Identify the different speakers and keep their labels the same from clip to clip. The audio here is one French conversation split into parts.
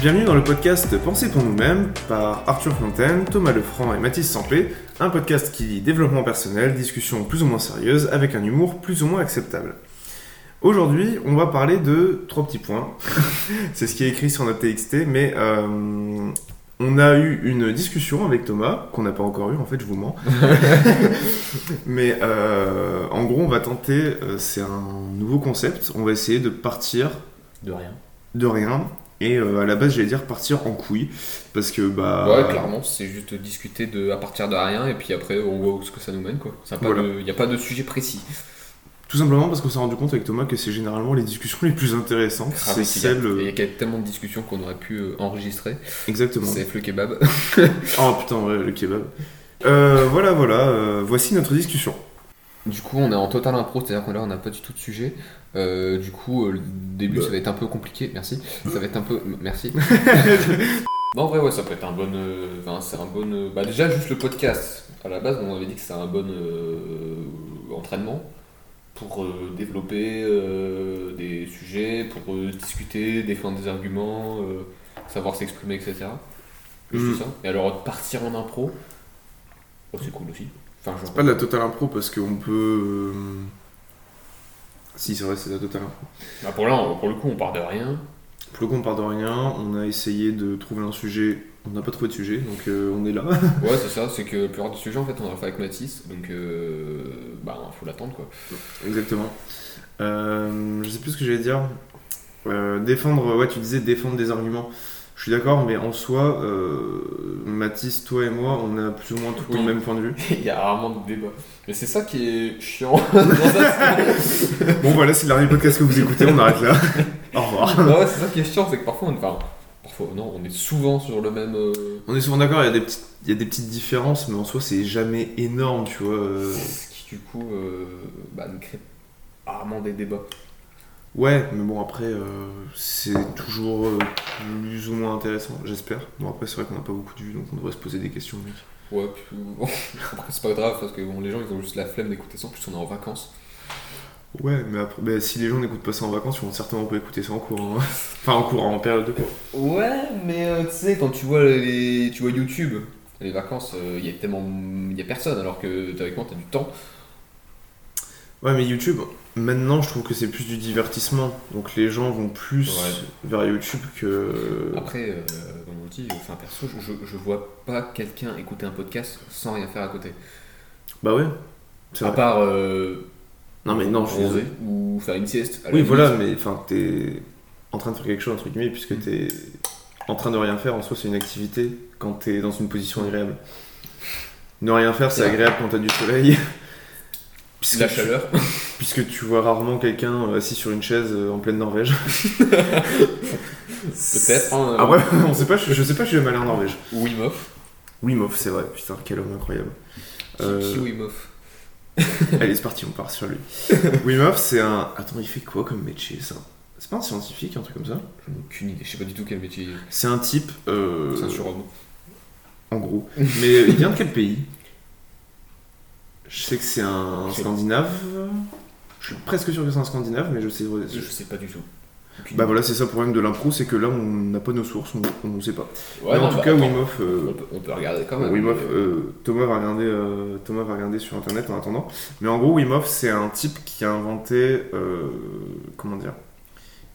Speaker 1: Bienvenue dans le podcast Pensez pour nous-mêmes par Arthur Fontaine, Thomas Lefranc et Mathis Sampé, un podcast qui lit développement personnel, discussion plus ou moins sérieuse avec un humour plus ou moins acceptable. Aujourd'hui, on va parler de trois petits points. C'est ce qui est écrit sur notre TXT, mais euh, on a eu une discussion avec Thomas, qu'on n'a pas encore eu, en fait, je vous mens. Mais euh, en gros, on va tenter, euh, c'est un nouveau concept, on va essayer de partir
Speaker 2: De rien.
Speaker 1: de rien. Et euh, à la base, j'allais dire partir en couille. Parce que, bah.
Speaker 3: Ouais, clairement, c'est juste discuter de, à partir de rien et puis après on voit où ce que ça nous mène quoi. Il
Speaker 1: Voilà.
Speaker 3: n'y a pas de sujet précis.
Speaker 1: Tout simplement parce qu'on s'est rendu compte avec Thomas que c'est généralement les discussions les plus intéressantes.
Speaker 3: Grave,
Speaker 1: C'est
Speaker 3: et qu'il y a-
Speaker 1: celles.
Speaker 3: et Il
Speaker 1: euh,
Speaker 3: y a quand même tellement de discussions qu'on aurait pu euh, enregistrer.
Speaker 1: Exactement.
Speaker 3: C'est le kebab.
Speaker 1: Oh putain, ouais, le kebab. Euh, voilà, voilà, euh, voici notre discussion.
Speaker 3: Du coup, on est en total impro, c'est-à-dire que là, on n'a pas du tout de sujet. Euh, du coup, euh, le début,
Speaker 1: Bah.
Speaker 3: ça va être un peu compliqué. Merci. Ça va être un peu. m- Merci. Bon, en vrai, ouais, ça peut être un bon. euh, Enfin, c'est un bon. euh, Bah, déjà, juste le podcast. À la base, on avait dit que c'était un bon euh, entraînement pour euh, développer euh, des sujets, pour euh, discuter, défendre des arguments, euh, savoir s'exprimer, etc. Juste
Speaker 1: Mm.
Speaker 3: ça. Et alors, partir en impro, oh, c'est cool aussi. Enfin, genre,
Speaker 1: C'est pas de la totale impro parce qu'on peut. euh, Si, c'est vrai, c'est de la totale impro.
Speaker 3: Bah, pour là, on- pour le coup, on part de rien.
Speaker 1: Pour le coup, on part de rien, on a essayé de trouver un sujet, on n'a pas trouvé de sujet, donc euh, on est là.
Speaker 3: Ouais, c'est ça, c'est que le plus rare du sujet, en fait, on a fait avec Matisse, donc euh, bah, faut l'attendre quoi.
Speaker 1: Exactement. Euh, je sais plus ce que j'allais dire. Euh, défendre, ouais, tu disais défendre des arguments. Je suis d'accord, mais en soi, euh, Mathis, toi et moi, on a plus ou moins tout le temps
Speaker 3: Oui.
Speaker 1: le même point de vue.
Speaker 3: Il y a rarement de débat. Mais c'est ça qui est chiant. dans ça,
Speaker 1: Bon, voilà, c'est le dernier podcast que vous écoutez, on arrête là. Au revoir.
Speaker 3: c'est- Bah ouais, c'est ça qui est chiant, c'est que parfois on enfin, Parfois, non, on est souvent sur le même. euh,
Speaker 1: On est souvent d'accord, il y, a des petites- il y a des petites différences, mais en soi, c'est jamais énorme, tu vois. euh.
Speaker 3: Ce qui, du coup, euh, bah, ne crée rarement des débats.
Speaker 1: Ouais, mais bon, après, euh, c'est toujours euh, plus ou moins intéressant, j'espère. Bon, après, c'est vrai qu'on n'a pas beaucoup de vues, donc on devrait se poser des questions, mec.
Speaker 3: Ouais, puis bon, après, c'est pas grave parce que bon, les gens ils ont juste la flemme d'écouter ça, en plus on est en vacances.
Speaker 1: Ouais, mais après, bah, si les gens n'écoutent pas ça en vacances, ils vont certainement pas écouter ça en cours. hein. enfin, en cours, en période de cours.
Speaker 3: Ouais, mais euh, tu sais, quand tu vois, les... tu vois YouTube, les vacances, il y a tellement. Il y a personne, alors que théoriquement t'as du temps.
Speaker 1: Ouais, mais YouTube, maintenant, je trouve que c'est plus du divertissement. Donc les gens vont plus
Speaker 3: Ouais.
Speaker 1: vers YouTube que.
Speaker 3: Après, euh, comme on le dit, enfin perso, je, je, je vois pas quelqu'un écouter un podcast sans rien faire à côté.
Speaker 1: Bah ouais. C'est
Speaker 3: À
Speaker 1: vrai.
Speaker 3: part euh,
Speaker 1: Non, mais non, je suis
Speaker 3: bronzer
Speaker 1: désolé.
Speaker 3: ou faire une sieste. à la
Speaker 1: Oui,
Speaker 3: limite.
Speaker 1: voilà, mais enfin, t'es en train de faire quelque chose, entre guillemets, puisque
Speaker 3: Mm.
Speaker 1: t'es en train de rien faire. En soi, c'est une activité quand t'es dans une position agréable. Ne rien faire, c'est
Speaker 3: C'est vrai.
Speaker 1: agréable quand t'as du soleil. Puisque
Speaker 3: La
Speaker 1: tu-
Speaker 3: chaleur.
Speaker 1: Puisque tu vois rarement quelqu'un euh, assis sur une chaise euh, en pleine Norvège.
Speaker 3: Peut-être. hein,
Speaker 1: Ah ouais, on sait pas, je, je sais pas, je suis jamais allé en Norvège.
Speaker 3: Ou Wim Hof.
Speaker 1: Oui, mof, c'est vrai, putain, quel homme incroyable.
Speaker 3: Qui-
Speaker 1: Euh,
Speaker 3: Qui Wim Hof
Speaker 1: Allez, c'est parti, on part sur lui. Wimoff, c'est un. Attends, il fait quoi comme métier ça C'est pas un scientifique, un truc comme ça
Speaker 3: J'en ai Aucune idée. Je sais pas du tout quel métier. il est.
Speaker 1: C'est un type. euh,
Speaker 3: C'est un surhomme.
Speaker 1: en gros. Mais il vient de quel pays Je sais que c'est un
Speaker 3: Je-
Speaker 1: Scandinave. Je suis presque sûr que c'est un Scandinave, mais je sais.
Speaker 3: Je sais pas du tout. Aucune
Speaker 1: Euh. Bah
Speaker 3: idée.
Speaker 1: voilà, c'est ça le problème de l'impro, c'est que là on n'a pas nos sources, on ne sait pas.
Speaker 3: Ouais,
Speaker 1: mais en
Speaker 3: non,
Speaker 1: tout
Speaker 3: bah,
Speaker 1: cas,
Speaker 3: attends,
Speaker 1: Wimoff,
Speaker 3: On peut, on peut regarder quand même.
Speaker 1: Wim Hof,
Speaker 3: mais-
Speaker 1: euh, Thomas, va regarder, euh, Thomas va regarder sur internet en attendant. Mais en gros, Wim Hof, c'est un type qui a inventé. euh, comment dire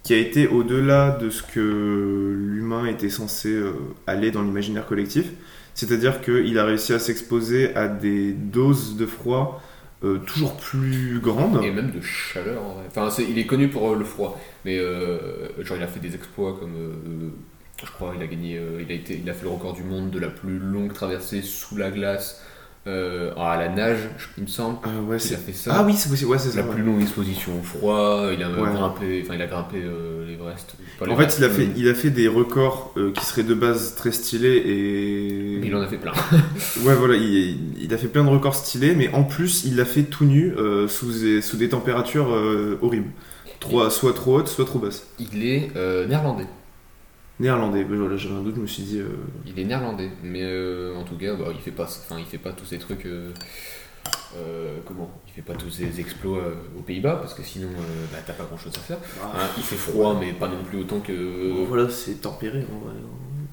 Speaker 1: Qui a été au-delà de ce que l'humain était censé euh, aller dans l'imaginaire collectif. C'est-à-dire qu'il a réussi à s'exposer à des doses de froid euh, toujours plus grandes.
Speaker 3: Et même de chaleur en vrai. Enfin, c'est- il est connu pour euh, le froid, mais euh, genre il a fait des exploits comme. euh, je crois il a gagné. euh, il, a été, il a fait le record du monde de la plus longue traversée sous la glace euh, à la nage, je- il me semble.
Speaker 1: Euh, ouais,
Speaker 3: Il a
Speaker 1: c'est-
Speaker 3: fait ça.
Speaker 1: ah oui, c'est possible, ouais, c'est ça.
Speaker 3: La
Speaker 1: ouais.
Speaker 3: plus longue exposition au froid, il a
Speaker 1: Ouais.
Speaker 3: grimpé, enfin il a grimpé euh, l'Everest. Pas
Speaker 1: En fait,
Speaker 3: l'Everest,
Speaker 1: il a fait,
Speaker 3: mais-
Speaker 1: il a fait des records euh, qui seraient de base très stylés et.
Speaker 3: mais Il en a fait plein.
Speaker 1: Ouais, voilà, il, il a fait plein de records stylés, mais en plus, il l'a fait tout nu, euh, sous, des, sous des températures euh, horribles. Trois- soit trop hautes, soit trop basses.
Speaker 3: Il est euh, néerlandais.
Speaker 1: Néerlandais, ben voilà, j'avais un doute, je me suis dit. euh,
Speaker 3: Il est néerlandais, mais euh, en tout cas, bah, il fait pas, enfin il fait pas tous ces trucs. euh, euh, comment Il fait pas tous ses exploits euh, aux Pays-Bas parce que sinon euh, bah, t'as pas grand chose à faire. Hein, il fait froid, mais pas non plus autant
Speaker 1: euh,
Speaker 3: que.
Speaker 2: Voilà, c'est tempéré. en vrai.
Speaker 1: hein.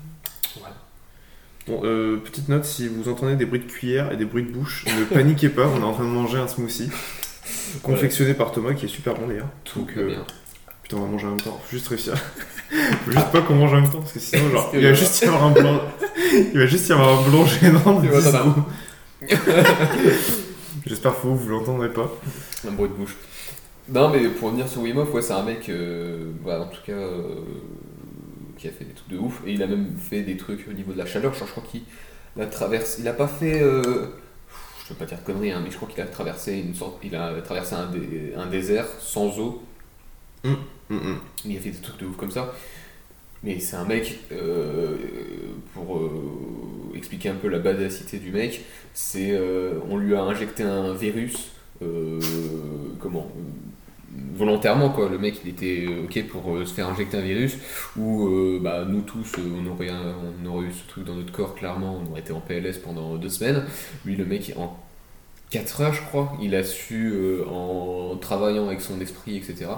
Speaker 1: Bon, euh, petite note, si vous entendez des bruits de cuillère et des bruits de bouche, ne paniquez pas, on est en train de manger un smoothie confectionné par Thomas qui est super bon d'ailleurs.
Speaker 3: Tout
Speaker 1: Donc,
Speaker 3: va
Speaker 1: euh,
Speaker 3: bien.
Speaker 1: Putain, on va manger en même temps, faut juste réussir. faut juste pas qu'on mange en même temps parce que sinon, genre,
Speaker 3: Parce que
Speaker 1: il va
Speaker 3: voilà.
Speaker 1: juste y avoir un blanc. il va juste y avoir un blanc gênant de
Speaker 3: Tu vois,
Speaker 1: 10
Speaker 3: ça va.
Speaker 1: secondes. J'espère que vous, vous l'entendrez pas.
Speaker 3: Un bruit de bouche. Non, mais pour revenir sur Wim Hof, ouais, c'est un mec, euh, bah, en tout cas, euh, qui a fait des trucs de ouf. Et il a même fait des trucs au niveau de la chaleur. Genre, je crois qu'il la traverse. Il a pas fait. euh, je peux pas dire de conneries, hein, mais je crois qu'il a traversé une sorte. Il a traversé un, dé- un désert sans eau. Mm,
Speaker 1: Mm-mm.
Speaker 3: Il a fait des trucs de ouf comme ça. Mais c'est un mec, euh, pour euh, expliquer un peu la badacité du mec, c'est euh, on lui a injecté un virus, euh, comment euh, Volontairement, quoi. Le mec, il était OK pour euh, se faire injecter un virus, où euh, bah, nous tous, euh, on aurait, un- on aurait eu ce truc dans notre corps, clairement, on aurait été en PLS pendant deux semaines. Lui, le mec, en 4 heures, je crois, il a su, euh, en travaillant avec son esprit, etc.,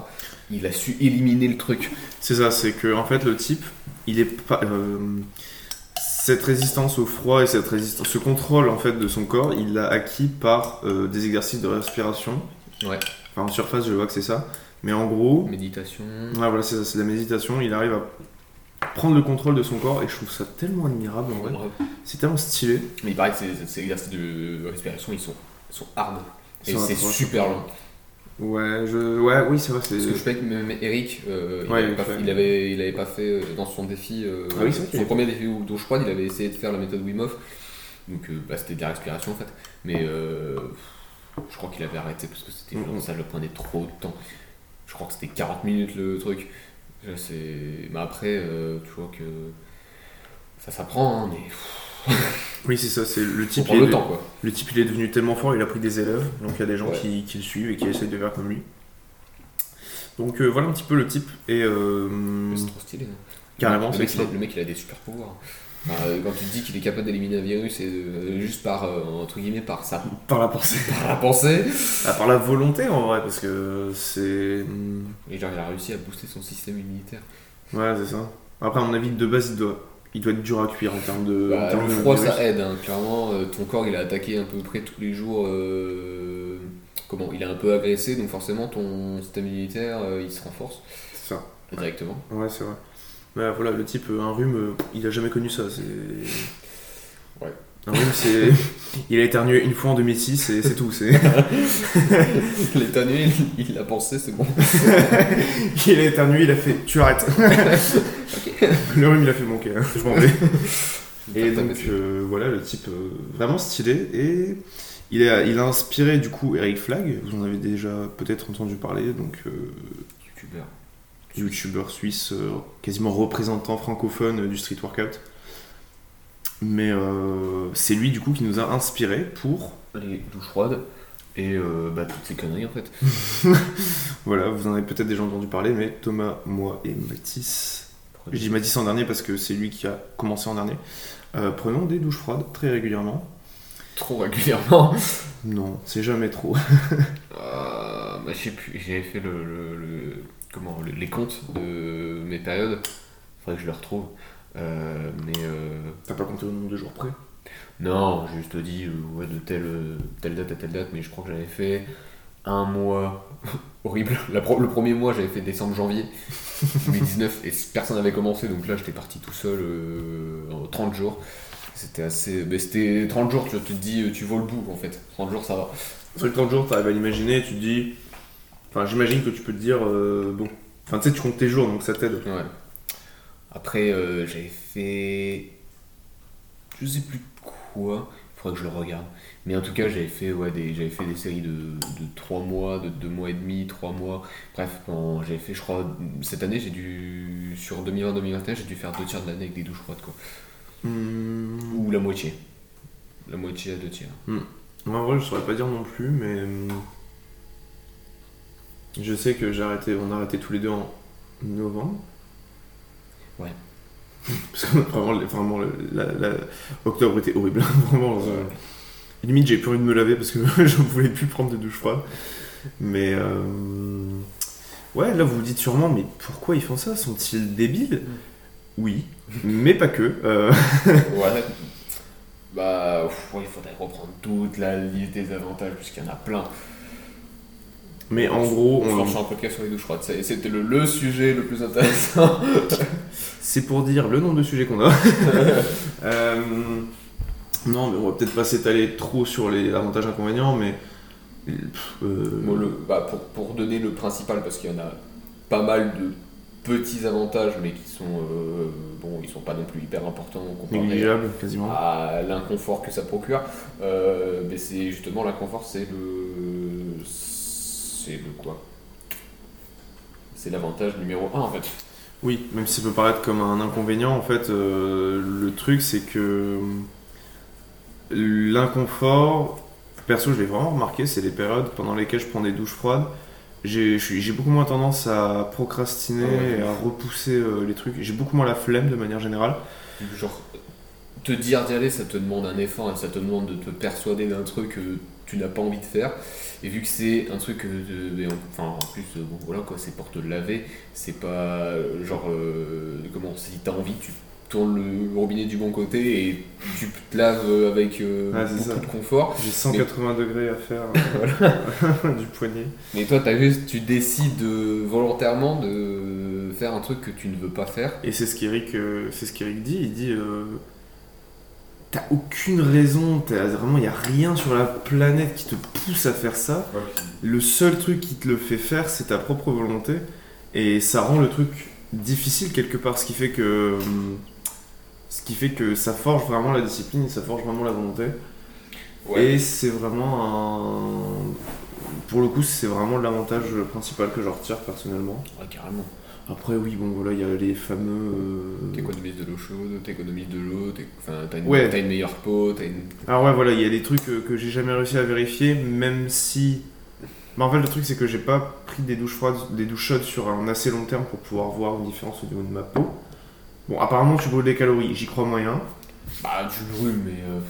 Speaker 3: il a su éliminer le truc.
Speaker 1: C'est ça, c'est que en fait le type, il est pas euh, cette résistance au froid et cette résistance, ce contrôle en fait de son corps, il l'a acquis par euh, des exercices de respiration.
Speaker 3: Ouais.
Speaker 1: Enfin en surface, je vois que c'est ça, mais en gros,
Speaker 3: Méditation.
Speaker 1: ouais, Ah, voilà, c'est ça, c'est de la méditation. Il arrive à prendre le contrôle de son corps et je trouve ça tellement admirable en vrai.
Speaker 3: Bref.
Speaker 1: C'est tellement stylé.
Speaker 3: Mais il paraît que ces, ces exercices de respiration, ils sont, ils sont hard.
Speaker 1: Ils
Speaker 3: Et
Speaker 1: sont
Speaker 3: c'est
Speaker 1: hard, ouais.
Speaker 3: super long.
Speaker 1: Ouais, je, ouais, oui, c'est vrai, c'est.
Speaker 3: Parce que je sais que même Eric, euh, il,
Speaker 1: Ouais,
Speaker 3: avait
Speaker 1: il
Speaker 3: pas,
Speaker 1: fait.
Speaker 3: il, avait, il avait pas fait euh, dans son défi, euh,
Speaker 1: Ah oui, c'est vrai qu'il
Speaker 3: son
Speaker 1: avait
Speaker 3: premier défi d'eau froide, il avait essayé de faire la méthode Wim Hof. Donc euh, bah, c'était de la respiration en fait. Mais euh, je crois qu'il avait arrêté parce que c'était genre,
Speaker 1: Mhm.
Speaker 3: ça le prenait trop de temps. Je crois que c'était 40 minutes le truc. Ça, c'est- Mais après, euh, tu vois que ça s'apprend, hein, mais
Speaker 1: Oui, c'est ça, c'est le
Speaker 3: faut
Speaker 1: type. il
Speaker 3: prendre
Speaker 1: est-
Speaker 3: le temps quoi.
Speaker 1: Le type il est devenu tellement fort, il a pris des élèves, donc il y a des gens
Speaker 3: Ouais.
Speaker 1: qui, qui le suivent et qui essayent de faire comme lui. Donc euh, voilà un petit peu le type et euh,
Speaker 3: Mais C'est trop stylé. hein.
Speaker 1: carrément
Speaker 3: le
Speaker 1: c'est
Speaker 3: mec, il
Speaker 1: ça.
Speaker 3: a, le mec, il a des super pouvoirs. Enfin, euh, quand tu te dis qu'il est capable d'éliminer un virus et, euh, juste par euh, entre guillemets par sa
Speaker 1: par la pensée,
Speaker 3: par la pensée,
Speaker 1: Ah, par la volonté en vrai parce que c'est
Speaker 3: et genre il a réussi à booster son système immunitaire.
Speaker 1: ouais c'est ça. Après à mon avis de base il doit il doit être dur à cuire en termes de. en
Speaker 3: Bah,
Speaker 1: termes
Speaker 3: le
Speaker 1: de
Speaker 3: froid
Speaker 1: virus.
Speaker 3: ça aide, hein. clairement. euh, ton corps il a attaqué à peu près tous les jours. euh, comment Il a un peu agressé, donc forcément ton système immunitaire euh, il se renforce
Speaker 1: C'est ça.
Speaker 3: directement.
Speaker 1: Ouais c'est vrai. Mais voilà le type euh, un rhume euh, il a jamais connu ça c'est.
Speaker 3: Ouais.
Speaker 1: Un rhume c'est il a éternué une fois en 2006 et c'est tout c'est.
Speaker 3: L'étonné, il, il a pensé, c'est bon.
Speaker 1: Il a éternué, il a fait tu arrêtes. Le rhume, il a fait mon cœur, je m'en vais. Et
Speaker 3: T'as- t'as
Speaker 1: donc
Speaker 3: baissé.
Speaker 1: euh, voilà, le type euh, vraiment stylé. Et il a, il a inspiré du coup Eric Flagg, vous en avez déjà peut-être entendu parler, donc euh,
Speaker 3: Youtubeur.
Speaker 1: youtubeur suisse, euh, quasiment représentant francophone euh, du street workout. Mais euh, c'est lui du coup qui nous a inspiré pour.
Speaker 3: Les douches froides et euh, bah, toutes ces conneries en fait.
Speaker 1: Voilà, vous en avez peut-être déjà entendu parler, mais Thomas, moi et Mathis Je dis Matisse en dernier parce que c'est lui qui a commencé en dernier. Euh, prenons des douches froides très régulièrement.
Speaker 3: Trop régulièrement.
Speaker 1: Non, c'est jamais trop.
Speaker 3: Euh, bah, je sais plus, j'avais fait le, le- le- comment, le- les comptes de mes périodes. Faudrait que je le retrouve. Euh, mais euh,
Speaker 1: T'as pas compté au nombre de jours près
Speaker 3: non, j'ai juste dit euh, ouais, de telle, euh, telle date à telle date, mais je crois que j'avais fait un mois horrible. La pro- le premier mois, j'avais fait décembre-janvier 2019 et personne n'avait commencé, donc là j'étais parti tout seul euh, en 30 jours. C'était assez. mais c'était 30 jours, tu vois, tu te dis, euh, tu vois le bout en fait. 30 jours, ça va.
Speaker 1: Sur le 30 jours, t'arrives à l'imaginer et tu te dis. Enfin, j'imagine que tu peux te dire. euh, bon. Enfin, tu sais, tu comptes tes jours donc ça t'aide.
Speaker 3: Ouais. Après, euh, j'avais fait. Je sais plus quoi. Il faudrait que je le regarde. Mais en tout cas, j'avais fait, ouais, des... j'avais fait des séries de... de 3 mois, de 2 mois et demi, 3 mois. Bref, pendant- j'avais fait, je crois, cette année, j'ai dû. Sur 2020-2021, j'ai dû faire deux tiers de l'année avec des douches froides, quoi.
Speaker 1: Hum,
Speaker 3: Ou la moitié. La moitié à deux tiers.
Speaker 1: moi, en vrai, je saurais pas dire non plus, mais. hum, Je sais que j'ai arrêté. On a arrêté tous les deux en novembre.
Speaker 3: Ouais.
Speaker 1: Parce que vraiment, le- vraiment le- la- la- octobre était horrible. vraiment. genre, Limite, j'ai plus envie de me laver parce que je voulais plus prendre de douche froide. Mais euh, ouais, là vous vous dites sûrement, mais pourquoi ils font ça Sont-ils débiles Oui, mais pas que. Euh,
Speaker 3: Ouais. Bah, pff, ouais, il faudrait reprendre toute la liste des avantages, puisqu'il y en a plein.
Speaker 1: mais en gros, Oh, on-
Speaker 3: on un podcast sur les douches froides. c'est- C'était le, le sujet le plus intéressant.
Speaker 1: c'est pour dire le nombre de sujets qu'on a. Euh, non, mais on va peut-être pas s'étaler trop sur les avantages inconvénients, mais pff, euh,
Speaker 3: Bon, le- bah, pour, pour donner le principal, parce qu'il y en a pas mal de petits avantages, mais qui sont. euh, bon, ils sont pas non plus hyper importants comparé
Speaker 1: négligeable quasiment.
Speaker 3: à l'inconfort que ça procure. Euh, mais c'est justement l'inconfort, c'est le. C'est le quoi C'est l'avantage numéro 1 en fait.
Speaker 1: Oui, même si ça peut paraître comme un inconvénient, en fait, euh, le truc c'est que euh, l'inconfort, perso, je l'ai vraiment remarqué, c'est les périodes pendant lesquelles je prends des douches froides. J'ai je suis- j'ai beaucoup moins tendance à procrastiner
Speaker 3: Ah ouais.
Speaker 1: et à repousser euh, les trucs. J'ai beaucoup moins la flemme de manière générale.
Speaker 3: Genre, te dire d'y aller, ça te demande un effort, et ça te demande de te persuader d'un truc que tu n'as pas envie de faire. Et vu que c'est un truc, euh, de- mais en- enfin en plus, euh, bon voilà quoi, c'est pour te laver, c'est pas euh, genre, euh, comment, si t'as envie, tu tournes le robinet du bon côté et tu te laves euh, avec euh,
Speaker 1: Ah, c'est
Speaker 3: beaucoup
Speaker 1: ça.
Speaker 3: de confort.
Speaker 1: J'ai 180 degrés à faire euh, du poignet.
Speaker 3: Mais toi, t'as juste, tu décides de- volontairement de faire un truc que tu ne veux pas faire.
Speaker 1: Et c'est ce qu'Eric euh, c'est ce qu'Eric dit, il dit euh, T'as aucune raison, t'as- vraiment, il n'y a rien sur la planète qui te pousse à faire ça. Le seul truc qui te le fait faire, c'est ta propre volonté. Et ça rend le truc difficile quelque part, ce qui fait que, hum, ce qui fait que ça forge vraiment la discipline, ça forge vraiment la volonté.
Speaker 3: Ouais.
Speaker 1: Et c'est vraiment un... Pour le coup, c'est vraiment l'avantage principal que je retire personnellement.
Speaker 3: Ouais, carrément.
Speaker 1: Après, oui, bon, voilà, il y a les fameux... euh,
Speaker 3: T'économises de l'eau chaude, t'économises de l'eau, t'éc- enfin, t'as une,
Speaker 1: Ouais.
Speaker 3: t'as une meilleure peau, t'as une.
Speaker 1: Ah ouais, voilà, il y a des trucs euh, que j'ai jamais réussi à vérifier, même si. Mais en fait, le truc, c'est que j'ai pas pris des douches froides, des douches chaudes sur un assez long terme pour pouvoir voir une différence au niveau de ma peau. Bon, apparemment, tu brûles des calories, j'y crois moyen.
Speaker 3: Bah, tu brûles, mais. euh,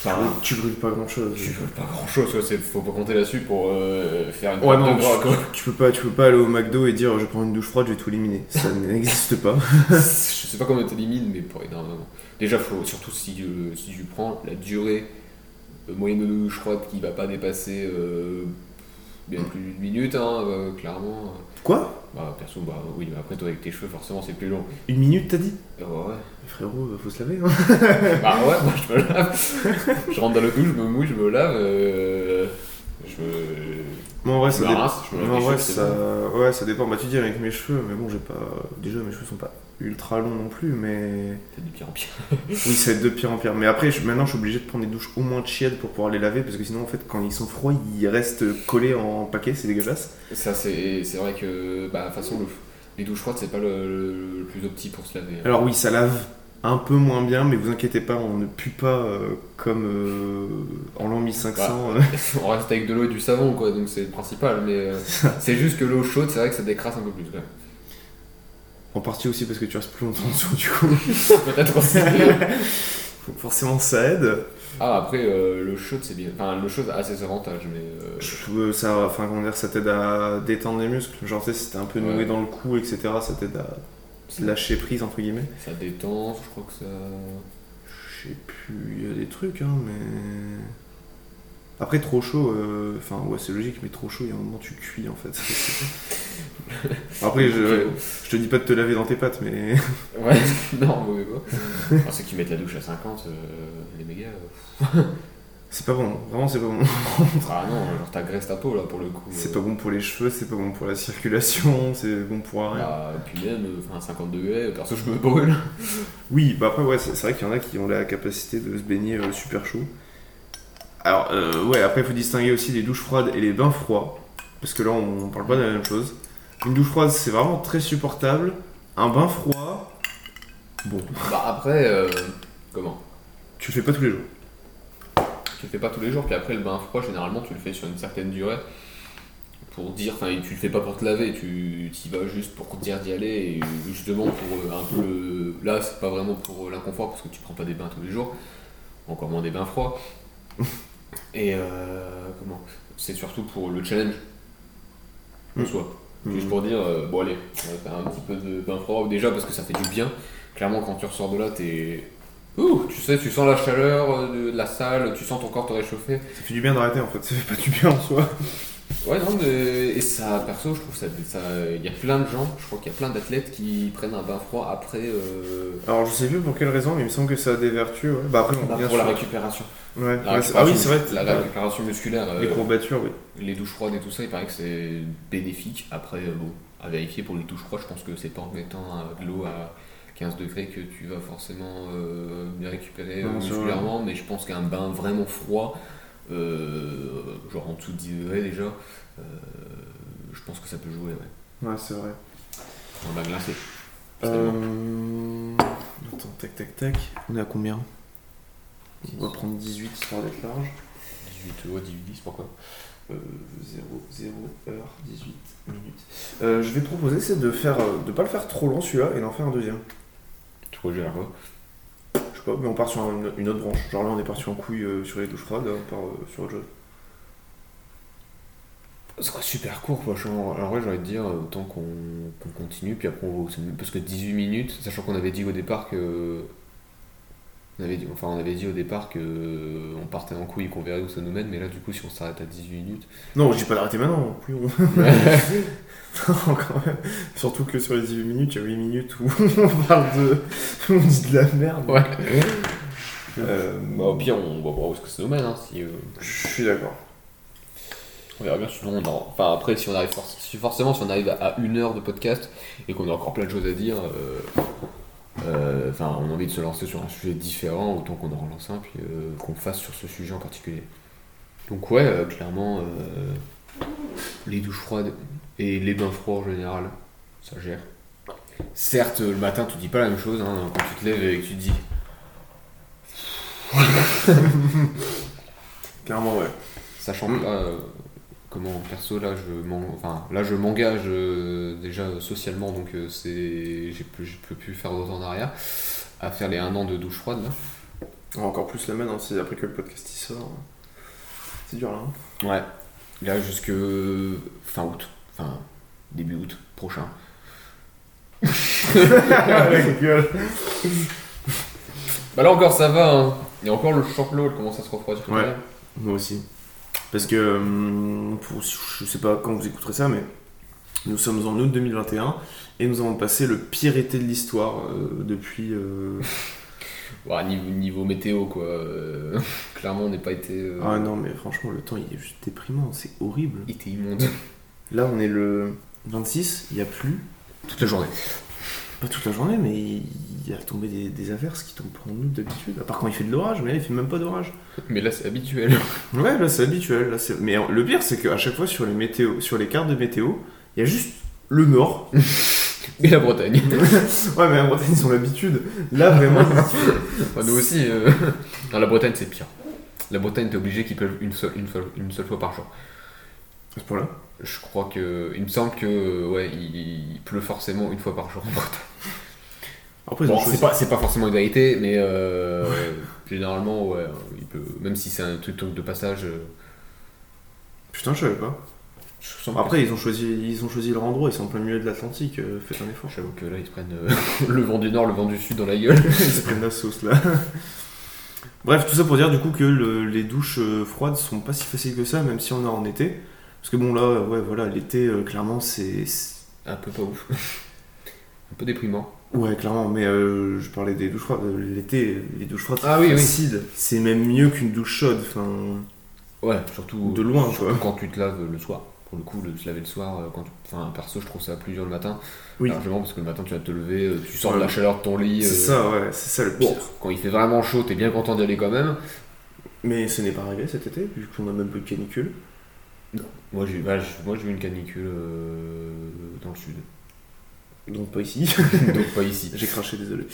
Speaker 3: ça va.
Speaker 1: Tu brûles pas grand chose.
Speaker 3: Ah tu brûles pas grand chose, quoi. c'est- Faut pas compter là-dessus pour euh, faire une
Speaker 1: Ouais,
Speaker 3: perte
Speaker 1: non,
Speaker 3: de gras, quoi.
Speaker 1: Tu peux pas, tu peux pas aller au McDo et dire je prends une douche froide, je vais tout éliminer. Ça n'existe pas.
Speaker 3: je sais pas combien t'élimines, mais pour énormément. Déjà, faut, surtout si, euh, si tu prends la durée euh, moyenne de douche froide qui va pas dépasser euh, bien plus d'une minute, hein, euh, clairement.
Speaker 1: Quoi
Speaker 3: Bah, perso, bah oui, mais après, toi, avec tes cheveux, forcément, c'est plus long.
Speaker 1: Une minute, t'as dit
Speaker 3: Euh, ouais.
Speaker 1: Mais Frérot, faut se laver. Hein.
Speaker 3: Bah ouais, moi je me lave. je rentre dans le douche, je me mouille, je me lave. euh, je me.
Speaker 1: Bon, en vrai,
Speaker 3: Je
Speaker 1: ça
Speaker 3: me
Speaker 1: dépend.
Speaker 3: rince, je me lave
Speaker 1: Non,
Speaker 3: les
Speaker 1: ouais,
Speaker 3: cheveux, c'est
Speaker 1: ça... ouais, ça dépend. Bah, tu dis avec mes cheveux, mais bon, j'ai pas. Déjà, mes cheveux sont pas ultra longs non plus, mais.
Speaker 3: C'est de pire en pire.
Speaker 1: Oui, ça va être de pire en pire. Mais après, je- maintenant, je suis obligé de prendre des douches au moins tièdes pour pouvoir les laver parce que sinon, en fait, quand ils sont froids, ils restent collés en paquet, c'est dégueulasse.
Speaker 3: Ça, c'est c'est vrai que. Bah, de toute façon, le- les douches froides, c'est pas le, le- le plus opti pour se laver. hein.
Speaker 1: Alors, oui, ça lave un peu moins bien, mais vous inquiétez pas, on ne pue pas euh, comme euh, en l'an 1500. euh.
Speaker 3: On reste avec de l'eau et du savon, quoi, donc c'est le principal. Mais euh, c'est juste que l'eau chaude, c'est vrai que ça décrasse un peu plus, quand même.
Speaker 1: En partie aussi parce que tu restes plus longtemps dessous, du coup.
Speaker 3: Peut-être aussi.
Speaker 1: Donc, forcément, ça aide.
Speaker 3: ah, après, euh, l'eau chaude, c'est bien. Enfin, l'eau chaude a ses avantages, mais. euh,
Speaker 1: Je- euh, ça, enfin, comment dire, ça t'aide à détendre les muscles. Genre, tu sais, si t'es un peu noué
Speaker 3: Ouais.
Speaker 1: dans le cou, etc., ça t'aide à lâcher prise, entre guillemets.
Speaker 3: Ça détend, je crois que ça.
Speaker 1: Je sais plus, il y a des trucs, hein, mais. Après, trop chaud, euh, enfin, ouais, c'est logique, mais trop chaud, il y a un moment, tu cuis en fait. Après, je, ouais, je te dis pas de te laver dans tes pattes, mais.
Speaker 3: Ouais, non, mauvais pas. Ah, ceux qui mettent la douche à 50, euh, les méga. euh,
Speaker 1: C'est pas bon, vraiment, c'est pas bon.
Speaker 3: Ah non, genre t'agresses ta peau là pour le coup.
Speaker 1: C'est
Speaker 3: euh,
Speaker 1: pas bon pour les cheveux, c'est pas bon pour la circulation, c'est bon pour rien.
Speaker 3: Bah, puis même, euh, enfin 50 degrés, perso je me brûle.
Speaker 1: Oui, bah après, ouais, c'est c'est vrai qu'il y en a qui ont la capacité de se baigner euh, super chaud. Alors, euh, ouais, après, il faut distinguer aussi les douches froides et les bains froids. Parce que là, on parle pas de la même chose. Une douche froide, c'est vraiment très supportable. Un bain froid, bon,
Speaker 3: Bah après, euh, comment
Speaker 1: tu le fais pas tous les jours.
Speaker 3: Tu le fais pas tous les jours, puis après le bain froid, généralement tu le fais sur une certaine durée. Pour dire, enfin tu le fais pas pour te laver, tu y vas juste pour dire d'y aller, et justement pour euh, un peu. le- Là c'est pas vraiment pour euh, l'inconfort parce que tu prends pas des bains tous les jours, encore moins des bains froids. Et euh, comment C'est surtout pour le challenge. En
Speaker 1: Mm.
Speaker 3: soi.
Speaker 1: Mm.
Speaker 3: Juste pour dire, euh, bon allez, on va faire un petit peu de- d'impro déjà parce que ça fait du bien. Clairement, quand tu ressors de là, t'es. Ouh, tu sais, tu sens la chaleur euh, de, de la salle, tu sens ton corps te réchauffer.
Speaker 1: Ça fait du bien d'arrêter en fait, ça fait pas du bien en soi.
Speaker 3: Ouais, non, mais. Et ça, perso, je trouve ça. ça- Il y a plein de gens, je crois qu'il y a plein d'athlètes qui prennent un bain froid après. euh,
Speaker 1: Alors je sais plus pour quelle raison, mais il me semble que ça a des vertus. Ouais. Bah après, on
Speaker 3: pour
Speaker 1: revient
Speaker 3: la
Speaker 1: sur-
Speaker 3: récupération.
Speaker 1: Ouais.
Speaker 3: La
Speaker 1: ouais, c'est- ah oui, c'est vrai.
Speaker 3: récupération- La récupération musculaire.
Speaker 1: Les
Speaker 3: euh,
Speaker 1: courbatures, oui.
Speaker 3: Les douches froides et tout ça, il paraît que c'est bénéfique. Après, euh, bon, à vérifier pour les douches froides, je pense que c'est pas en mettant euh, de l'eau à 15 degrés que tu vas forcément euh, bien récupérer euh,
Speaker 1: Non, c'est vrai.
Speaker 3: musculairement, mais je pense qu'un bain vraiment froid, euh, genre en dessous de 10 degrés déjà, euh, je pense que ça peut jouer, ouais.
Speaker 1: Ouais, c'est vrai.
Speaker 3: Un bain glacé. finalement.
Speaker 1: Euh... Attends, tac, tac, tac. On est à combien On va prendre 18 histoire d'être large.
Speaker 3: 18 euros, 18, 10, pourquoi
Speaker 1: Euh, 0, 0 heure 18 minutes. Euh, je vais te proposer, c'est de faire, euh, de pas le faire trop long celui-là et d'en faire un deuxième.
Speaker 3: Tu crois que j'ai la voix
Speaker 1: Je sais pas, mais on part sur un- une autre branche. Genre là, on est parti en couille euh, sur les douches froides, là, on part euh, sur autre chose.
Speaker 3: Ce serait super court, franchement. Alors, ouais, j'ai envie de dire, euh, autant qu'on qu'on continue, puis après on voit où ça nous- Parce que 18 minutes, sachant qu'on avait dit au départ que. On avait dit, enfin, on avait dit au départ que euh, on partait en couille et qu'on verrait où ça nous mène, mais là, du coup, si on s'arrête à 18 minutes.
Speaker 1: Non, je dis pas d'arrêter maintenant, plus on. Non, quand même. Surtout que sur les 18 minutes, il y a 8 minutes où on parle de. on dit de la merde.
Speaker 3: ouais. Euh, bah, au pire, on va voir où est-ce que ça nous mène. Hein, si, euh,
Speaker 1: Je suis d'accord.
Speaker 3: on verra bien, sinon on en- Enfin, après, si on arrive forc- si forcément, si on arrive à à une heure de podcast et qu'on a encore plein de choses à dire. euh, euh, Enfin, on a envie de se lancer sur un sujet différent, autant qu'on en relance un, puis euh, qu'on fasse sur ce sujet en particulier. Donc ouais, euh, clairement, euh, les douches froides et les bains froids en général, ça gère. Certes, le matin, tu dis pas la même chose, hein, quand tu te lèves et que tu te dis...
Speaker 1: Clairement, ouais.
Speaker 3: Sachant que là, euh, comment perso là je m'en- enfin là je m'engage euh, déjà euh, socialement donc euh, c'est j'ai plus je peux plus faire de retour en arrière à faire les un an de douche froide là.
Speaker 1: On va encore plus la main, hein, c'est après que le podcast il sort. C'est dur là. hein.
Speaker 3: Ouais. Là jusque fin août, enfin début août prochain.
Speaker 1: hein.
Speaker 3: Bah là encore ça va hein. Et encore le champelot elle commence à se refroidir.
Speaker 1: Ouais. Moi aussi. Parce que, hum, pour- je sais pas quand vous écouterez ça, mais nous sommes en août 2021 et nous avons passé le pire été de l'histoire euh, depuis. euh,
Speaker 3: Ouais, Bah, niveau, niveau météo quoi. euh, clairement on n'est pas été. euh,
Speaker 1: Ah non, mais franchement, le temps il est juste déprimant, c'est horrible.
Speaker 3: Il était immonde
Speaker 1: Là, on est le 26, il y a plus.
Speaker 3: toute la journée.
Speaker 1: Pas toute la journée, mais il y a tombé des, des averses qui tombent pour nous d'habitude. À part quand il fait de l'orage, mais là, il fait même pas d'orage.
Speaker 3: Mais là c'est habituel.
Speaker 1: Ouais, là, c'est habituel. Là, c'est- mais euh, le pire, c'est qu'à chaque fois, sur les, météos, sur les cartes de météo, il y a juste le nord.
Speaker 3: Et la Bretagne.
Speaker 1: ouais, mais en Bretagne, ils ont l'habitude. Là, vraiment,
Speaker 3: Bah, nous aussi. euh, non, la Bretagne, c'est pire. La Bretagne, t'es obligé qu'il pleuve une seule, une, seule, une seule fois par jour.
Speaker 1: à ce point-là.
Speaker 3: Je crois que. Il me semble que. Ouais, il, il pleut forcément une fois par jour en Bretagne.
Speaker 1: Après, ils ont
Speaker 3: Bon,
Speaker 1: choisi-
Speaker 3: c'est pas, c'est pas forcément une vérité, mais euh, généralement, ouais, il peut. Même si c'est un truc de passage. euh,
Speaker 1: Putain, je savais pas.
Speaker 3: Je sens
Speaker 1: Après, ils ont choisi, ils ont choisi leur endroit, ils sont en plein milieu de l'Atlantique. euh, faites un effort.
Speaker 3: J'avoue que là, ils se prennent euh, le vent du nord, le vent du sud dans la gueule.
Speaker 1: Ils se prennent la sauce là. Bref, tout ça pour dire du coup que le- les douches euh, froides sont pas si faciles que ça, même si on est en été. Parce que bon, là, euh, ouais, voilà, l'été, euh, clairement, c'est. c'est-
Speaker 3: Un peu pas ouf. Un peu déprimant.
Speaker 1: Ouais, clairement, mais euh, je parlais des douches froides. euh, L'été, euh, les douches froides,
Speaker 3: Ah oui, oui.
Speaker 1: facile. C'est même mieux qu'une douche chaude, enfin,
Speaker 3: Ouais, surtout.
Speaker 1: de loin, quoi.
Speaker 3: Quand tu te laves le soir. Pour le coup, le se laver le soir, euh, quand tu- enfin, perso, je trouve ça plus dur le matin.
Speaker 1: Oui,
Speaker 3: Largement, parce que le matin, tu vas te lever, euh, tu sors
Speaker 1: Ouais.
Speaker 3: de la chaleur de ton lit.
Speaker 1: c'est
Speaker 3: euh,
Speaker 1: ça, ouais, c'est ça le pire.
Speaker 3: Bon, quand il fait vraiment chaud, t'es bien content d'y aller quand même.
Speaker 1: Mais ce n'est pas arrivé cet été, vu qu'on a même plus de canicule.
Speaker 3: Moi, j'ai bah, j'ai- moi, j'ai eu une canicule euh, dans le sud.
Speaker 1: Donc pas ici.
Speaker 3: Donc, pas ici.
Speaker 1: J'ai craché, désolé.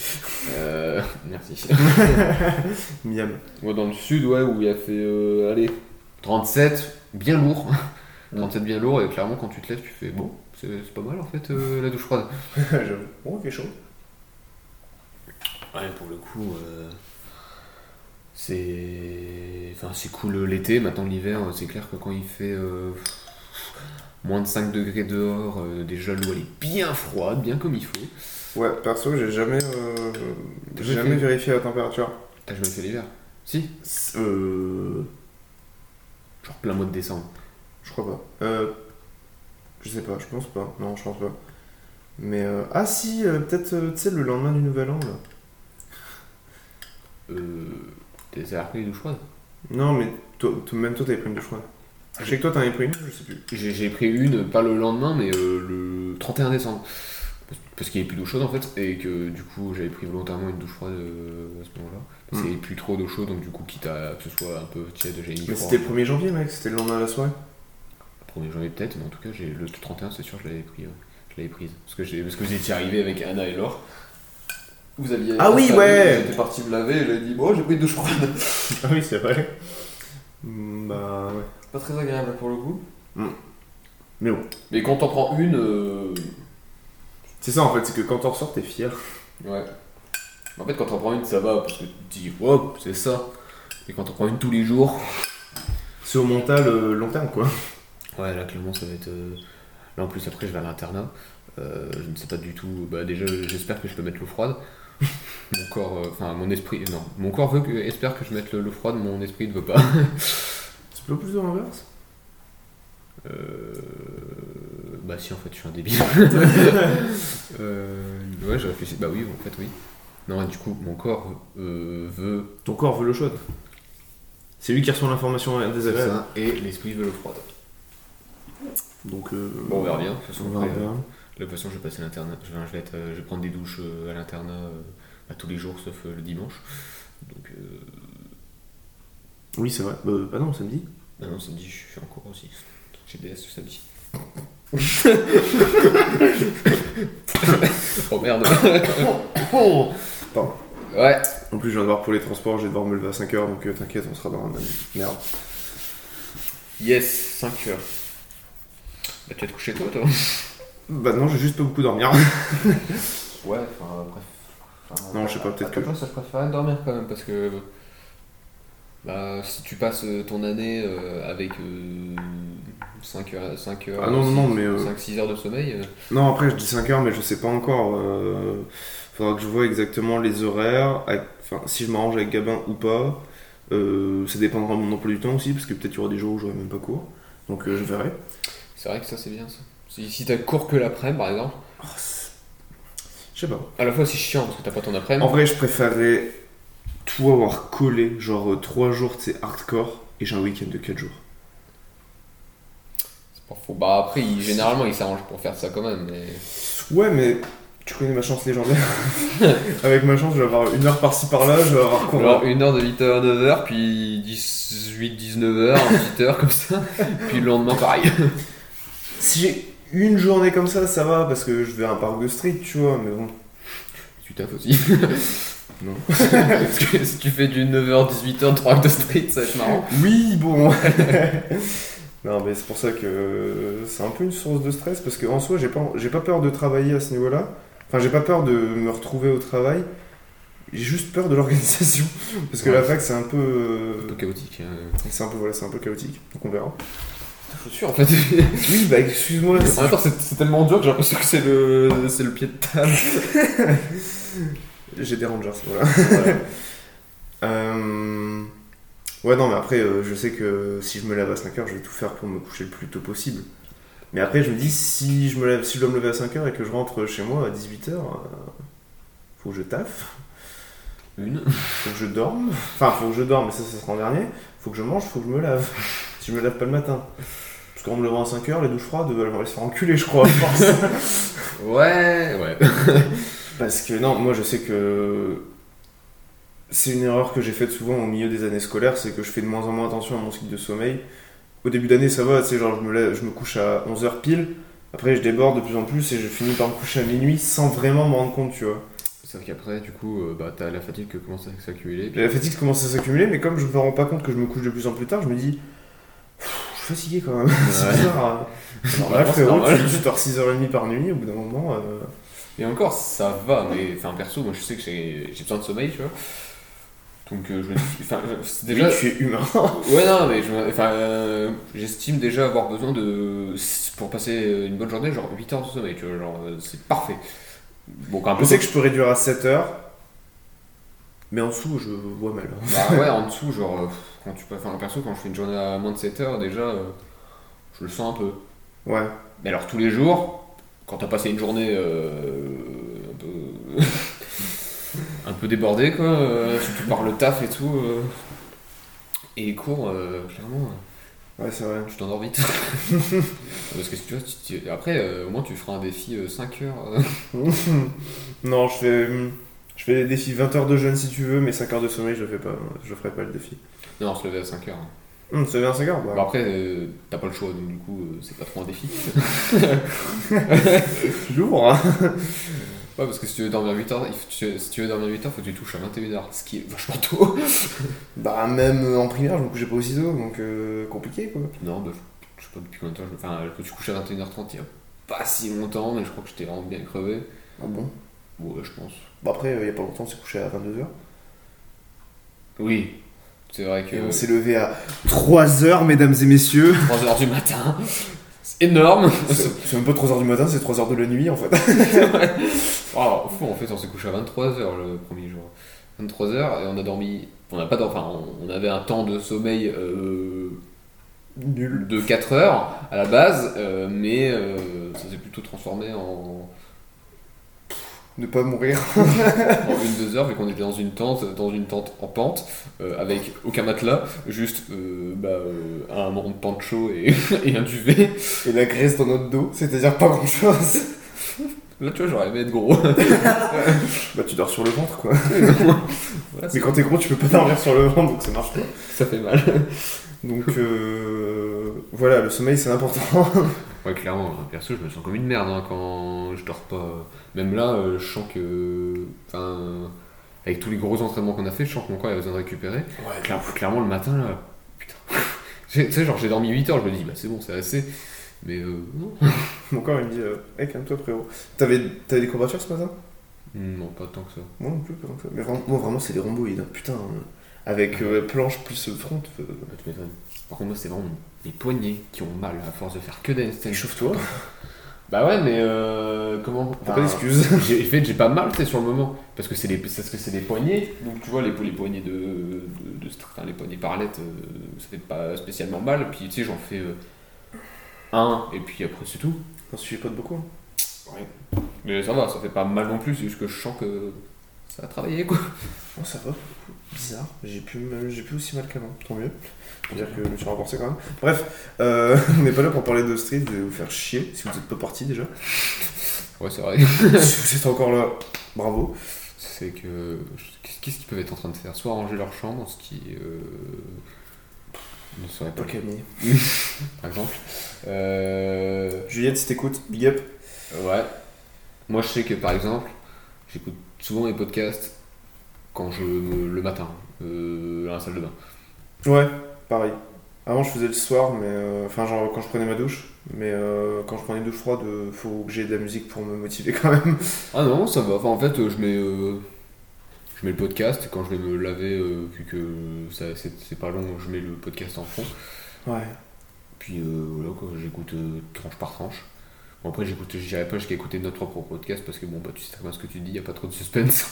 Speaker 3: Euh, merci.
Speaker 1: Miam.
Speaker 3: moi, dans le sud, ouais, où il a fait, euh, allez, 37, bien lourd. 37 bien lourd, et clairement, quand tu te lèves, tu fais, bon, c'est c'est pas mal en fait, euh, la douche froide.
Speaker 1: J'avoue.
Speaker 3: Oh,
Speaker 1: Bon, il fait chaud.
Speaker 3: Ouais, pour le coup, euh, C'est enfin, c'est cool l'été, maintenant l'hiver, euh, c'est clair que quand il fait euh, moins de 5 degrés dehors, euh, déjà l'eau elle est bien froide, bien comme il faut.
Speaker 1: Ouais, perso, j'ai jamais, euh,
Speaker 3: T'as
Speaker 1: j'ai
Speaker 3: jamais
Speaker 1: jamais
Speaker 3: fait-
Speaker 1: vérifié la température.
Speaker 3: T'as jamais fait l'hiver Si
Speaker 1: C'est- Euh,
Speaker 3: Genre plein mois de décembre.
Speaker 1: je crois pas. Euh, je sais pas, je pense pas. Non, je pense pas. Mais euh, ah si, euh, peut-être euh, tu sais le lendemain du Nouvel An là.
Speaker 3: Euh, T'as t'as repris les douches froides
Speaker 1: Non, mais toi, toi- même toi, t'avais pris une douche froide. Je sais que toi, t'en avais pris une, je sais plus.
Speaker 3: J'ai j'ai pris une, pas le lendemain, mais euh, le 31 décembre. Parce- Parce qu'il n'y avait plus d'eau chaude en fait, et que du coup j'avais pris volontairement une douche froide euh, à ce moment-là.
Speaker 1: Hmm.
Speaker 3: Parce qu'il n'y avait plus trop d'eau chaude, donc du coup, quitte à que ce soit un peu tiède, j'ai mis
Speaker 1: Mais
Speaker 3: froid.
Speaker 1: c'était le 1er janvier, mec, c'était le lendemain de la soirée.
Speaker 3: 1er janvier peut-être, mais en tout cas, j'ai le 31, c'est sûr, je l'avais pris. ouais. Je l'avais prise. Parce que, j'ai- parce que vous étiez arrivé avec Anna et Laure. Vous aviez.
Speaker 1: Ah oui,
Speaker 3: installé,
Speaker 1: ouais.
Speaker 3: J'étais parti me laver, et j'ai dit, bon, j'ai pris une douche froide.
Speaker 1: Ah oui, c'est vrai. Mm, Bah ouais.
Speaker 3: Pas très agréable pour le coup.
Speaker 1: Mais bon.
Speaker 3: Hmm. Mais quand t'en prends une. euh,
Speaker 1: C'est ça en fait, c'est que quand t'en ressors, t'es fier.
Speaker 3: Ouais. En fait, quand t'en prends une, ça va, parce que tu te dis, wow, c'est ça. Et quand t'en prends une tous les jours.
Speaker 1: C'est au mental euh, long terme quoi.
Speaker 3: Ouais, là, clairement, ça va être. euh, Là, en plus, après, je vais à l'internat. Euh, je ne sais pas du tout. Bah, déjà, j'espère que je peux mettre l'eau froide. Mon corps. euh, Enfin, mon esprit. Non, mon corps veut que, espère que je mette le- l'eau froide, mon esprit ne veut pas.
Speaker 1: C'est pas plus de l'inverse
Speaker 3: Euh, Bah, si, en fait, je suis un débile. Euh, Ouais, je réfléchis. Bah, oui, en fait, oui. Non, du coup, mon corps euh, veut
Speaker 1: Ton corps veut l'eau chaude. C'est lui qui reçoit l'information euh,
Speaker 3: c'est
Speaker 1: désagréable.
Speaker 3: ça, et l'esprit veut l'eau froide.
Speaker 1: Donc euh,
Speaker 3: Bon, on verra bien. De toute façon,
Speaker 1: On verra
Speaker 3: après,
Speaker 1: bien.
Speaker 3: De toute façon, je vais passer l'internat. Je vais, je vais être, euh, je vais prendre des douches euh, à l'internat euh, bah, tous les jours sauf euh, le dimanche. Donc, euh,
Speaker 1: Oui, c'est vrai. Bah, bah non, samedi.
Speaker 3: ah non, samedi, je suis en cours aussi. J'ai DS ce samedi. oh merde.
Speaker 1: Pardon.
Speaker 3: Ouais.
Speaker 1: En plus, je viens de voir pour les transports, je vais devoir me lever à 5h, donc euh, t'inquiète, on sera dans la même merde.
Speaker 3: Yes, 5 heures. Bah, tu vas te coucher toi, toi
Speaker 1: Bah non, j'ai juste pas beaucoup dormir.
Speaker 3: Ouais, enfin, bref. Enfin,
Speaker 1: Non, je sais pas,
Speaker 3: à-
Speaker 1: peut-être
Speaker 3: à
Speaker 1: que-
Speaker 3: ta place, je préférerais dormir quand même, parce que. Bah, si tu passes euh, ton année euh, avec 5 heures. 5 heures
Speaker 1: Ah non, non, non, mais, euh,
Speaker 3: 5-6 heures de sommeil. euh,
Speaker 1: Non, après, je dis 5 heures, mais je sais pas encore. Euh, faudra que je vois exactement les horaires, avec- enfin, si je m'arrange avec Gabin ou pas. Euh, ça dépendra de mon emploi du temps aussi, parce que peut-être il y aura des jours où j'aurai même pas cours. Donc euh, je verrai.
Speaker 3: c'est vrai que ça, c'est bien ça. Si, si t'as cours que l'après-midi, par exemple,
Speaker 1: Oh, c'est- je sais pas.
Speaker 3: à la fois c'est chiant parce que t'as pas ton
Speaker 1: En
Speaker 3: après-midi.
Speaker 1: vrai, je préférerais tout avoir collé, genre 3 jours, tu sais, hardcore, et j'ai un week-end de 4 jours.
Speaker 3: C'est pas faux. Bah, après, il- généralement, ils s'arrangent pour faire ça quand même, mais.
Speaker 1: Ouais, mais tu connais ma chance légendaire. Avec ma chance, je vais avoir une heure par-ci par-là, je vais avoir cours.
Speaker 3: Genre une heure de 8h à 9h, puis 18-19h, 8h comme ça, puis le lendemain pareil.
Speaker 1: Si j'ai une journée comme ça, ça va, parce que je vais à un parc de street, tu vois, mais bon.
Speaker 3: Tu taffes aussi
Speaker 1: Non.
Speaker 3: Parce que si tu fais du 9h, 18h, 3 de street, ça va être marrant.
Speaker 1: Oui, bon. non, mais c'est pour ça que euh, c'est un peu une source de stress parce que en soi, j'ai pas, j'ai pas peur de travailler à ce niveau-là. Enfin, j'ai pas peur de me retrouver au travail. J'ai juste peur de l'organisation parce que
Speaker 3: Ouais.
Speaker 1: la fac, c'est un peu, euh,
Speaker 3: Un peu chaotique. hein.
Speaker 1: c'est un peu voilà, c'est un peu chaotique. Donc on verra.
Speaker 3: Je suis sûr en fait.
Speaker 1: Oui, bah excuse-moi.
Speaker 3: en même temps, c'est c'est tellement dur que j'ai l'impression que c'est le, c'est le pied de table.
Speaker 1: J'ai des Rangers, voilà. Euh, Ouais, non, mais après, euh, je sais que si je me lève à 5h, je vais tout faire pour me coucher le plus tôt possible. Mais après, je me dis, si je, me lève, si je dois me lever à 5h et que je rentre chez moi à 18h, faut que je taffe,
Speaker 3: Une.
Speaker 1: faut que je dorme. Enfin, faut que je dorme, mais ça, ça sera en dernier. Faut que je mange, faut que je me lave. si je me lave pas le matin. Parce qu'en me levant à 5h, les douches froides, elles vont se faire enculer, je crois. à force.
Speaker 3: Ouais, ouais.
Speaker 1: Parce que non, moi je sais que c'est une erreur que j'ai faite souvent au milieu des années scolaires, c'est que je fais de moins en moins attention à mon cycle de sommeil. Au début d'année, ça va, tu sais, genre je me, lève- je me couche à 11h pile, après je déborde de plus en plus et je finis par me coucher à minuit sans vraiment me rendre compte, tu vois.
Speaker 3: C'est vrai qu'après, du coup, euh, bah, t'as la fatigue qui commence à s'accumuler. puis-
Speaker 1: La fatigue commence à s'accumuler, mais comme je me rends pas compte que je me couche de plus en plus tard, je me dis. Pff, Je suis fatigué quand même, c'est
Speaker 3: Ouais.
Speaker 1: bizarre. C'est normal,
Speaker 3: c'est
Speaker 1: frérot,
Speaker 3: normal.
Speaker 1: tu tu dors 6h30 par nuit, au bout d'un moment. euh,
Speaker 3: Et encore, ça va, mais enfin, perso, moi je sais que j'ai j'ai besoin de sommeil, tu vois. Donc euh, je me dis, enfin, c'est
Speaker 1: Déjà,
Speaker 3: déjà,
Speaker 1: tu es humain.
Speaker 3: ouais non mais je me- enfin, euh, j'estime déjà avoir besoin de pour passer une bonne journée genre 8 heures de sommeil, tu vois, genre euh, c'est parfait. Bon quand
Speaker 1: je
Speaker 3: même.
Speaker 1: sais que je peux réduire à 7 heures, mais en dessous, je vois mal.
Speaker 3: Bah ouais, en dessous, genre, euh, quand tu peux. Enfin, perso, quand je fais une journée à moins de 7 heures, déjà, euh, je le sens un peu.
Speaker 1: Ouais.
Speaker 3: Mais alors, tous les jours, quand t'as passé une journée euh, un peu. un peu débordée, quoi, euh, surtout par le taf et tout, euh, et les cours, euh, clairement, euh,
Speaker 1: Ouais, c'est vrai.
Speaker 3: tu t'endors vite. Parce que si tu vois, tu- tu- après, euh, au moins, tu feras un défi 5 heures. euh.
Speaker 1: non, je fais, hmm, je fais des défis 20 heures de jeûne si tu veux, mais 5 heures de sommeil, je le fais pas. Je ferai pas le défi.
Speaker 3: Non, se lever à 5 heures. hein.
Speaker 1: Hum, ça devient 5 heures bah.
Speaker 3: Bon, après, euh, t'as pas le choix, donc du coup, euh, c'est pas trop un défi.
Speaker 1: Lourd, hein.
Speaker 3: Ouais, parce que si tu veux dormir 8 heures, il faut- tu- si tu veux dormir 8 heures, faut que tu touches à 21h, ce qui est vachement tôt.
Speaker 1: Bah, même en primaire, je me couchais pas aussi tôt, donc euh, compliqué quoi.
Speaker 3: Non, bah, je je sais pas depuis combien de temps, je, enfin, je me suis couché à 21h30 il y a pas si longtemps, mais je crois que j'étais vraiment bien crevé.
Speaker 1: Ah bon
Speaker 3: Ouais, je pense.
Speaker 1: Bah, après, euh, il y a pas longtemps, on s'est couché à 22h.
Speaker 3: Oui, c'est vrai que
Speaker 1: Et on s'est levé à 3h, mesdames et messieurs.
Speaker 3: 3h du matin, c'est énorme.
Speaker 1: c'est c'est même pas 3h du matin, c'est 3h de la nuit en fait.
Speaker 3: Oh, fou, en fait, on s'est couché à 23h le premier jour. 23h, et on a dormi. On n'a pas dormi, enfin, on- on avait un temps de sommeil. euh,
Speaker 1: Nul.
Speaker 3: de 4 heures à la base, euh, mais euh, ça s'est plutôt transformé en,
Speaker 1: Ne pas mourir.
Speaker 3: en une deux heures vu qu'on était dans une tente, dans une tente en pente, euh, avec aucun matelas, juste euh, bah, euh, un manteau de pancho et, et un duvet.
Speaker 1: Et la graisse dans notre dos, c'est-à-dire pas grand chose.
Speaker 3: Là tu vois j'aurais aimé être gros.
Speaker 1: Bah, tu dors sur le ventre quoi.
Speaker 3: Voilà,
Speaker 1: Mais
Speaker 3: c'est-
Speaker 1: quand t'es gros, tu peux pas dormir sur le ventre, donc ça marche pas.
Speaker 3: ça fait mal.
Speaker 1: Donc euh, voilà, le sommeil c'est important.
Speaker 3: Ouais clairement, hein, perso je me sens comme une merde hein, quand je dors pas. Même là euh, je sens que... Enfin... Avec tous les gros entraînements qu'on a fait, je sens que mon corps il a besoin de récupérer.
Speaker 1: Ouais,
Speaker 3: Claire- clairement, le matin, là, putain. J'ai- tu sais, genre, j'ai dormi 8 heures, je me dis, bah c'est bon, c'est assez. Mais euh, non.
Speaker 1: Mon corps il me dit, euh, hey, calme-toi frérot. T'avais, t'avais des courbatures ce matin
Speaker 3: Hmm, Non, pas tant que ça.
Speaker 1: Moi non plus, pas tant que ça. Mais vraiment, moi vraiment, c'est des rhomboïdes, hein. putain. hein. Avec euh, planche plus front. euh,
Speaker 3: Bah, tu m'étonnes. Par contre, moi, c'est vraiment mes poignets qui ont mal à force de faire que des handstands.
Speaker 1: Échauffe-toi.
Speaker 3: Bah ouais, mais euh, comment
Speaker 1: T'as
Speaker 3: enfin,
Speaker 1: pas d'excuses.
Speaker 3: j'ai- en fait, j'ai pas mal, tu sais, sur le moment. Parce que c'est des, parce que c'est des poignets. Donc, tu vois, les, les poignets de, de, de str- enfin, les poignets paralettes, euh, ça fait pas spécialement mal. Puis, tu sais, j'en fais euh, un, et puis après, c'est tout.
Speaker 1: J'en suis pas de beaucoup. hein.
Speaker 3: Mais ça va, ça fait pas mal non plus, c'est juste que je sens que ça a travaillé quoi.
Speaker 1: Oh, ça va. Bizarre. J'ai plus, me- j'ai plus aussi mal qu'avant. Tant mieux. Faut dire que je me suis renforcé quand même. Bref, euh, on n'est pas là pour parler de street, de vous faire chier si vous êtes pas parti déjà.
Speaker 3: Ouais, c'est vrai.
Speaker 1: si vous êtes encore là, bravo.
Speaker 3: C'est que. Qu'est-ce qu'ils peuvent être en train de faire Soit ranger leur chambre, ce qui. euh, ne serait
Speaker 1: Pas
Speaker 3: pas le cas,
Speaker 1: Camille.
Speaker 3: par exemple. Euh,
Speaker 1: Juliette, si t'écoutes, big up.
Speaker 3: Ouais. Moi, je sais que par exemple, j'écoute souvent les podcasts quand je. me- le matin, euh, dans la salle de bain.
Speaker 1: Ouais, pareil. Avant, je faisais le soir, mais euh, enfin, genre quand je prenais ma douche. Mais euh, quand je prenais une douche froide, euh, faut que j'ai de la musique pour me motiver quand même.
Speaker 3: Ah non, ça va. Enfin, en fait, euh, je mets, euh, je mets le podcast. Quand je vais me laver, euh, vu que ça- c'est c'est pas long, je mets le podcast en fond.
Speaker 1: Ouais.
Speaker 3: Puis euh, voilà, quoi, j'écoute euh, tranche par tranche. Bon, après, j'écoute, j'irai pas jusqu'à écouter notre propre podcast parce que bon, bah, tu sais très bien ce que tu dis, y a pas trop de suspense.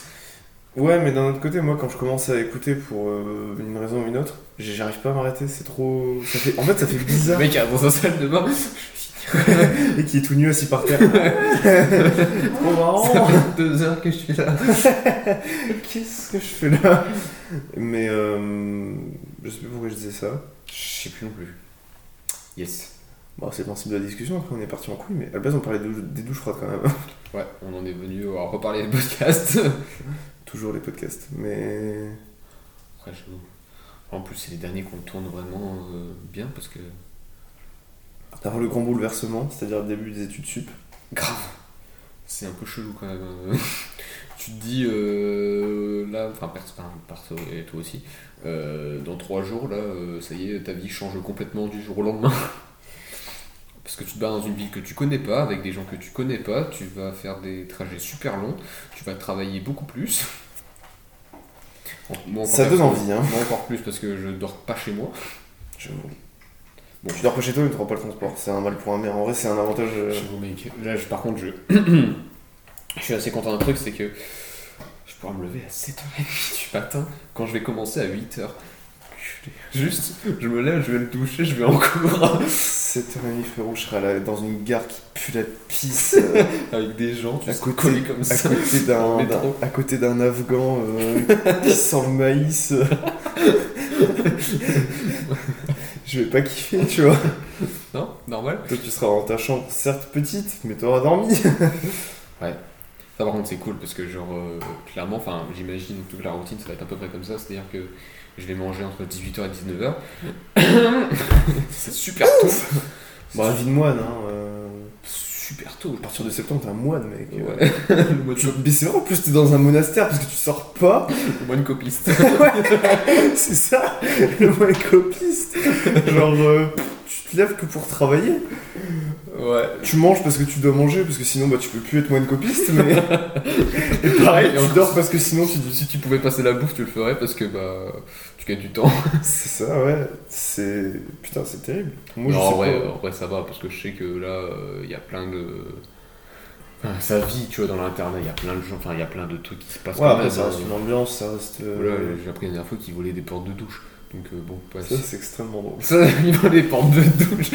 Speaker 1: Ouais, mais d'un autre côté, moi, quand je commence à écouter pour euh, une raison ou une autre, j'ai- j'arrive pas à m'arrêter. C'est trop. Ça fait... En fait, ça fait
Speaker 3: Le
Speaker 1: bizarre.
Speaker 3: mec est dans sa salle de bain,
Speaker 1: Et qui est tout nu assis par terre. trop
Speaker 3: ça
Speaker 1: marrant.
Speaker 3: fait deux heures que je suis là.
Speaker 1: Qu'est-ce que je fais là Mais euh, je sais plus pourquoi je disais ça.
Speaker 3: Je sais plus non plus. Yes.
Speaker 1: Bon, c'est le principe de la discussion. Après, on est parti en couille, mais à la base, on parlait de dou- des douches froides quand même.
Speaker 3: Ouais, on en est venu à reparler des podcasts.
Speaker 1: Toujours les podcasts. Mais.
Speaker 3: Après, je- En plus, c'est les derniers qu'on tourne vraiment euh, bien parce que.
Speaker 1: D'avoir le grand bouleversement, c'est-à-dire le début des études sup.
Speaker 3: Grave. C'est un peu chelou quand même. euh. tu te dis euh, là, enfin perso, enfin, perso et toi aussi, euh, dans trois jours là, euh, ça y est, ta vie change complètement du jour au lendemain. Parce que tu te bats dans une ville que tu connais pas, avec des gens que tu connais pas, tu vas faire des trajets super longs, tu vas travailler beaucoup plus. Moi, encore
Speaker 1: Ça
Speaker 3: perso,
Speaker 1: donne envie, hein.
Speaker 3: Moi encore plus parce que je dors pas chez moi.
Speaker 1: Je... Bon, tu dors pas chez toi, mais t'auras pas le transport. C'est un mal pour un maire. En vrai, c'est un avantage. euh,
Speaker 3: Chez vous, mec. Là, je- par contre, je... je suis assez content d'un truc, c'est que je pourrais me lever à 7h30 du matin quand je vais commencer à 8h. Juste, je me lève, je vais me doucher, je vais en cours
Speaker 1: 7h30, frérot, je serai à la- dans une gare qui pue la pisse. euh,
Speaker 3: avec des gens, tu
Speaker 1: À
Speaker 3: sais,
Speaker 1: côté-
Speaker 3: collés comme
Speaker 1: à
Speaker 3: ça.
Speaker 1: côté d'un,
Speaker 3: Métro.
Speaker 1: d'un- à côté d'un Afghan euh, qui sent le maïs. je vais pas kiffer, tu vois.
Speaker 3: Non Normal
Speaker 1: Toi, tu seras dans ta chambre, certes petite, mais t'auras dormi.
Speaker 3: Ça par contre c'est cool parce que genre euh, clairement, enfin j'imagine toute la routine ça va être à peu près comme ça, c'est-à-dire que je vais manger entre 18h et 19h. c'est super tôt.
Speaker 1: Bon, la vie de moine, hein. euh,
Speaker 3: Super tôt.
Speaker 1: À partir de septembre, t'es un moine, mec.
Speaker 3: Ouais. le mois de
Speaker 1: Tu- Mais c'est vrai, en plus, t'es dans un monastère parce que tu sors pas.
Speaker 3: le mois de copiste.
Speaker 1: C'est ça, le moine copiste. Genre, euh, tu te lèves que pour travailler.
Speaker 3: Ouais.
Speaker 1: Tu manges parce que tu dois manger, parce que sinon bah, tu peux plus être moine copiste, mais. Et pareil, tu dors parce que sinon tu.
Speaker 3: Si tu pouvais passer la bouffe, tu le ferais parce que bah tu gagnes du temps.
Speaker 1: C'est ça, ouais. C'est. Putain, c'est terrible. Moi,
Speaker 3: Non,
Speaker 1: je
Speaker 3: euh, en,
Speaker 1: sais
Speaker 3: vrai,
Speaker 1: pas.
Speaker 3: en vrai, ça va parce que je sais que là euh, il y a plein de. Enfin, ça vit, tu vois, dans l'internet, il y a plein de gens, enfin il y a plein de trucs qui se passent
Speaker 1: Ouais,
Speaker 3: quand
Speaker 1: après,
Speaker 3: même,
Speaker 1: ça reste
Speaker 3: hein.
Speaker 1: une ambiance, ça reste. euh,
Speaker 3: Voilà, j'ai appris la dernière fois qu'ils volaient des portes de douche. Donc euh, bon, pas
Speaker 1: Ça, c'est extrêmement drôle.
Speaker 3: Ça, ils volent des portes de douche.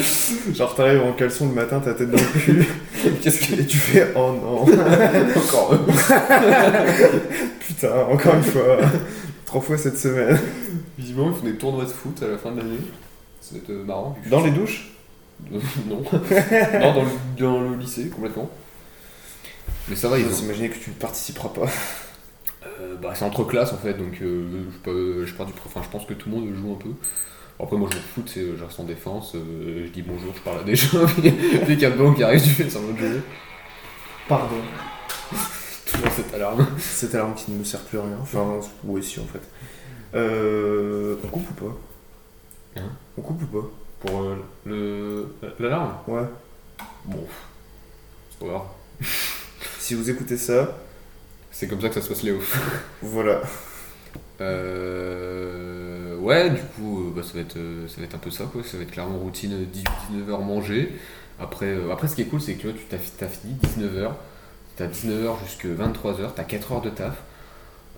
Speaker 1: Genre, t'arrives en caleçon le matin, ta tête dans le cul,
Speaker 3: Qu'est-ce que
Speaker 1: et tu fais oh non.
Speaker 3: encore eux
Speaker 1: Putain, encore une fois. Trois fois cette semaine.
Speaker 3: Visiblement, ils font des tournois de foot à la fin de l'année. Ça doit être euh, marrant. vu que-
Speaker 1: Dans les douches
Speaker 3: non. non, dans le, dans le lycée, complètement. Mais ça va, ils
Speaker 1: J'ose
Speaker 3: ont.
Speaker 1: imaginer que tu ne participeras pas.
Speaker 3: Euh, bah, c'est entre classes en fait, donc euh, je, peux- je pars du. Enfin, je pense que tout le monde joue un peu. Après, moi, je m'en fous, c'est euh, je reste en défense, euh, je dis bonjour, je parle à des gens, puis dès qu'il y a dedans qui arrive, tu fais ça de jeu.
Speaker 1: Pardon.
Speaker 3: Toujours cette alarme.
Speaker 1: Cette alarme qui ne me sert plus à rien. Enfin, ouais, si en fait. Euh, on coupe ou pas
Speaker 3: Hein
Speaker 1: On coupe ou pas
Speaker 3: Pour euh, le. L'alarme
Speaker 1: Ouais.
Speaker 3: Bon. C'est pas grave.
Speaker 1: Si vous écoutez ça,
Speaker 3: C'est comme ça que ça se passe, Léo.
Speaker 1: voilà.
Speaker 3: Euh... Ouais, du coup, euh, bah, ça, va être, euh, ça va être un peu ça, quoi. Ça va être clairement routine euh, 18-19h manger. Après, euh, après, ce qui est cool, c'est que tu vois, tu t'as, t'as fini 19h. T'as 19h jusqu'à 23h. T'as 4 heures de taf.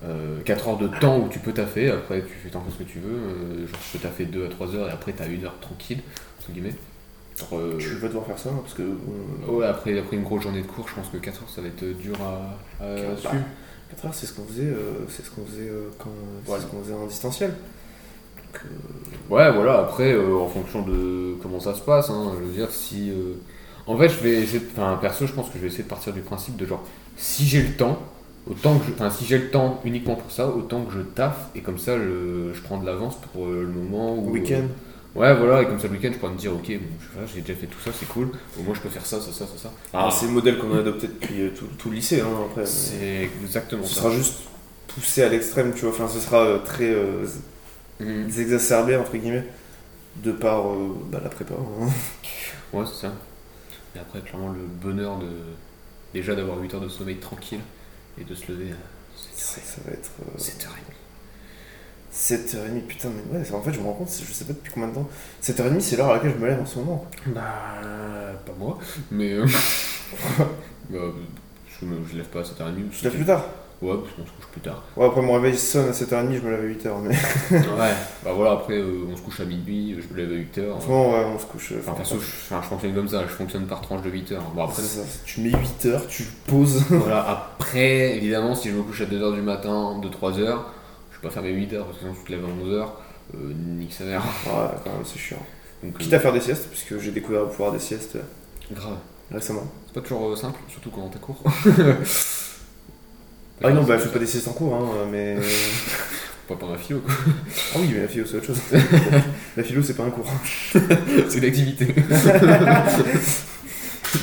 Speaker 3: Euh, 4 heures de temps où tu peux taffer. Après, tu fais tant que ce que tu veux. Euh, genre, tu peux taffer 2 à 3 heures et après, t'as 1 heure tranquille, entre guillemets. Genre, euh,
Speaker 1: Tu vas devoir faire ça hein, parce que. on-
Speaker 3: Ouais, après, après une grosse journée de cours, je pense que 4 heures, ça va être euh, dur à, à
Speaker 1: Bah,
Speaker 3: suivre.
Speaker 1: 4 heures, c'est ce qu'on faisait, euh, c'est ce qu'on faisait euh, quand. c'est
Speaker 3: Voilà.
Speaker 1: ce qu'on faisait en distanciel. euh,
Speaker 3: Ouais, voilà, après, euh, en fonction de comment ça se passe, hein, je veux dire, si. euh, En fait, je vais essayer. de- Enfin, perso, je pense que je vais essayer de partir du principe de genre, si j'ai le temps, autant que je. Enfin, si j'ai le temps uniquement pour ça, autant que je taffe, et comme ça, je, je prends de l'avance pour euh, le moment où.
Speaker 1: Au week-end.
Speaker 3: euh, Ouais, voilà, et comme ça, le week-end, je pourrais me dire, ok, bon, je- voilà, j'ai déjà fait tout ça, c'est cool, au moins, je peux faire ça, ça, ça, ça, ça.
Speaker 1: Alors, C'est le modèle qu'on a adopté depuis euh, tout, tout le lycée, hein, après. mais
Speaker 3: c'est exactement
Speaker 1: Ce
Speaker 3: ça.
Speaker 1: sera juste poussé à l'extrême, tu vois. Enfin, ce sera euh, très euh,
Speaker 3: Mm.
Speaker 1: exacerbé, entre guillemets, de par euh, bah, la prépa. hein.
Speaker 3: Ouais, c'est ça. Et après, clairement, le bonheur de. Déjà d'avoir 8 heures de sommeil tranquille, et de se lever à
Speaker 1: Ça, ça va être. euh,
Speaker 3: 7h30.
Speaker 1: 7h30, putain, mais ouais, c'est- en fait, je me rends compte, c'est- je sais pas depuis combien de temps. 7h30, c'est l'heure à laquelle je me lève en ce moment.
Speaker 3: Bah, pas moi, mais. euh, bah, je, me, je lève pas à 7h30.
Speaker 1: Je te lève plus tard.
Speaker 3: Ouais, parce qu'on se couche plus tard.
Speaker 1: Ouais, après, mon réveil sonne à 7h30, je me lève à 8h. Mais
Speaker 3: ouais, bah voilà, après, euh, on se couche à minuit, je me lève à 8h.
Speaker 1: en ce moment, ouais, on se couche. euh,
Speaker 3: Enfin, perso, je, enfin, je fonctionne comme ça, je fonctionne par tranche de 8h. Bon, après,
Speaker 1: après, c'est ça. Tu mets 8h, tu poses.
Speaker 3: voilà, après, évidemment, si je me couche à 2h du matin, 2-3h, je peux pas faire mes 8h parce que sinon, tu te lèves à 11h. Euh, nique sa mère.
Speaker 1: ouais, quand même, c'est chiant.
Speaker 3: Donc, euh,
Speaker 1: Quitte à faire des siestes, puisque j'ai découvert le pouvoir des siestes euh,
Speaker 3: grave.
Speaker 1: récemment.
Speaker 3: C'est pas toujours euh, simple, surtout quand on t'a cours.
Speaker 1: Ah non, bah, je fais pas des siestes en cours, hein, mais.
Speaker 3: Pas par ma philo, quoi.
Speaker 1: Ah oui, mais la philo, c'est autre chose. la philo, c'est pas un cours,
Speaker 3: C'est une activité.
Speaker 1: c'est de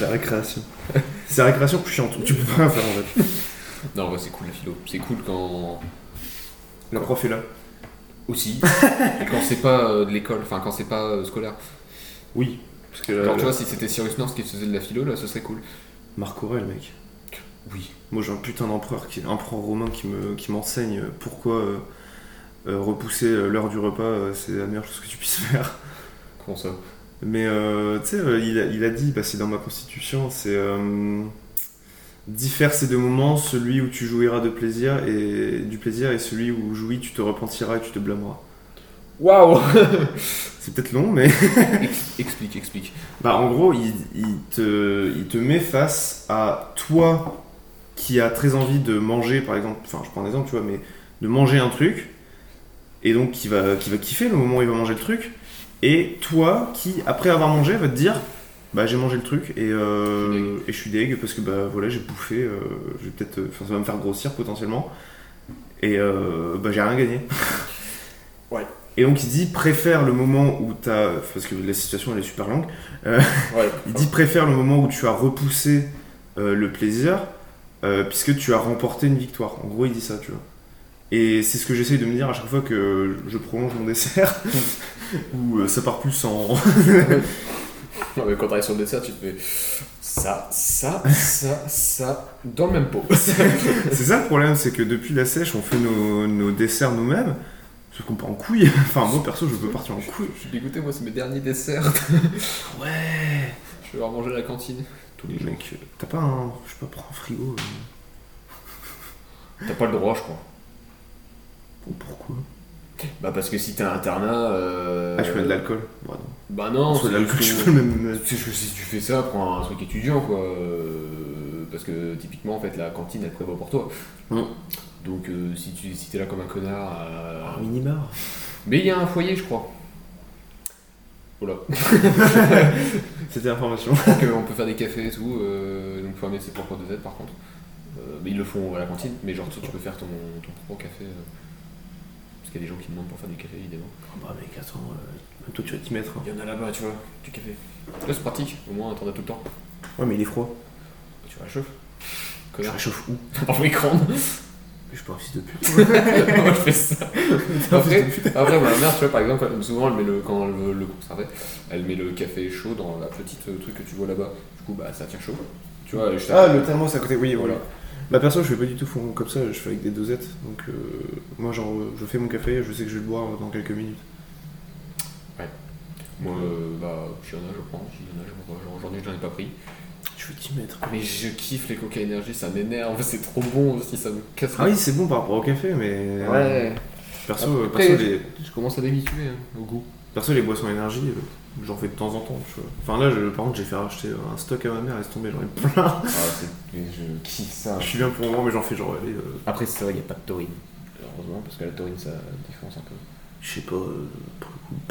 Speaker 1: la récréation. C'est la récréation chiante, où tu peux pas rien faire en fait.
Speaker 3: Non, ouais, c'est cool la philo. C'est cool quand.
Speaker 1: La prof est là.
Speaker 3: Aussi. Et quand c'est pas euh, de l'école, enfin quand c'est pas euh, scolaire.
Speaker 1: Oui, parce que. euh,
Speaker 3: Genre, tu vois, si c'était Cyrus North qui faisait de la philo, là, ce serait cool.
Speaker 1: Marc Aurel, mec.
Speaker 3: Oui.
Speaker 1: Moi j'ai un putain d'empereur, qui, empereur romain qui me qui m'enseigne pourquoi euh, euh, repousser euh, l'heure du repas, euh, c'est la meilleure chose que tu puisses faire.
Speaker 3: Comment ça
Speaker 1: Mais euh, tu sais, euh, il, a, il a dit, bah, c'est dans ma constitution, c'est euh, diffère ces deux moments, celui où tu jouiras de plaisir et du plaisir et celui où jouis, tu te repentiras et tu te blâmeras.
Speaker 3: Waouh
Speaker 1: C'est peut-être long, mais
Speaker 3: Ex- Explique, explique.
Speaker 1: Bah, en gros, il, il te, il te met face à toi qui a très envie de manger, par exemple, enfin, je prends un exemple, tu vois, mais de manger un truc, et donc qui va, qui va kiffer le moment où il va manger le truc, et toi qui, après avoir mangé, va te dire Bah, j'ai mangé le truc et, euh,
Speaker 3: Je suis deg.
Speaker 1: et je suis deg parce que bah voilà, j'ai bouffé, euh, je vais peut-être, euh, enfin, ça va me faire grossir potentiellement, et euh, bah, j'ai rien gagné.
Speaker 3: Ouais.
Speaker 1: Et donc il dit préfère le moment où t'as. Parce que la situation elle est super longue.
Speaker 3: Ouais.
Speaker 1: Il dit préfère le moment où tu as repoussé euh, le plaisir euh, puisque tu as remporté une victoire. En gros, il dit ça, tu vois. Et c'est ce que j'essaye de me dire à chaque fois que je prolonge mon dessert ou euh, ça part plus en.
Speaker 3: Non, mais quand t'arrives sur le dessert, tu te fais ça, ça, ça, ça, dans le même pot.
Speaker 1: c'est ça le problème, c'est que depuis la sèche, on fait nos, nos desserts nous-mêmes. Sauf qu'on part en couille. enfin, moi perso, je peux partir en couille.
Speaker 3: Je suis dégoûté, moi, c'est mes derniers desserts.
Speaker 1: Ouais.
Speaker 3: Je vais leur manger à la cantine. Tous les
Speaker 1: Mais
Speaker 3: jours.
Speaker 1: mec, t'as pas un. Je sais pas, prends un frigo. euh,
Speaker 3: T'as pas le droit, je crois.
Speaker 1: pour- Pourquoi
Speaker 3: Bah, parce que si t'es un internat. euh,
Speaker 1: Ah, je mets de l'alcool. Bon,
Speaker 3: Bah,
Speaker 1: non.
Speaker 3: non,
Speaker 1: Soit de
Speaker 3: c'est
Speaker 1: l'alcool,
Speaker 3: juste
Speaker 1: je
Speaker 3: que-
Speaker 1: peux même.
Speaker 3: C'est juste que si tu fais ça, prends un truc étudiant, quoi. Euh, Parce que typiquement, en fait, la cantine, elle prévoit pour toi.
Speaker 1: Mm.
Speaker 3: Donc, euh, si tu si t'es là comme un connard. à-
Speaker 1: mini-bar.
Speaker 3: Mais il y a un foyer, je crois. Voilà.
Speaker 1: C'était l'information.
Speaker 3: crois qu'on euh, peut faire des cafés et tout, euh, donc faut amener ses propres dosettes par contre. Euh, mais ils le font à la cantine, mais genre tu tu peux faire ton, ton propre café. euh, parce qu'il y a des gens qui demandent pour faire du café évidemment.
Speaker 1: Ah bah mec, attends, euh, toi tu vas t'y mettre. hein.
Speaker 3: Il y en a là-bas, tu vois, du café. Là c'est pratique, au moins t'en as tout le temps.
Speaker 1: Ouais, mais il est froid.
Speaker 3: Tu réchauffes.
Speaker 1: Je
Speaker 3: Connard,
Speaker 1: réchauffe où
Speaker 3: par micro-ondes.
Speaker 1: Je suis pas un fils de pute.
Speaker 3: Moi je fais ça. Après, après, ma mère, tu vois, par exemple, elle- souvent elle met le, quand elle veut le conserver, elle met le café chaud dans la petite euh, truc que tu vois là-bas. Du coup, bah ça tient chaud. Tu vois, je
Speaker 1: Ah, le thermos à côté, oui, voilà.
Speaker 3: Voilà.
Speaker 1: Bah perso, je fais pas du tout fond- comme ça, je fais avec des dosettes. Donc euh, moi, genre, euh, je fais mon café, je sais que je vais le boire dans quelques minutes.
Speaker 3: Moi, euh, bah, s'il y en a, je prends. S'il y en a, je prends. Genre, Aujourd'hui, je n'en ai pas pris.
Speaker 1: Je vais t'y mettre.
Speaker 3: Mais je kiffe les coca énergie, ça m'énerve, c'est trop bon aussi, ça me casse
Speaker 1: Ah
Speaker 3: le-
Speaker 1: oui, c'est bon par rapport au café, mais. euh,
Speaker 3: Ouais,
Speaker 1: Perso, euh,
Speaker 3: Après-
Speaker 1: perso, les,
Speaker 3: je commence à m'habituer hein, au goût.
Speaker 1: perso, les boissons énergie, euh, j'en fais de temps en temps. Tu vois. Enfin là, je, par contre, j'ai fait racheter un stock à ma mère, laisse tomber, j'en ai plein.
Speaker 3: Ah, c'est- mais je kiffe ça.
Speaker 1: je suis bien pour moi, mais j'en fais genre, allez, euh,
Speaker 3: Après, c'est vrai, il n'y a pas de taurine. Heureusement, parce que la taurine, ça défonce un peu.
Speaker 1: je sais pas, euh, pour le coup.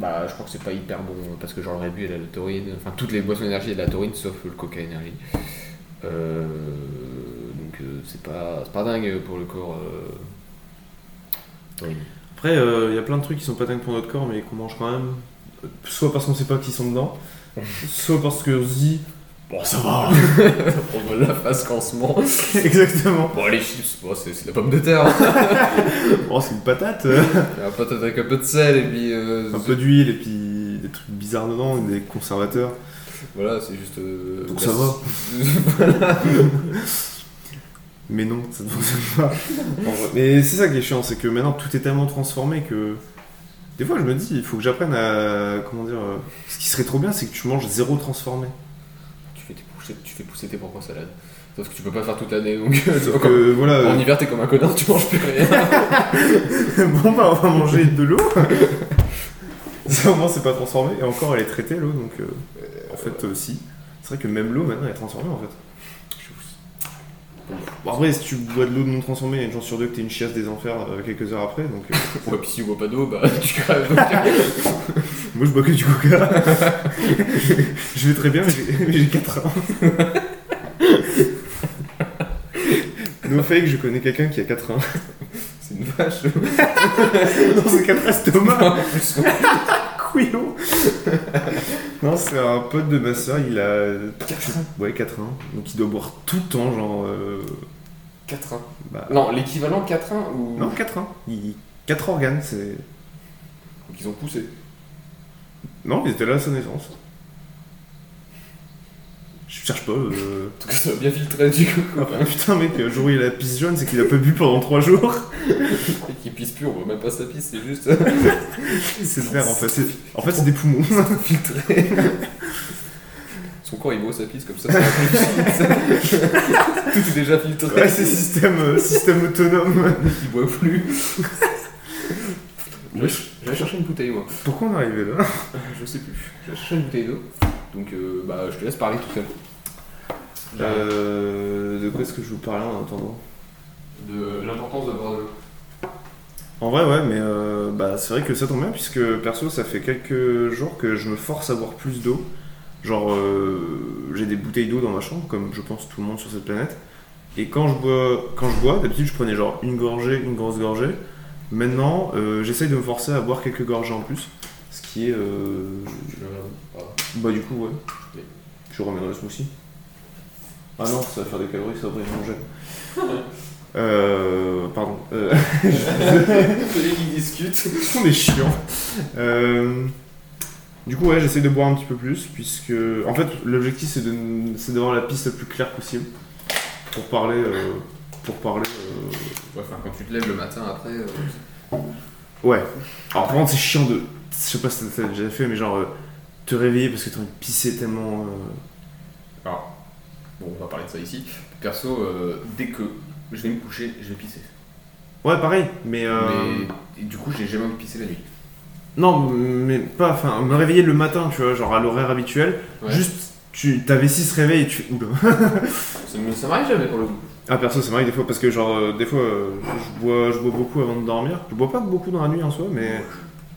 Speaker 3: Bah, je crois que c'est pas hyper bon, parce que j'aurais bu, elle a la taurine. Enfin, toutes les boissons énergie, elle a la taurine, sauf le coca énergie. Euh, donc, euh, c'est pas, c'est pas dingue pour le corps. euh, taurine.
Speaker 1: Après, euh, il y a plein de trucs qui sont pas dingues pour notre corps, mais qu'on mange quand même. Euh, Soit parce qu'on sait pas qu'ils sont dedans, soit parce qu'on se dit. Bon, ça va
Speaker 3: On voit la face qu'en ce moment.
Speaker 1: Exactement
Speaker 3: Bon, les chips, bon, c'est c'est la pomme de terre.
Speaker 1: Bon, c'est une patate euh,
Speaker 3: La patate avec un peu de sel et puis. euh,
Speaker 1: Un peu d'huile et puis des trucs bizarres dedans, des conservateurs.
Speaker 3: Voilà, c'est juste. euh,
Speaker 1: Donc
Speaker 3: la-
Speaker 1: ça va. Mais non, ça ne fonctionne pas. En vrai. Mais c'est ça qui est chiant, c'est que maintenant tout est tellement transformé que. Des fois, je me dis, il faut que j'apprenne à. Comment dire. euh, Ce qui serait trop bien, c'est que tu manges zéro transformé.
Speaker 3: tu, fais tes pousser, tu fais pousser tes propres salades. Sauf que tu peux pas faire toute l'année donc. c'est pas
Speaker 1: Sauf
Speaker 3: comme-
Speaker 1: que, voilà.
Speaker 3: En hiver, t'es comme un connard, tu manges plus rien.
Speaker 1: bon bah on va manger de l'eau. Ça au moins c'est pas transformé et encore elle est traitée l'eau donc euh, en fait euh, si. C'est vrai que même l'eau maintenant elle est transformée en fait. Bon après si tu bois de l'eau non transformée, il y a une chance sur deux que t'aies une chiasse des enfers euh, quelques heures après donc euh,
Speaker 3: Ouais, puis si tu bois pas d'eau, bah tu crèves. donc-
Speaker 1: moi je bois que du coca. je vais très bien mais j'ai- mais j'ai 4 ans. No fake, je connais quelqu'un qui a 4 ans.
Speaker 3: c'est une vache.
Speaker 1: non, c'est 4 estomacs.
Speaker 3: En plus, ouais.
Speaker 1: Couillon Non, c'est un pote de ma soeur, il a. 4 ans Ouais, 4 ans. Donc il doit boire tout le temps, genre. euh,
Speaker 3: 4 1
Speaker 1: bah,
Speaker 3: Non, l'équivalent 4 1 ou.
Speaker 1: Non, 4 ans. Il... 4 organes, c'est.
Speaker 3: Donc ils ont poussé.
Speaker 1: Non, il était là à sa naissance. Je cherche pas. euh,
Speaker 3: En tout cas, ça va bien filtré du coup.
Speaker 1: Ah, putain, mec, le jour où il a la pisse jaune, c'est qu'il a pas bu pendant 3 jours.
Speaker 3: Et qui pisse pur, on voit même pas sa pisse, c'est juste euh,
Speaker 1: C'est le verre en fait. C'est- En fait, c'est des poumons.
Speaker 3: filtré. Son corps il boit sa pisse comme ça. ça va plus vite. Tout est déjà filtré.
Speaker 1: Ouais, c'est système, euh, système autonome.
Speaker 3: Il boit plus.
Speaker 1: Oui.
Speaker 3: J'allais chercher une bouteille moi.
Speaker 1: Pourquoi on est arrivé là
Speaker 3: Je sais plus. J'allais chercher une bouteille d'eau. Donc euh, bah, je te laisse parler tout seul.
Speaker 2: Euh, de quoi est-ce que je vous parlais en attendant
Speaker 3: De l'importance d'avoir de l'eau.
Speaker 1: En vrai, ouais, mais euh, bah, c'est vrai que ça tombe bien, puisque perso, ça fait quelques jours que je me force à boire plus d'eau. Genre, euh, j'ai des bouteilles d'eau dans ma chambre, comme je pense tout le monde sur cette planète. Et quand je bois, quand je bois d'habitude, je prenais genre une gorgée, une grosse gorgée. Maintenant, euh, j'essaye de me forcer à boire quelques gorgées en plus. Ce qui est. euh,
Speaker 3: Je- pardon.
Speaker 1: Bah, du coup, ouais.
Speaker 3: Oui.
Speaker 1: Je remets dans le smoothie. Ah non, ça va faire des calories, ça va manger. euh. Pardon. Euh,
Speaker 3: Celui qui discute.
Speaker 1: on est chiant. Euh, du coup, ouais, j'essaie de boire un petit peu plus, puisque. En fait, l'objectif, c'est de c'est d'avoir la piste la plus claire possible. Pour parler. euh, pour parler. euh,
Speaker 3: Ouais, enfin, quand tu te lèves le matin après, euh,
Speaker 1: Ouais. Alors, par contre, c'est chiant de. Je sais pas si t'as t'as déjà fait, mais genre. euh, te réveiller parce que t'as envie de pisser tellement. euh,
Speaker 3: Alors, bon, on va parler de ça ici. Perso, euh, dès que je vais me coucher, je vais pisser.
Speaker 1: Ouais, pareil, mais. euh,
Speaker 3: Mais et du coup, j'ai jamais envie de pisser la nuit.
Speaker 1: Non, mais pas. Enfin, me réveiller le matin, tu vois, genre à l'horaire habituel.
Speaker 3: Ouais.
Speaker 1: Juste, tu t'avais 6 réveils et tu fais. Oula.
Speaker 3: Ça, me- ça m'arrive jamais pour le coup.
Speaker 1: Ah, perso, ça m'arrive des fois parce que, genre, euh, des fois, euh, je, bois, je bois beaucoup avant de dormir. Je bois pas beaucoup dans la nuit en soi, mais.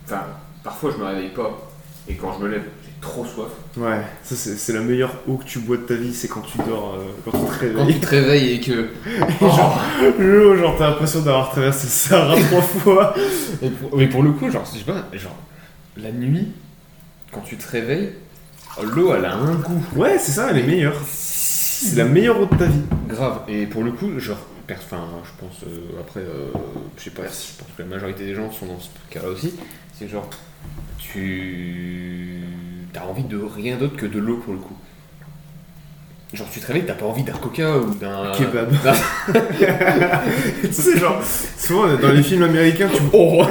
Speaker 3: Enfin, parfois, je me réveille pas. Et quand je me lève, j'ai trop soif.
Speaker 1: Ouais, ça, c'est c'est la meilleure eau que tu bois de ta vie, c'est quand tu dors, euh, quand tu te
Speaker 3: Quand tu
Speaker 1: réveilles.
Speaker 3: te réveilles et que.
Speaker 1: L'eau, genre, t'as l'impression d'avoir traversé le Sahara trois fois.
Speaker 3: Et pour, mais pour le coup, genre, je sais pas, genre, la nuit, quand tu te réveilles, l'eau, elle a un goût.
Speaker 1: Ouais, c'est ça, elle est meilleure. C'est la meilleure eau de ta vie.
Speaker 3: Grave. Et pour le coup, genre, per- enfin, je pense, euh, après, euh, je sais pas, je pense que la majorité des gens sont dans ce cas-là aussi. C'est genre, tu. T'as envie de rien d'autre que de l'eau pour le coup. Genre, tu te réveilles, t'as pas envie d'un coca ou d'un.
Speaker 1: Kebab.
Speaker 3: d'un-
Speaker 1: tu sais, genre, souvent dans les films américains, tu.
Speaker 3: Oh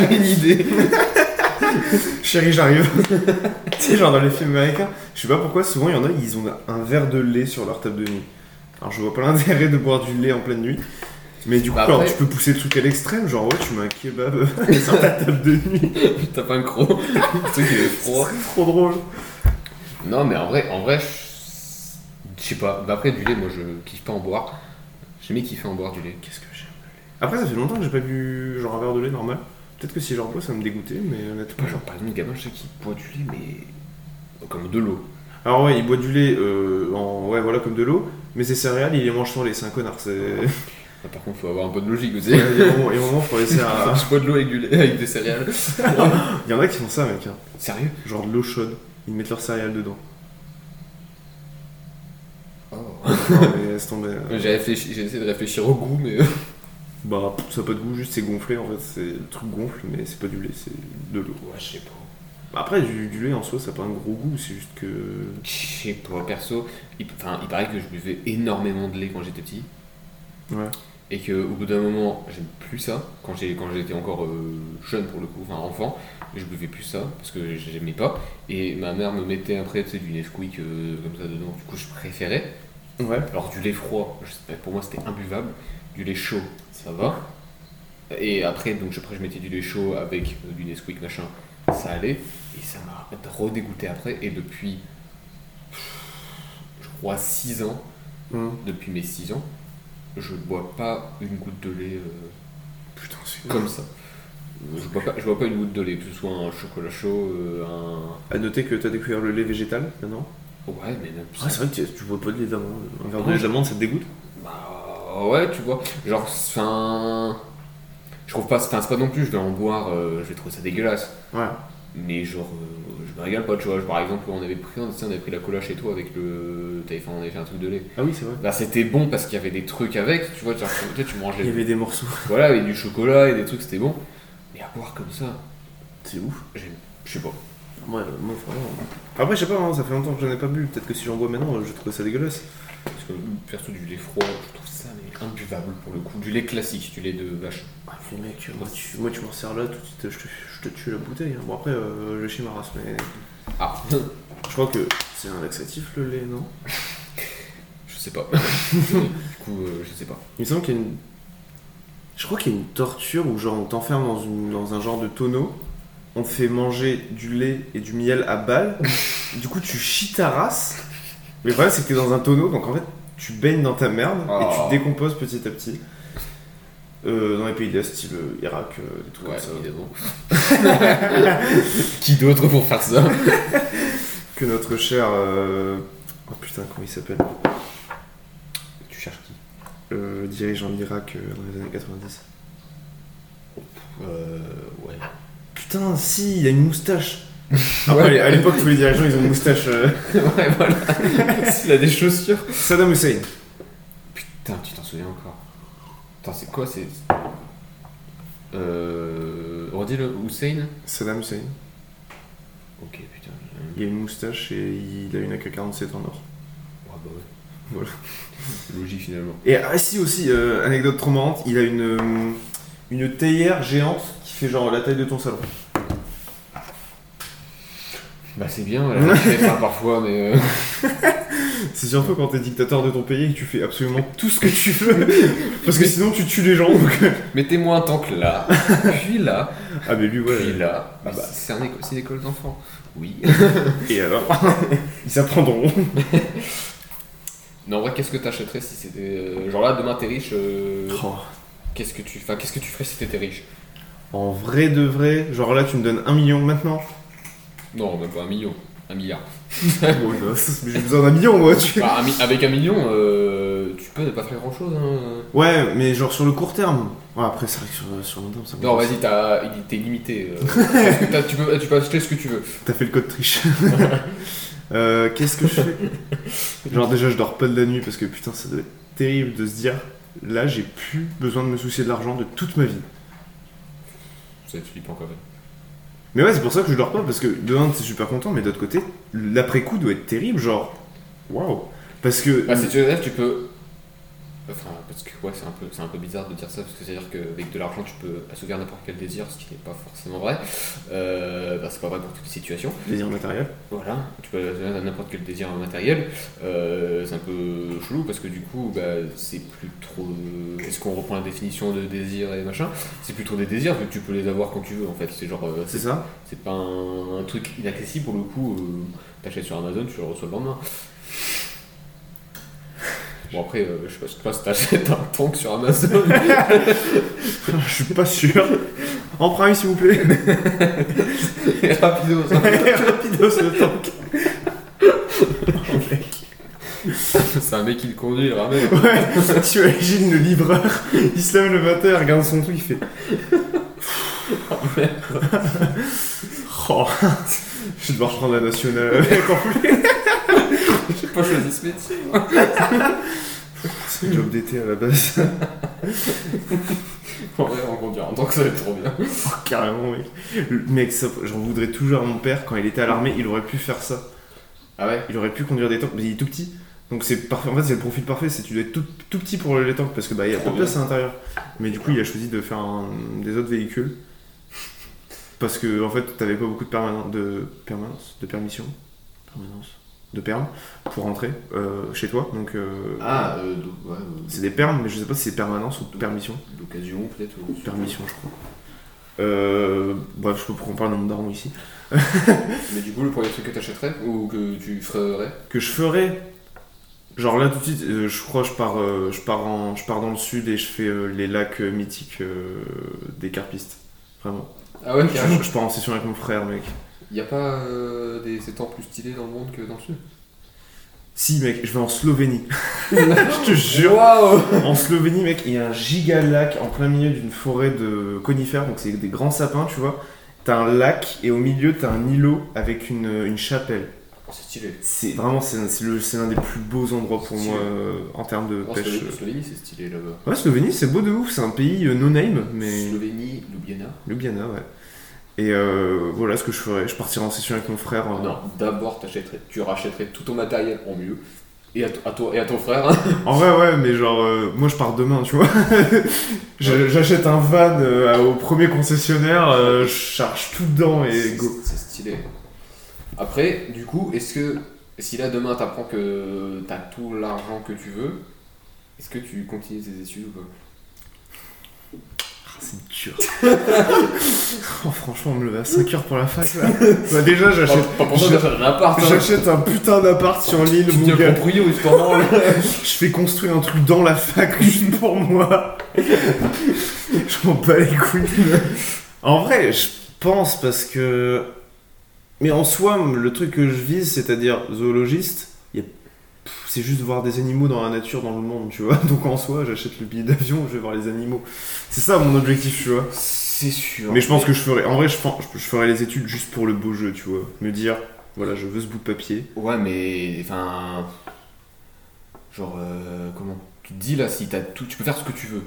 Speaker 3: J'ai une idée
Speaker 1: Chérie, j'arrive. tu sais, genre dans les films américains, je sais pas pourquoi, souvent il y en a, ils ont un verre de lait sur leur table de nuit. Alors je vois pas l'intérêt de boire du lait en pleine nuit. Mais du coup,
Speaker 3: Bah,
Speaker 1: alors,
Speaker 3: après-
Speaker 1: tu peux pousser le truc à l'extrême, genre ouais, tu mets un kebab sur ta table de nuit.
Speaker 3: T'as pas un croc Le truc, il est froid.
Speaker 1: C'est trop drôle.
Speaker 3: Non, mais en vrai, en vrai, je je sais pas. Bah, après, du lait, moi, je kiffe pas en boire. J'ai jamais kiffé en boire du lait.
Speaker 1: Qu'est-ce que j'aime le lait Après, ça fait longtemps que j'ai pas bu genre un verre de lait normal. Peut-être que si j'en bois, ça va me dégoûter, mais honnêtement.
Speaker 3: Moi, genre, par exemple, gamin, je sais qu'il boit du lait, mais. Comme de l'eau.
Speaker 1: Alors ouais, il boit du lait euh, en. Ouais, voilà, comme de l'eau, mais ses céréales, il les mange sans lait, c'est un connard. C'est...
Speaker 3: Ah, par contre, faut avoir un peu de logique aussi.
Speaker 1: il y a un moment- il y a un moment, faut laisser à.
Speaker 3: Je bois de l'eau avec, du lait- avec des céréales.
Speaker 1: Il y en a qui font ça, mec. hein.
Speaker 3: Sérieux
Speaker 1: genre de l'eau chaude. Ils mettent leurs céréales dedans.
Speaker 3: Oh.
Speaker 1: Non, mais laisse tomber. hein.
Speaker 3: Ouais, J'ai réfléchi- j'ai essayé de réfléchir au goût, mais. euh,
Speaker 1: Bah, ça n'a pas de goût, juste c'est gonflé en fait. C'est le truc gonfle, mais c'est pas du lait, c'est de l'eau.
Speaker 3: Ouais, je sais pas.
Speaker 1: Après, du, du lait en soi, ça n'a pas un gros goût, c'est juste que.
Speaker 3: Je sais pas, perso. Il, enfin, il paraît que je buvais énormément de lait quand j'étais petit.
Speaker 1: Ouais.
Speaker 3: Et que au bout d'un moment, j'aime plus ça. Quand j'ai quand j'étais encore euh, jeune pour le coup, enfin enfant, je buvais plus ça parce que j'aimais pas. Et ma mère me mettait après tu sais, du Nesquik euh, comme ça dedans. Du coup, je préférais.
Speaker 1: Ouais.
Speaker 3: Alors du lait froid, je sais pas, pour moi c'était imbuvable. Du lait chaud, ça va. Et après, donc après, je mettais du lait chaud avec euh, du Nesquik machin, ça allait. Et ça m'a trop dégoûté après. Et depuis, je crois, 6 ans,
Speaker 1: Hum.
Speaker 3: depuis mes 6 ans, je bois pas une goutte de lait euh,
Speaker 1: Putain, c'est.
Speaker 3: comme ça. Euh, Je bois, pas, je bois pas une goutte de lait, que ce soit un chocolat chaud, euh, un.
Speaker 1: À noter que t'as découvert le lait végétal maintenant
Speaker 3: Ouais, mais même ça.
Speaker 1: Ah, c'est vrai que tu- tu bois pas de lait d'amande. Un verre de
Speaker 3: Ouais.
Speaker 1: lait d'amande, ça te dégoûte
Speaker 3: Bah ouais, tu vois. Genre, enfin. Je trouve pas. Enfin, c'est pas non plus, je vais en boire, euh, je vais trouver ça dégueulasse.
Speaker 1: Ouais.
Speaker 3: Mais genre, euh, je me régale pas, tu vois. Par exemple, on avait pris, on on avait pris la cola chez toi avec le. t'avais fait- on avait fait un truc de lait.
Speaker 1: Ah oui, c'est vrai.
Speaker 3: Bah, c'était bon parce qu'il y avait des trucs avec, tu vois. genre, tu, sais, tu mangeais.
Speaker 1: Il y avait des morceaux.
Speaker 3: Voilà, avec du chocolat et des trucs, c'était bon. Mais à boire comme ça,
Speaker 1: C'est ouf.
Speaker 3: j'aime- je sais pas.
Speaker 1: euh, Ouais, moi, vraiment. Après, je sais pas, hein, ça fait longtemps que j'en ai pas bu. Peut-être que si j'en bois maintenant, je trouve ça dégueulasse.
Speaker 3: Parce que perso, du lait froid, je trouve ça mais imbuvable pour le coup. Du lait classique, du lait de vache.
Speaker 1: Ah, mais mec, moi tu, moi, tu m'en sers là, tout de suite, euh, je te, je te tue la bouteille. hein. Bon, après, euh, le chez Maras, mais
Speaker 3: Ah,
Speaker 1: je crois que c'est un laxatif le lait, non
Speaker 3: je sais pas. du coup, euh, je sais pas.
Speaker 1: Il me semble qu'il y a une. Je crois qu'il y a une torture où, genre, on t'enferme dans, une- dans un genre de tonneau, on te fait manger du lait et du miel à balles, du coup, tu chies ta race. Mais le problème, c'est que t'es dans un tonneau, donc en fait, tu baignes dans ta merde et
Speaker 3: Oh.
Speaker 1: tu te décomposes petit à petit. Euh, dans les pays de l'Est, style euh, Irak, euh, des trucs
Speaker 3: Ouais,
Speaker 1: comme ça.
Speaker 3: évidemment. Qui d'autre pour faire ça
Speaker 1: Que notre cher. euh, Oh putain, comment il s'appelle
Speaker 3: Tu cherches qui
Speaker 1: Le dirigeant de l'Irak euh, dans les années 90.
Speaker 3: Euh. Ouais.
Speaker 1: Putain, si, il a une moustache. Ah
Speaker 3: Ouais.
Speaker 1: ouais, à l'époque, tous les dirigeants, ils ont une moustache. euh,
Speaker 3: ouais, voilà. S'il a des chaussures.
Speaker 1: Saddam Hussein.
Speaker 3: Putain, tu t'en souviens encore. Putain, c'est quoi C'est. Euh. Redis-le, Hussein
Speaker 1: Saddam Hussein.
Speaker 3: Ok, putain.
Speaker 1: Il a une moustache et il a une AK-47 en or.
Speaker 3: Ah bah ouais.
Speaker 1: Voilà.
Speaker 3: Logique finalement.
Speaker 1: Et ah, si aussi, euh, anecdote trop marrante, il a une, euh, une théière géante qui fait genre la taille de ton salon.
Speaker 3: Bah c'est bien, elle a fait ça parfois, mais. euh,
Speaker 1: C'est surtout quand t'es dictateur de ton pays et que tu fais absolument tout ce que tu veux. Parce que sinon, tu tues les gens. donc. euh.
Speaker 3: Mettez-moi un tank là, puis là,
Speaker 1: Ah, mais lui,
Speaker 3: puis
Speaker 1: ouais.
Speaker 3: là.
Speaker 1: Ah bah.
Speaker 3: C'est un éco- c'est une école d'enfants. Oui.
Speaker 1: Et alors Ils s'apprendront.
Speaker 3: non, en vrai, qu'est-ce que t'achèterais si c'était. euh, Genre là, demain t'es riche, euh, qu'est-ce que tu. Enfin, qu'est-ce que tu ferais si t'étais riche
Speaker 1: En vrai de vrai, genre là, tu me donnes un million maintenant.
Speaker 3: Non, même pas un million, un milliard.
Speaker 1: Bon, non, mais j'ai besoin d'un million, moi. tu-
Speaker 3: Bah, un mi- avec un million, euh, tu peux ne pas faire grand chose. Hein.
Speaker 1: Ouais, mais genre sur le court terme. Ouais, après, c'est vrai que sur, sur le long terme, ça
Speaker 3: Non,
Speaker 1: m'intéresse.
Speaker 3: vas-y, t'as- il- t'es limité. euh, parce que t'as- tu, peux, tu peux acheter ce que tu veux.
Speaker 1: T'as fait le code triche. Euh, Qu'est-ce que je fais Genre déjà je dors pas de la nuit parce que putain ça doit être terrible de se dire là j'ai plus besoin de me soucier de l'argent de toute ma vie.
Speaker 3: C'est flippant quand même.
Speaker 1: Mais ouais c'est pour ça que je dors pas parce que de un t'es super content mais d'autre côté l'après coup doit être terrible genre waouh parce que
Speaker 3: Bah, si tu rêves, tu peux. Enfin, parce que ouais, c'est un, peu, c'est un peu bizarre de dire ça, parce que c'est-à-dire qu'avec de l'argent, tu peux assouvir n'importe quel désir, ce qui n'est pas forcément vrai. Euh, bah, c'est pas vrai pour toutes les situations.
Speaker 1: désir matériel.
Speaker 3: Voilà, tu peux assouvir n'importe quel désir matériel. Euh, c'est un peu chelou, parce que du coup, bah, c'est plus trop. Est-ce qu'on reprend la définition de désir et machin C'est plus trop des désirs, vu que tu peux les avoir quand tu veux, en fait. C'est genre. euh,
Speaker 1: C'est ça
Speaker 3: c'est pas un, un truc inaccessible pour le coup. euh, T'achètes sur Amazon, tu le reçois le lendemain. Bon, après, euh, je sais pas- je sais pas si t'achètes un tank sur Amazon.
Speaker 1: Je suis pas sûr. En prime s'il vous plaît.
Speaker 3: Rapido, ça.
Speaker 1: Rapidos le tank.
Speaker 3: C'est un mec qui le conduit, il le ramène.
Speaker 1: Ouais, tu imagines le livreur, il se lève le matin, il regarde son truc, il fait. oh, je vais devoir prendre la nationale avec en plus.
Speaker 3: J'ai pas choisi ce métier.
Speaker 1: C'est le job d'été à la base.
Speaker 3: En vrai, on conduire un tank, ça va être trop bien.
Speaker 1: Carrément, mec. Le mec, ça, j'en voudrais toujours à mon père, quand il était à l'armée, il aurait pu faire ça.
Speaker 3: Ah ouais
Speaker 1: Il aurait pu conduire des tanks, mais il est tout petit. Donc c'est parfait, en fait c'est le profil parfait, c'est tu dois être tout, tout petit pour les tanks parce que bah il y a pas de place à l'intérieur. Mais du coup il a choisi de faire un- des autres véhicules. Parce que en fait t'avais pas beaucoup de permanence, de permanence, de permission, permanence, de perm pour rentrer euh, chez toi. Donc euh,
Speaker 3: Ah, euh, donc, ouais, euh,
Speaker 1: c'est des permes, mais je sais pas si c'est permanence ou permission.
Speaker 3: l'occasion peut-être. ou-
Speaker 1: Permission je crois. Euh, bref, je sais pas pourquoi on parle de mon daron ici.
Speaker 3: Mais du coup, le premier truc que t'achèterais ou que tu ferais
Speaker 1: que je ferais. Genre là tout de suite, euh, je crois je pars, euh, je pars en, je pars dans le sud et je fais euh, les lacs euh, mythiques euh, des carpistes. Vraiment.
Speaker 3: Ah ouais, carrément.
Speaker 1: Je, je pars en session avec mon frère, mec.
Speaker 3: Y a pas euh, des étangs plus stylés dans le monde que dans le sud
Speaker 1: Si mec, je vais en Slovénie. je te jure.
Speaker 3: Waouh
Speaker 1: En Slovénie, mec, il y a un giga lac en plein milieu d'une forêt de conifères, donc c'est des grands sapins, tu vois. T'as un lac et au milieu t'as un îlot avec une, une chapelle.
Speaker 3: Oh, C'est stylé.
Speaker 1: C'est vraiment c'est c'est le- c'est l'un des plus beaux endroits pour moi euh, en termes de
Speaker 3: Non,
Speaker 1: pêche. euh,
Speaker 3: Slovénie, Oh, Slovénie, c'est stylé là-bas.
Speaker 1: Ouais, Slovénie, c'est beau de ouf, c'est un pays euh, no-name, mais.
Speaker 3: Slovénie, Ljubljana.
Speaker 1: Ljubljana, ouais. Et euh, voilà ce que je ferais. Je partirais en session avec mon frère. euh,
Speaker 3: Non, d'abord t'achèterais, tu rachèterais tout ton matériel en mieux. Et à, to- à toi, et à ton frère. hein.
Speaker 1: En vrai, ouais, mais genre, euh, moi je pars demain, tu vois. Je- J'achète un van euh, au premier concessionnaire, euh, je charge tout dedans et
Speaker 3: C'est
Speaker 1: go.
Speaker 3: c'est stylé. Après, du coup, est-ce que si là demain t'apprends que t'as tout l'argent que tu veux, est-ce que tu continues tes études ou pas
Speaker 1: Ah, C'est dur. Oh, franchement, on me levait à 5h pour la fac là. Bah, déjà, j'achète.
Speaker 3: Pas pour ça,
Speaker 1: je-
Speaker 3: t'as fait un appart. hein.
Speaker 1: J'achète un putain d'appart sur l'île,
Speaker 3: Tu
Speaker 1: mon
Speaker 3: deviens
Speaker 1: gars.
Speaker 3: proprio, il se t'en branle.
Speaker 1: Je fais construire un truc dans la fac juste pour moi. je m'en bats les couilles. En vrai, je pense parce que. Mais en soi, le truc que je vise, c'est-à-dire zoologiste, il y a- pff, c'est juste voir des animaux dans la nature, dans le monde, tu vois. Donc en soi, j'achète le billet d'avion, je vais voir les animaux. C'est ça mon objectif, tu vois.
Speaker 3: C'est sûr.
Speaker 1: Mais je pense que je ferais. En vrai, je, pense- je ferais les études juste pour le beau jeu, tu vois. Me dire, voilà, je veux ce bout de papier.
Speaker 3: Ouais, mais enfin. Genre, euh, comment Tu te dis là, si t'as tout, tu peux faire ce que tu veux.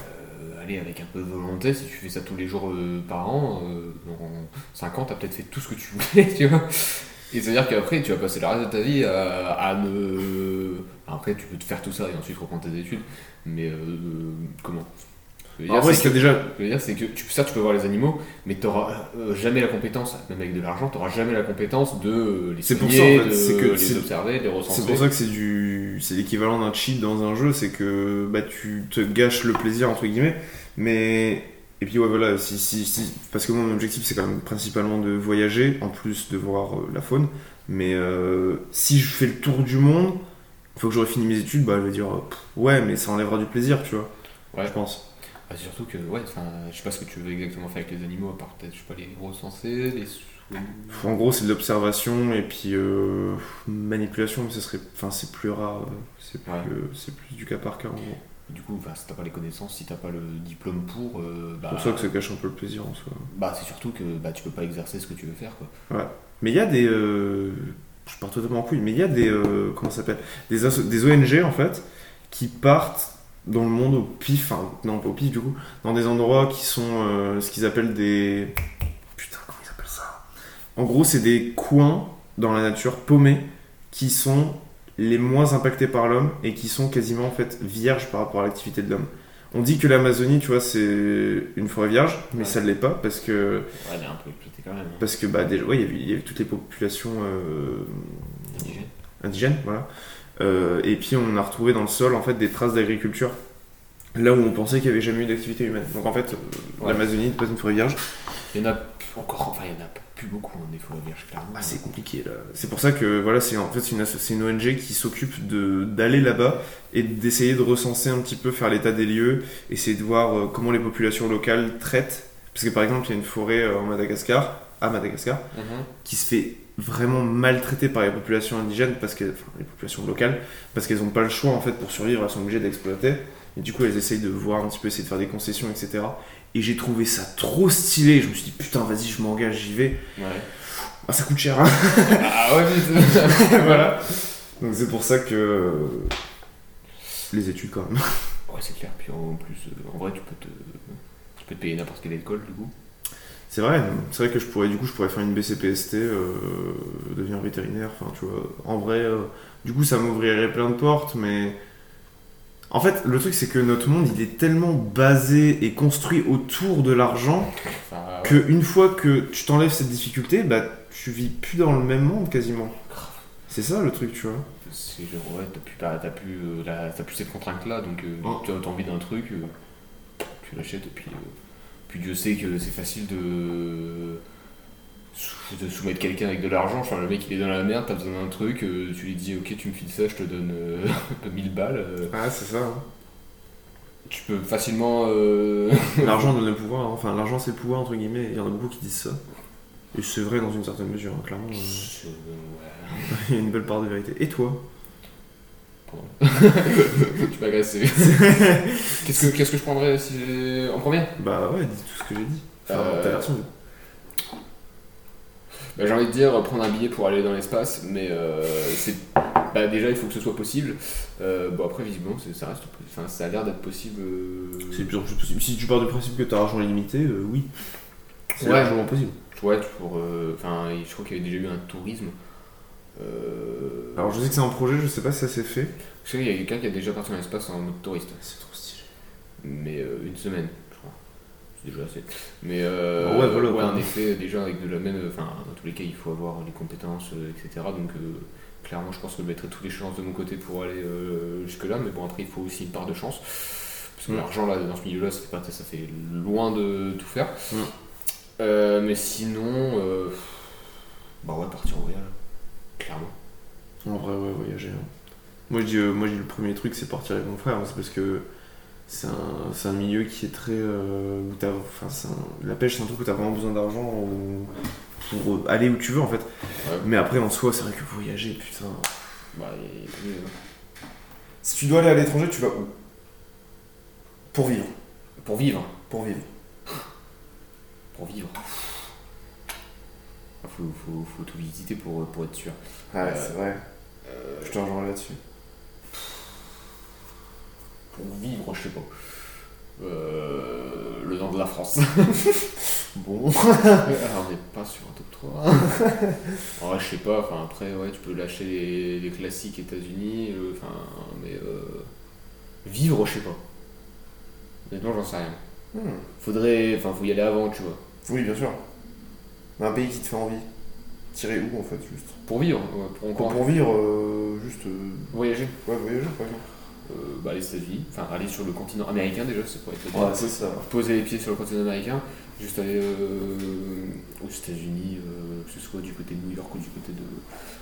Speaker 3: Euh, allez, avec un peu de volonté, si tu fais ça tous les jours euh, par an, euh, dans 5 ans, t'as peut-être fait tout ce que tu voulais, tu vois. Et c'est-à-dire qu'après, tu vas passer le reste de ta vie à, à ne. Après, tu peux te faire tout ça et ensuite reprendre tes études, mais euh, comment Ce que je veux
Speaker 1: En
Speaker 3: dire,
Speaker 1: vrai,
Speaker 3: c'est
Speaker 1: c'était déjà.
Speaker 3: ce que je veux dire, c'est que tu, ça, tu peux voir les animaux, mais tu jamais la compétence, même avec de l'argent, tu jamais la compétence de euh, les
Speaker 1: C'est pour
Speaker 3: soigner,
Speaker 1: ça, en fait,
Speaker 3: de
Speaker 1: c'est que c'est-
Speaker 3: les observer, de les recenser.
Speaker 1: C'est pour ça que c'est du, c'est l'équivalent d'un cheat dans un jeu, c'est que bah tu te gâches le plaisir entre guillemets, mais et puis ouais voilà, si, si, si- parce que mon objectif c'est quand même principalement de voyager, en plus de voir euh, la faune, mais euh, si je fais le tour du monde, une fois que j'aurai fini mes études, bah je vais dire euh, pff, ouais mais ça enlèvera du plaisir, tu vois.
Speaker 3: Ouais.
Speaker 1: Je pense.
Speaker 3: Ah, surtout que, ouais, enfin, je sais pas ce que tu veux exactement faire avec les animaux, à part peut-être, je sais pas, les recenser, les soigner.
Speaker 1: En gros c'est de l'observation et puis euh, manipulation, mais ça serait, enfin c'est plus rare, euh, c'est plus,
Speaker 3: Ouais.
Speaker 1: euh, c'est plus du cas par cas en gros.
Speaker 3: Du coup, enfin, si t'as pas les connaissances, si t'as pas le diplôme pour, euh,
Speaker 1: C'est
Speaker 3: bah,
Speaker 1: pour ça que ça cache un peu le plaisir en soi.
Speaker 3: bah, c'est surtout que bah, tu peux pas exercer ce que tu veux faire. Quoi.
Speaker 1: Mais il y a des. euh, je pars totalement en couille, mais il y a des. euh, comment ça s'appelle des, asso- des ONG, en fait, qui partent dans le monde au pif, enfin, non, pas au pif du coup, dans des endroits qui sont euh, ce qu'ils appellent des. Putain, comment ils appellent ça En gros, c'est des coins dans la nature paumés qui sont les moins impactés par l'homme et qui sont quasiment en fait vierges par rapport à l'activité de l'homme. On dit que l'Amazonie, tu vois, c'est une forêt vierge, mais
Speaker 3: Ouais.
Speaker 1: ça ne l'est pas parce que
Speaker 3: Ouais, elle est un peu exploitée quand même. hein.
Speaker 1: parce que bah, déjà, ouais, il y avait- il y, avait toutes les populations euh,
Speaker 3: Indigène.
Speaker 1: indigènes, voilà. Euh, et puis on a retrouvé dans le sol en fait des traces d'agriculture, là où on pensait qu'il n'y avait jamais eu d'activité humaine. Donc en fait, euh,
Speaker 3: Ouais.
Speaker 1: l'Amazonie n'est pas une forêt vierge.
Speaker 3: Il y en a encore, enfin, il y en a plus beaucoup, hein, des fois, vierges, clairement.
Speaker 1: Ah, c'est compliqué là. C'est pour ça que voilà, c'est en fait c'est une, asso- c'est une ONG qui s'occupe de d'aller là-bas et d'essayer de recenser un petit peu, faire l'état des lieux, essayer de voir euh, comment les populations locales traitent. Parce que par exemple, il y a une forêt euh, en Madagascar, à Madagascar.
Speaker 3: Mhm.
Speaker 1: qui se fait vraiment maltraiter par les populations indigènes parce que enfin, les populations locales parce qu'elles n'ont pas le choix en fait pour survivre elles sont obligées d'exploiter et du coup elles essayent de voir un petit peu essayer de faire des concessions etc et j'ai trouvé ça trop stylé je me suis dit putain vas-y je m'engage j'y vais
Speaker 3: Ouais.
Speaker 1: ah ça coûte cher hein
Speaker 3: ah ouais, mais c'est-
Speaker 1: voilà donc c'est pour ça que euh, les études quand même
Speaker 3: Ouais, c'est clair. Puis en plus, euh, en vrai, tu peux te, tu peux te payer n'importe quelle école, du coup.
Speaker 1: c'est vrai c'est vrai que je pourrais du coup je pourrais faire une BCPST euh, devenir vétérinaire enfin tu vois en vrai euh, du coup ça m'ouvrirait plein de portes mais En fait, le truc, c'est que notre monde, il est tellement basé et construit autour de l'argent
Speaker 3: Enfin, ouais.
Speaker 1: que une fois que tu t'enlèves cette difficulté, bah, tu vis plus dans le même monde quasiment. C'est ça le truc, tu vois.
Speaker 3: C'est genre, ouais, t'as plus, t'as, t'as plus, euh, la- t'as plus cette contrainte-là, donc euh,
Speaker 1: Oh.
Speaker 3: tu as envie d'un truc, euh, tu l'achètes, et puis, euh, puis Dieu sait que c'est facile de, sou- de soumettre quelqu'un avec de l'argent. Enfin, le mec, il est dans la merde, t'as besoin d'un truc, euh, tu lui dis, ok, tu me files ça, je te donne euh, 1000 balles. euh,
Speaker 1: Ah, c'est ça.
Speaker 3: tu peux facilement. euh,
Speaker 1: L'argent donne le pouvoir. hein. Enfin, l'argent, c'est le pouvoir, entre guillemets. Il y en a beaucoup qui disent ça. Et c'est vrai dans une certaine mesure, hein, clairement. euh,
Speaker 3: euh, ouais,
Speaker 1: Il y a une belle part de vérité. Et toi
Speaker 3: pardon. tu m'as agressé. Qu'est-ce que, qu'est-ce que je prendrais si j'ai- en première
Speaker 1: Bah ouais, dis tout ce que j'ai dit. Enfin,
Speaker 3: Euh,
Speaker 1: t'as l'air sombre.
Speaker 3: Bah, J'ai envie de dire euh, prendre un billet pour aller dans l'espace, mais euh, c'est bah, déjà il faut que ce soit possible. Euh, bon après visiblement c'est- ça reste, enfin ça a l'air d'être possible. euh,
Speaker 1: C'est le plus en plus possible. Si tu pars du principe que t'as argent illimité, euh, oui. C'est
Speaker 3: Ouais.
Speaker 1: largement possible.
Speaker 3: Ouais, pour, euh, enfin, je crois qu'il y avait déjà eu un tourisme Euh...
Speaker 1: Alors je sais que c'est un projet, je sais pas si ça s'est fait.
Speaker 3: Je sais qu'il y a quelqu'un qui est déjà parti dans l'espace en mode touriste,
Speaker 1: C'est trop stylé.
Speaker 3: mais euh, une semaine, je crois. C'est déjà assez. Mais euh,
Speaker 1: Bah ouais, voilà, quoi.
Speaker 3: en effet, déjà avec de la même. euh, Enfin, dans tous les cas, il faut avoir les compétences, euh, etc. Donc, euh, clairement, je pense que je mettrai toutes les chances de mon côté pour aller euh, jusque-là, mais bon, après, il faut aussi une part de chance. Parce que
Speaker 1: Mm.
Speaker 3: l'argent, là, dans ce milieu-là, ça fait, pas- ça fait loin de tout faire.
Speaker 1: Mm.
Speaker 3: Euh, mais sinon, euh, bah ouais, partir en voyage, clairement.
Speaker 1: En vrai, ouais, voyager. hein. Moi, je dis, euh, moi, je dis le premier truc, c'est partir avec mon frère. hein, c'est parce que c'est un, c'est un milieu qui est très. euh, où t'as- enfin, c'est un- la pêche, c'est un truc où t'as vraiment besoin d'argent ou- pour euh, aller où tu veux, en fait. Mais après, en soi, c'est vrai que voyager, putain.
Speaker 3: Bah, et- et-
Speaker 1: Si tu dois aller à l'étranger, tu vas où Pour vivre.
Speaker 3: pour vivre.
Speaker 1: Pour vivre.
Speaker 3: pour vivre. Faut, faut, faut tout visiter pour, pour être sûr.
Speaker 1: Ouais,
Speaker 3: Euh,
Speaker 1: Ah, c'est vrai. Je te rejoins là-dessus.
Speaker 3: Pour vivre, je sais pas. Euh, le nord de la France.
Speaker 1: Bon.
Speaker 3: Alors, on n'est pas sur un top 3. En vrai, je sais pas. Enfin, après, ouais, tu peux lâcher les, les classiques États-Unis. euh, Enfin, mais euh, vivre, je sais pas. Honnêtement, j'en sais rien.
Speaker 1: Hmm.
Speaker 3: Faudrait. Enfin, faut y aller avant, tu vois.
Speaker 1: Oui, bien sûr. Un pays qui te fait envie. Tirer où, en fait, juste
Speaker 3: Pour vivre, ouais, pour encore
Speaker 1: Pour vivre, euh, juste. euh,
Speaker 3: voyager.
Speaker 1: Ouais, voyager, par exemple.
Speaker 3: Euh, bah, les États-Unis. Enfin, aller sur le continent américain déjà, c'est pour être
Speaker 1: Ouais, c'est ça.
Speaker 3: poser les pieds sur le continent américain, juste aller euh, aux États-Unis, euh, que ce soit du côté de New York ou du côté de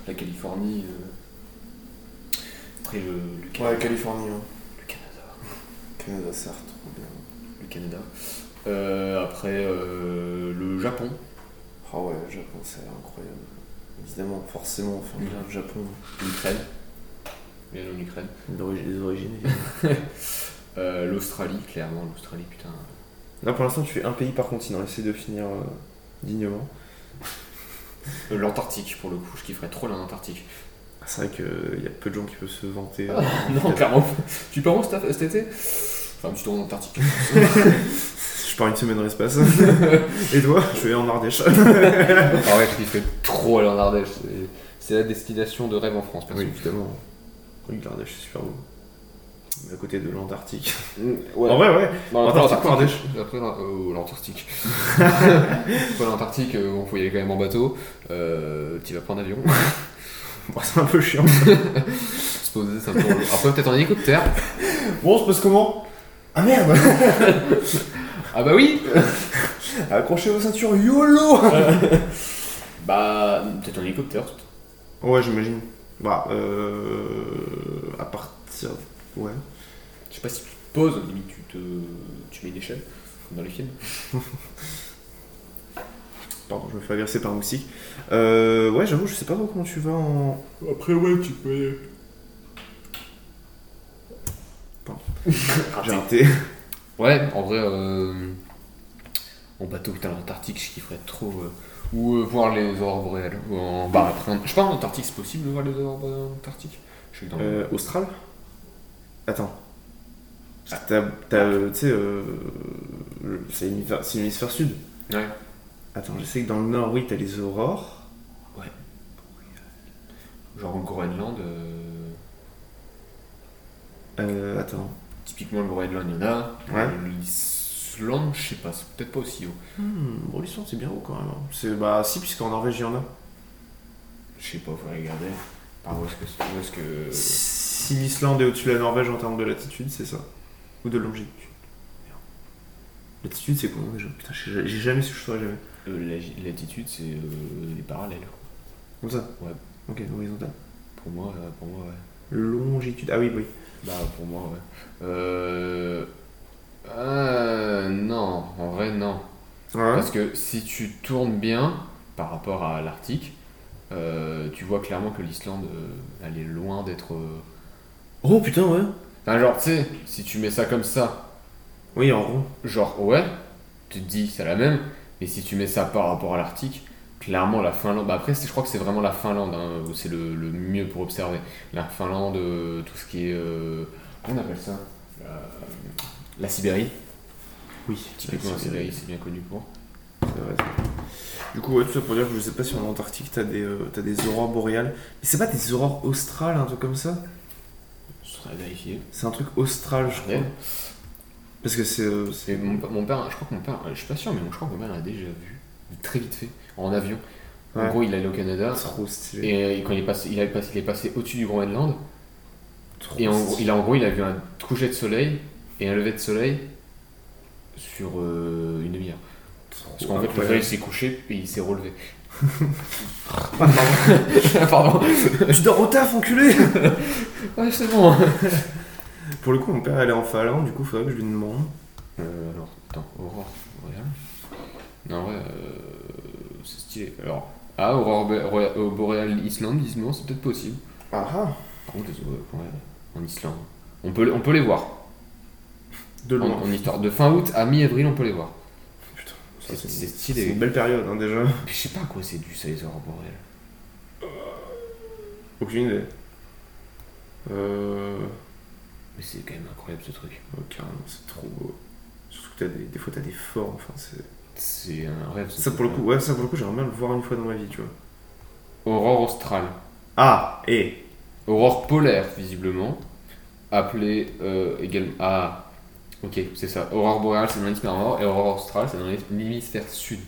Speaker 3: la Californie. euh. Après le, le Canada.
Speaker 1: Ouais, Californie, hein.
Speaker 3: le Canada.
Speaker 1: Canada, c'est trop bien.
Speaker 3: le Canada. Euh, après euh, le Japon.
Speaker 1: Ah ouais, le Japon, c'est incroyable. Évidemment, forcément, enfin,
Speaker 3: Mhm.
Speaker 1: le Japon.
Speaker 3: l'Ukraine, bien en Ukraine.
Speaker 1: Les origines.
Speaker 3: Euh, L'Australie, clairement, l'Australie, putain.
Speaker 1: Là, pour l'instant, tu fais un pays par continent. Essaye de finir euh, dignement.
Speaker 3: Euh, L'Antarctique, pour le coup, je kifferais trop l'Antarctique.
Speaker 1: Ah, C'est vrai qu'il y a peu de gens qui peuvent se vanter. euh,
Speaker 3: non, clairement. Tu pars où cet cet été Enfin, tu tournes en Antarctique.
Speaker 1: Je pars une semaine dans l'espace. Et toi Je vais en Ardèche.
Speaker 3: Ah ouais, je kifferais trop aller en Ardèche. c'est- C'est la destination de rêve en France, perso.
Speaker 1: évidemment. Oui, l'Ardèche, c'est super beau. Mais à côté de l'Antarctique.
Speaker 3: Mm, Ouais.
Speaker 1: En vrai, ouais.
Speaker 3: Non, après,
Speaker 1: Antarctique ou
Speaker 3: l'Antarctique.
Speaker 1: Ardèche
Speaker 3: Après, l'An- euh, l'Antarctique. Après l'Antarctique, euh, bon, faut y aller quand même en bateau. Euh, T'y vas pas en avion.
Speaker 1: Bon, c'est un peu chiant.
Speaker 3: Se poser, ça me tourne. Après, peut-être en hélicoptère.
Speaker 1: Bon, on se pose comment Ah merde
Speaker 3: Ah bah oui
Speaker 1: Accrochez vos ceintures, YOLO
Speaker 3: Bah, peut-être en hélicoptère.
Speaker 1: Ouais, j'imagine. Bah, euh. À partir. Ouais.
Speaker 3: Je sais pas si tu te poses, limite, tu te. Tu mets une échelle, comme dans les films.
Speaker 1: Pardon, je me fais agresser par un moustique. Euh. Ouais, j'avoue, je sais pas trop comment tu vas en.
Speaker 3: Après, ouais, tu peux.
Speaker 1: J'ai raté.
Speaker 3: Ouais, en vrai, euh, en bateau, putain, l'Antarctique, je kifferais trop. euh, ou euh, voir les aurores boréales. ou en bar après, en- Je sais pas, en Antarctique, c'est possible de voir les aurores boréales en Antarctique Je sais que dans le-
Speaker 1: Euh. Austral Attends.
Speaker 3: Ah.
Speaker 1: Parce que T'as. t'as, euh, Tu sais, euh. le- C'est l'hémisphère c'est l'hémisphère sud.
Speaker 3: Ouais.
Speaker 1: Attends, je sais que dans le nord, oui, t'as les aurores.
Speaker 3: Genre au Groenland, euh,
Speaker 1: Euh. Attends.
Speaker 3: typiquement le Groenland, il y en a.
Speaker 1: Ouais.
Speaker 3: Euh, L'Islande, je sais pas, c'est peut-être pas aussi haut.
Speaker 1: Hmm, bon, l'Islande, c'est bien haut quand même. hein. C'est. Bah, si, puisqu'en Norvège, il y en a.
Speaker 3: Euh. Je sais pas, faut regarder. Par où est-ce que. Où est-ce que...
Speaker 1: Si l'Islande est au-dessus de la Norvège en termes de latitude, c'est ça Ou de longitude Merde. Latitude, c'est comment déjà Putain, j'ai j'ai jamais su, je saurais jamais.
Speaker 3: euh, la- L'altitude, c'est euh, les parallèles.
Speaker 1: Comme ça
Speaker 3: Ouais.
Speaker 1: Ok, horizontal.
Speaker 3: Pour moi, euh, pour moi, ouais.
Speaker 1: Longitude. Ah oui, oui.
Speaker 3: Bah pour moi ouais. Euh... euh, non, en vrai non.
Speaker 1: Ouais.
Speaker 3: Parce que si tu tournes bien par rapport à l'Arctique, euh, tu vois clairement que l'Islande, euh, elle est loin d'être... euh,
Speaker 1: Oh putain, ouais.
Speaker 3: Enfin genre tu sais, si tu mets ça comme ça,
Speaker 1: Oui, en rond.
Speaker 3: genre ouais, tu te dis c'est la même, mais si tu mets ça par rapport à l'Arctique, clairement la Finlande... Bah après c'est- je crois que c'est vraiment la Finlande hein, où c'est le, le mieux pour observer. La Finlande, euh, tout ce qui est... euh, Comment on appelle ça Euh, La- la Sibérie.
Speaker 1: Oui,
Speaker 3: Typiquement, la Sibérie, c'est bien connu pour.
Speaker 2: t'as raison.
Speaker 1: Du coup, ouais, tout ça pour dire que je sais pas si en Antarctique t'as des, euh, t'as des aurores boréales. Mais c'est pas des aurores australes, un truc comme ça
Speaker 3: Je serais vérifié.
Speaker 1: C'est un truc austral, je crois.
Speaker 3: Ouais.
Speaker 1: Parce que c'est. euh, c'est-
Speaker 3: Et mon, mon père, je crois que mon père, je suis pas sûr, mais je crois que mon père l'a déjà vu, très vite fait, en avion. En
Speaker 1: Ouais.
Speaker 3: gros, il allait au Canada,
Speaker 1: trop stylé.
Speaker 3: et quand il est passé, il, est passé, il est passé au-dessus du Groenland,
Speaker 1: Trop
Speaker 3: et en,
Speaker 1: stylé.
Speaker 3: il a, en gros, il a vu un coucher de soleil et un lever de soleil sur euh, une demi-heure. Parce qu'en fait, le soleil s'est couché et il s'est relevé. Pardon. Pardon.
Speaker 1: Tu dors au taf, enculé
Speaker 3: Ouais, c'est bon.
Speaker 1: Pour le coup, mon père, elle est en Finlande, du coup, faudrait que je lui demande.
Speaker 3: Euh, alors, attends, Aurore Boréale. Non, ouais, euh, c'est stylé. Alors, ah, Aurore Bo- Roya- euh, Boréale Islande, visiblement, c'est peut-être possible.
Speaker 1: Ah ah
Speaker 3: Par contre, les Aurores Boréales en Islande, on peut, on peut les voir.
Speaker 1: De
Speaker 3: En,
Speaker 1: loin.
Speaker 3: en histoire de fin août à mi-avril, on peut les voir.
Speaker 1: Putain, ça, c'est
Speaker 3: C'est c'est
Speaker 1: une-
Speaker 3: stylé.
Speaker 1: c'est une belle période, hein, déjà.
Speaker 3: Mais Je sais pas à quoi c'est dû, ça, les Aurores Boréales.
Speaker 1: Aucune idée. Euh.
Speaker 3: Mais c'est quand même incroyable ce truc.
Speaker 1: oh, carrément, c'est trop beau. Surtout que t'as des, des fois, t'as des forts, enfin, c'est.
Speaker 3: C'est un rêve. ce hein.
Speaker 1: Ça, pour le
Speaker 3: truc-là.
Speaker 1: coup, ouais, ça, pour le coup, j'aimerais bien le voir une fois dans ma vie, tu vois.
Speaker 3: Aurore australe.
Speaker 1: Ah Et
Speaker 3: Aurore polaire, visiblement, appelée euh, également. Ah, ok, c'est ça. Aurore boréale, c'est dans l'hémisphère nord, et aurore australe, c'est dans l'hémisphère sud.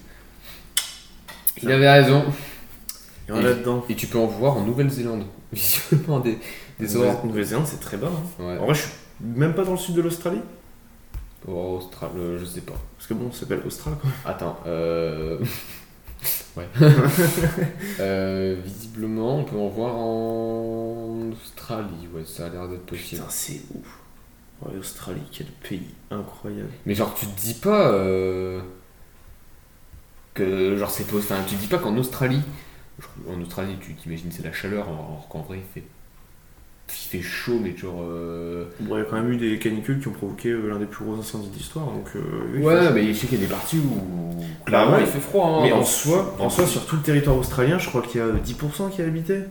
Speaker 3: Il avait raison.
Speaker 1: Il y en a là-dedans.
Speaker 3: Et tu peux en voir en Nouvelle-Zélande, visiblement des, des aurores.
Speaker 1: Nouvelle- Nouvelle-Zélande, c'est très bas. hein.
Speaker 3: Ouais,
Speaker 1: En vrai, je suis même pas dans le sud de l'Australie.
Speaker 3: aurore australe, euh, je sais pas.
Speaker 1: Parce que bon, ça s'appelle Austral, quoi.
Speaker 3: Attends, euh. ouais. Euh, visiblement, on peut en voir en Australie, ouais, ça a l'air d'être possible.
Speaker 1: Putain, c'est ouf. Ouais, Australie, quel pays incroyable.
Speaker 3: Mais genre, tu te dis pas euh, que genre c'est pas. Enfin, tu te dis pas qu'en Australie, genre, en Australie, tu t'imagines c'est la chaleur, alors qu'en vrai, il fait, il fait chaud, mais genre. euh,
Speaker 1: Bon, il y a quand même eu des canicules qui ont provoqué euh, l'un des plus gros incendies d'histoire, donc. euh, oui,
Speaker 3: Ouais,
Speaker 1: faut-
Speaker 3: mais je sais qu'il y a des parties où
Speaker 1: Bah
Speaker 3: clairement
Speaker 1: ouais.
Speaker 3: il fait froid. hein,
Speaker 1: Mais
Speaker 3: dans-
Speaker 1: en soi, en
Speaker 3: dans-
Speaker 1: soi, sur tout le territoire australien, je crois qu'il y a euh, 10% qui est habité.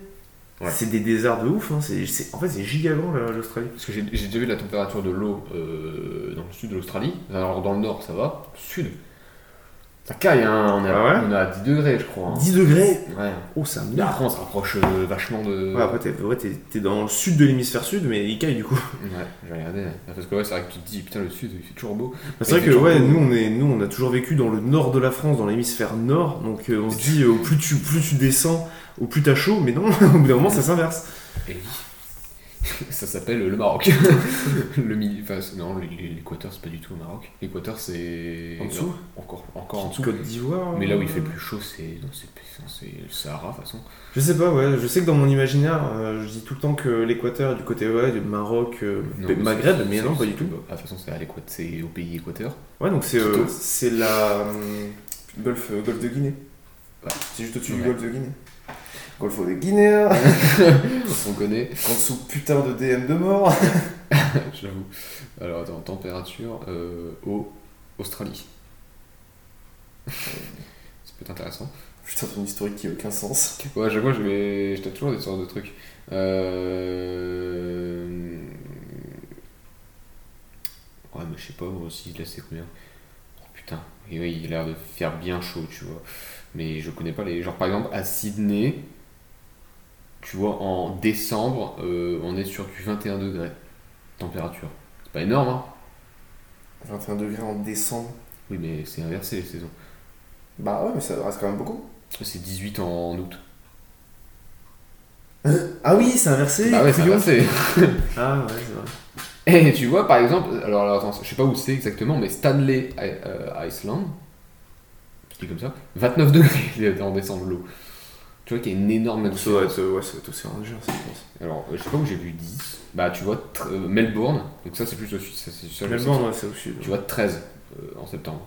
Speaker 3: Ouais.
Speaker 1: C'est des déserts de ouf, hein. c'est- c'est- en fait c'est gigant l'Australie.
Speaker 3: Parce que j'ai j'ai déjà vu la température de l'eau euh, dans le sud de l'Australie. Alors dans le nord, ça va. Sud, ça caille. Hein, on, est à,
Speaker 1: Ah ouais
Speaker 3: on est à 10 degrés, Ah, je crois. hein.
Speaker 1: 10 degrés
Speaker 3: Ouais.
Speaker 1: Oh ça me
Speaker 3: Après, on se rapproche euh, vachement de.
Speaker 1: Ouais, après t'es ouais, t'es- t'es dans le sud de l'hémisphère sud, mais il caille du coup.
Speaker 3: Ouais, j'ai regardé. hein. Parce que ouais, c'est vrai que tu te dis, putain, le sud, il fait toujours beau.
Speaker 1: Bah, c'est vrai
Speaker 3: il
Speaker 1: que
Speaker 3: fait
Speaker 1: ouais, nous
Speaker 3: toujours
Speaker 1: on, est, nous on a toujours vécu dans le nord de la France, dans l'hémisphère nord, donc euh, on se dit euh, au plus tu, plus tu descends, au plus t'as chaud, mais non, au bout d'un moment ça s'inverse.
Speaker 3: Et oui. ça s'appelle le Maroc. le midi. Enfin, c'est- non, l'é- l'é- l'équateur, c'est pas du tout le Maroc. L'équateur, c'est.
Speaker 1: En dessous
Speaker 3: Non, Encore, encore en dessous.
Speaker 1: Côte d'Ivoire.
Speaker 3: Mais là où il fait
Speaker 1: euh,
Speaker 3: plus chaud, c'est. non, c'est- C'est c'est le Sahara, de toute façon.
Speaker 1: Je sais pas, ouais, je sais que dans mon imaginaire, euh, je dis tout le temps que l'Équateur est du côté ouais, du Maroc, euh,
Speaker 3: Non,
Speaker 1: P-
Speaker 3: mais
Speaker 1: Maghreb,
Speaker 3: c'est-
Speaker 1: mais
Speaker 3: c'est-
Speaker 1: non, pas
Speaker 3: c'est-
Speaker 1: du tout.
Speaker 3: De toute façon, c'est à l'équateur, c'est au pays équateur.
Speaker 1: Ouais, donc c'est euh,
Speaker 3: Quito.
Speaker 1: c'est la. hum, golfe, euh, golfe de Guinée.
Speaker 3: Ouais.
Speaker 1: C'est juste au-dessus
Speaker 3: Ouais.
Speaker 1: du golfe de Guinée. Golfe de Guinée, en
Speaker 3: On connaît,
Speaker 1: dessous putain de DM de mort.
Speaker 3: j'avoue. Alors, attends, température, euh, eau, Australie. c'est peut-être intéressant.
Speaker 1: Putain, ton historique qui a aucun sens.
Speaker 3: Ouais, à chaque fois, je vais- je tape toujours des sortes de trucs. Euh... Ouais, mais je sais pas, moi aussi, là, c'est combien Oh putain, Et oui, il a l'air de faire bien chaud, tu vois. Mais je connais pas les. Genre, par exemple, à Sydney, tu vois, en décembre, euh, on est sur du 21 degrés, température. C'est pas énorme, hein
Speaker 1: 21 degrés en décembre.
Speaker 3: Oui, mais c'est inversé les saisons.
Speaker 1: Bah ouais, mais ça reste quand même beaucoup.
Speaker 3: C'est 18 en août.
Speaker 1: Ah oui, c'est inversé.
Speaker 3: Ah ouais, c'est
Speaker 1: couillon.
Speaker 3: inversé
Speaker 1: Ah ouais, c'est vrai.
Speaker 3: Et tu vois, par exemple, alors, alors, attends, je sais pas où c'est exactement, mais Stanley, I- euh, Iceland, je dis comme ça, 29 degrés en descendant de l'eau. Tu vois qu'il y a une énorme
Speaker 1: Ça doit
Speaker 3: différence.
Speaker 1: être, euh, ouais, ça doit être océan Indien, ça, je pense.
Speaker 3: Alors, euh, je sais pas où j'ai vu 10. Bah, tu vois, tr- euh, Melbourne, donc ça c'est plus au sud, ça c'est ça, je sais
Speaker 1: Melbourne, ouais, c'est au sud.
Speaker 3: que- Tu vois, 13 euh, en septembre.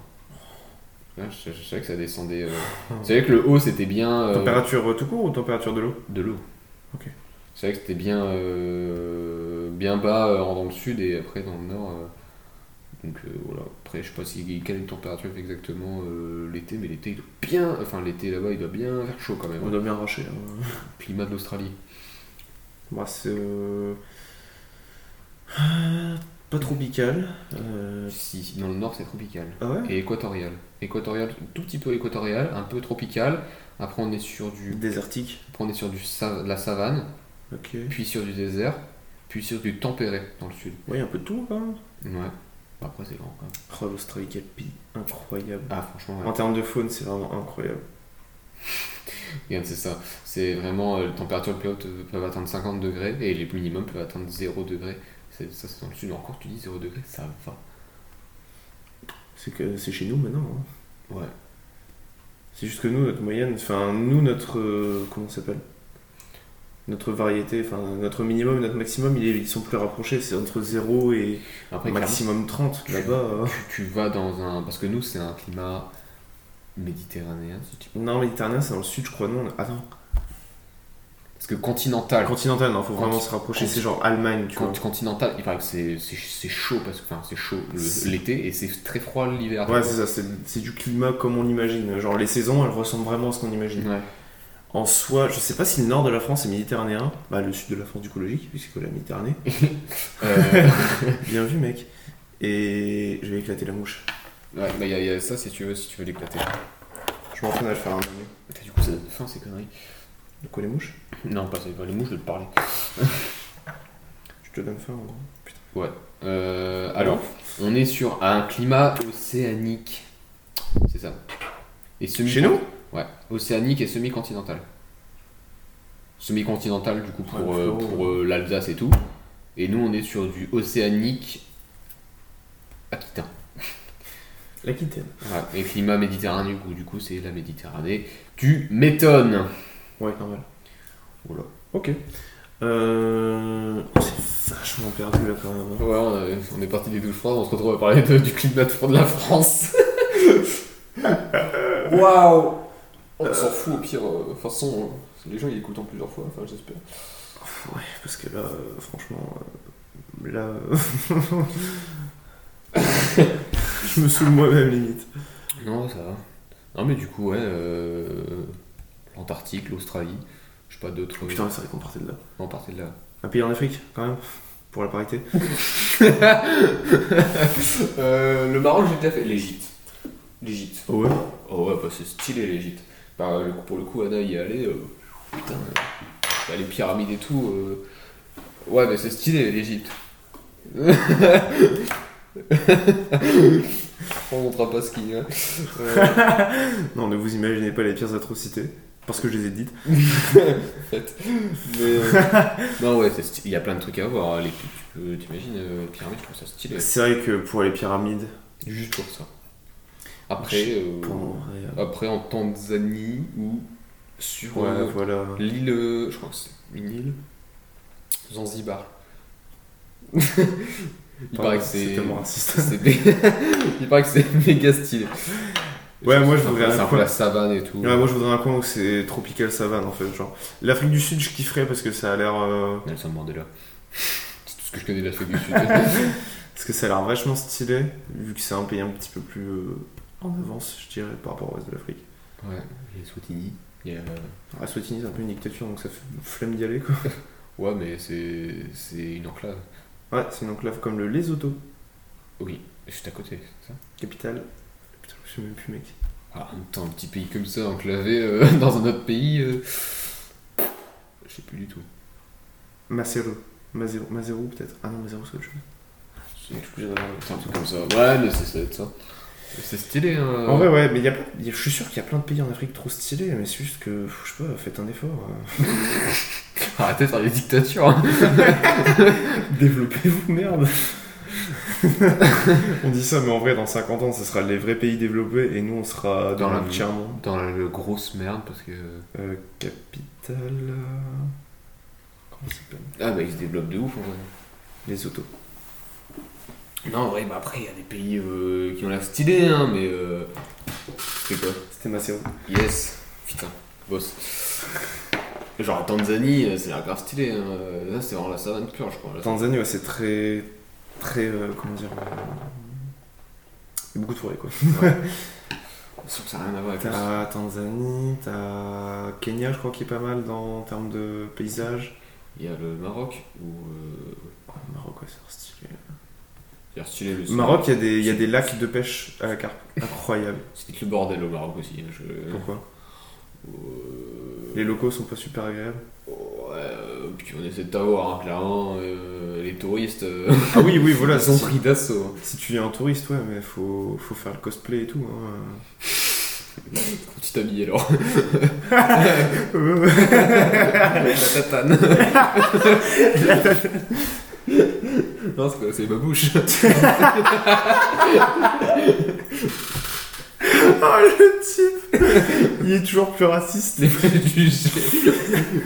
Speaker 3: Ouais, je, je savais que ça descendait. euh, Je savais que le haut c'était bien. euh,
Speaker 1: Température euh, tout court ou température de l'eau
Speaker 3: de l'eau.
Speaker 1: Ok.
Speaker 3: C'est vrai que c'était bien, euh, bien bas euh, dans le sud et après dans le nord. euh, donc euh, voilà. Après, je sais pas si quelle température il fait exactement euh, l'été, mais l'été il doit bien. Enfin, l'été là-bas il doit bien faire chaud quand même.
Speaker 1: On
Speaker 3: hein.
Speaker 1: doit bien arracher. hein.
Speaker 3: Climat de l'Australie.
Speaker 1: Bah, c'est. euh, pas tropical. euh,
Speaker 3: Si, dans le nord c'est tropical.
Speaker 1: Ah ouais
Speaker 3: Et équatorial. Équatorial, tout petit peu équatorial, un peu tropical. Après on est sur du,
Speaker 1: Désertique.
Speaker 3: après, on est sur du sa- de la savane,
Speaker 1: Ok.
Speaker 3: puis sur du désert, puis sur du tempéré dans le sud.
Speaker 1: Ouais, y a un peu de tout quand même.
Speaker 3: Ouais. Après c'est grand quand même.
Speaker 1: Oh, l'Australie, quel pays incroyable.
Speaker 3: Ah franchement, ouais.
Speaker 1: En termes de faune, c'est vraiment incroyable.
Speaker 3: Regarde, c'est ça. C'est vraiment euh, les températures les plus hautes euh, peuvent atteindre 50 degrés et les minimums peuvent atteindre 0 degré. C'est- Ça, c'est dans le sud. Encore, tu dis 0 degré, ça va.
Speaker 1: C'est que c'est chez nous maintenant. hein.
Speaker 3: Ouais.
Speaker 1: C'est juste que nous, notre moyenne, enfin, nous, notre. euh, comment ça s'appelle Notre variété, enfin, notre minimum et notre maximum, ils, ils sont plus rapprochés. C'est entre 0 et
Speaker 3: Après,
Speaker 1: maximum 30.
Speaker 3: Tu-
Speaker 1: Là-bas. euh,
Speaker 3: clairement, tu, tu vas dans un. Parce que nous, c'est un climat méditerranéen, si tu-
Speaker 1: Non, Méditerranée, c'est dans le sud, je crois. Non, on- ah non.
Speaker 3: Parce que continental.
Speaker 1: Continental, non, faut
Speaker 3: Conti-
Speaker 1: vraiment se rapprocher.
Speaker 3: conti-
Speaker 1: C'est genre Allemagne, tu vois.
Speaker 3: Quand- continental, il paraît que c'est c'est- c'est chaud parce que enfin, c'est chaud le-
Speaker 1: C'est-
Speaker 3: l'été et c'est très froid l'hiver.
Speaker 1: Ouais, c'est ça, c'est c'est du climat comme on l'imagine. Genre, les saisons, elles ressemblent vraiment à ce qu'on imagine.
Speaker 3: Ouais.
Speaker 1: En soi, je sais pas si le nord de la France est méditerranéen. Bah, le sud de la France, du coup, logique, puisque la Méditerranée.
Speaker 3: Euh,
Speaker 1: Bien vu, mec. Et je vais éclater la mouche.
Speaker 3: ouais, bah, il y, a- il y a ça si tu veux, si tu veux l'éclater.
Speaker 1: Je m'entraîne à le faire hein, un menu.
Speaker 3: Putain, Du coup, ça donne faim ces conneries.
Speaker 1: De quoi les mouches
Speaker 3: Non, pas, c'est pas les mouches, je vais te parler.
Speaker 1: Je te donne faim, en gros. Putain.
Speaker 3: Euh, alors, on est sur un climat océanique. C'est ça. Et semi
Speaker 1: Chez nous
Speaker 3: Ouais, océanique et semi-continental. Semi-continental, du coup, pour,
Speaker 1: Ouais,
Speaker 3: euh,
Speaker 1: frérot.
Speaker 3: pour euh, l'Alsace et tout. Et nous, on est sur du océanique aquitain.
Speaker 1: L'Aquitaine.
Speaker 3: Voilà. Et climat méditerranéen, du coup, du coup, c'est la Méditerranée. Tu m'étonnes
Speaker 1: Ouais, normal.
Speaker 3: Oula.
Speaker 1: Ok. Euh. On s'est vachement perdu là quand même. hein.
Speaker 3: Ouais, on, a- on est parti des douches froides, on se retrouve à parler de- du climat de de la France. Waouh On s'en fout au pire, euh, de toute façon, on- les gens ils écoutent en plusieurs fois, enfin j'espère.
Speaker 1: Pff, Ouais, parce que là, euh, franchement. euh, Là. euh, je me saoule moi-même limite.
Speaker 3: Non, ça va. Non, mais du coup, ouais, euh, l'Antarctique, l'Australie, je sais pas d'autres.
Speaker 1: Oh, Putain, c'est vrai qu'on partait de là.
Speaker 3: on partait de là.
Speaker 1: Un pays en Afrique, quand même, pour la parité.
Speaker 3: Euh, le Maroc, j'ai déjà fait. L'Égypte. L'Égypte.
Speaker 1: Oh ouais
Speaker 3: Oh ouais, bah c'est stylé l'Égypte. Bah, le coup- pour le coup, Anna y est allée. euh, putain, euh, bah, les pyramides et tout. euh, ouais, mais c'est stylé l'Égypte. On montrera pas ce qu'il y a. Euh,
Speaker 1: Non, ne vous imaginez pas les pires atrocités, parce que je les ai dites.
Speaker 3: mais, euh, non, ouais, c'est sty- il y a plein de trucs à voir. Les, tu peux- t'imagines, euh, les pyramides, je trouve ça stylé.
Speaker 1: C'est vrai que pour les pyramides,
Speaker 3: Juste pour ça. Après, euh,
Speaker 1: pour... ouais,
Speaker 3: après en Tanzanie ou sur
Speaker 1: ouais,
Speaker 3: euh,
Speaker 1: voilà.
Speaker 3: l'île, euh, je crois que c'est une île, Zanzibar. Il
Speaker 1: Pardon,
Speaker 3: paraît que c'est.
Speaker 1: tellement raciste.
Speaker 3: c'est mé- Il paraît que c'est méga stylé.
Speaker 1: Ouais, moi, je
Speaker 3: C'est un
Speaker 1: voudrais
Speaker 3: peu- C'est
Speaker 1: un
Speaker 3: un peu
Speaker 1: coin-
Speaker 3: la savane et tout.
Speaker 1: Ouais, moi je voudrais un coin où c'est tropical savane en fait. Genre, l'Afrique du Sud, je kifferais parce que ça a l'air. euh,
Speaker 3: Nelson Mandela. C'est tout ce que je connais de l'Afrique du Sud.
Speaker 1: Parce que ça a l'air vachement stylé, vu que c'est un pays un petit peu plus euh, en avance, je dirais, par rapport au reste de l'Afrique. Ah,
Speaker 3: ouais, il y a Swatini. il y a- euh,
Speaker 1: La Swatini, c'est un peu une dictature, donc ça fait flemme d'y aller quoi.
Speaker 3: Ouais, mais c'est c'est une enclave.
Speaker 1: Ouais, c'est une enclave comme le Lesotho,
Speaker 3: Oui, juste à côté, c'est ça
Speaker 1: capitale. Putain, je sais même plus, mec.
Speaker 3: Ah, en même temps, un petit pays comme ça, enclavé euh, dans un autre pays, euh, je sais plus du tout.
Speaker 1: Macero. Mazero, Mazero peut-être Ah non, Mazero c'est autre chose.
Speaker 3: C'est un truc comme ça. Ouais, mais c'est ça, doit être ça. C'est stylé, hein.
Speaker 1: En vrai, ouais, mais y a, y a- je suis sûr qu'il y a plein de pays en Afrique trop stylés, mais c'est juste que, pff, je sais pas, faites un effort. euh.
Speaker 3: Arrêtez de faire des dictatures. hein.
Speaker 1: Développez-vous, merde On dit ça, mais en vrai, dans 50 ans, ce sera les vrais pays développés et nous, on sera dans,
Speaker 3: Dans
Speaker 1: la
Speaker 3: la-
Speaker 1: tiers monde.
Speaker 3: Dans la la grosse merde, parce que.
Speaker 1: Euh, capitale. euh, Comment ça s'appelle
Speaker 3: Ah, bah, ils se développent de ouf, en vrai.
Speaker 1: Les autos.
Speaker 3: Non, en vrai, bah après, il y a des pays euh, qui ont l'air stylés, hein, mais. Euh... C'est quoi
Speaker 1: C'était Macero.
Speaker 3: Yes. Putain, boss. Genre, la Tanzanie, euh, c'est l'air grave stylé, hein. Là, c'est vraiment la savane pure, je crois.
Speaker 1: La
Speaker 3: là.
Speaker 1: Tanzanie, ouais, c'est très. Très. euh, comment dire euh, il y a Beaucoup de forêts, quoi.
Speaker 3: Sauf que ça n'a rien à voir avec la
Speaker 1: T'as Tanzanie, t'as Kenya, je crois, qui est pas mal dans, en termes de paysage.
Speaker 3: Il y a le Maroc où euh,
Speaker 1: Oh, le Maroc, ouais, c'est stylé.
Speaker 3: C'est-à-dire stylé le
Speaker 1: Au Maroc, il y, a des- il y a des lacs de pêche à la carpe. Incroyable.
Speaker 3: C'était que le bordel au Maroc aussi. hein, Je...
Speaker 1: Pourquoi
Speaker 3: Euh,
Speaker 1: Les locaux sont pas super agréables.
Speaker 3: Ouais, euh, puis on essaie de t'avoir, hein, clairement. euh, les touristes, euh,
Speaker 1: Ah oui, oui, voilà.
Speaker 3: ils sont
Speaker 1: Si,
Speaker 3: pris d'assaut. hein.
Speaker 1: si tu viens en touriste, ouais, mais faut, faut faire le cosplay et tout. hein.
Speaker 3: Faut tu t'habiller alors.
Speaker 1: Euh,
Speaker 3: La tatane. non, c'est quoi, c'est ma bouche.
Speaker 1: oh, le type Il est toujours plus raciste.
Speaker 3: Les préjugés.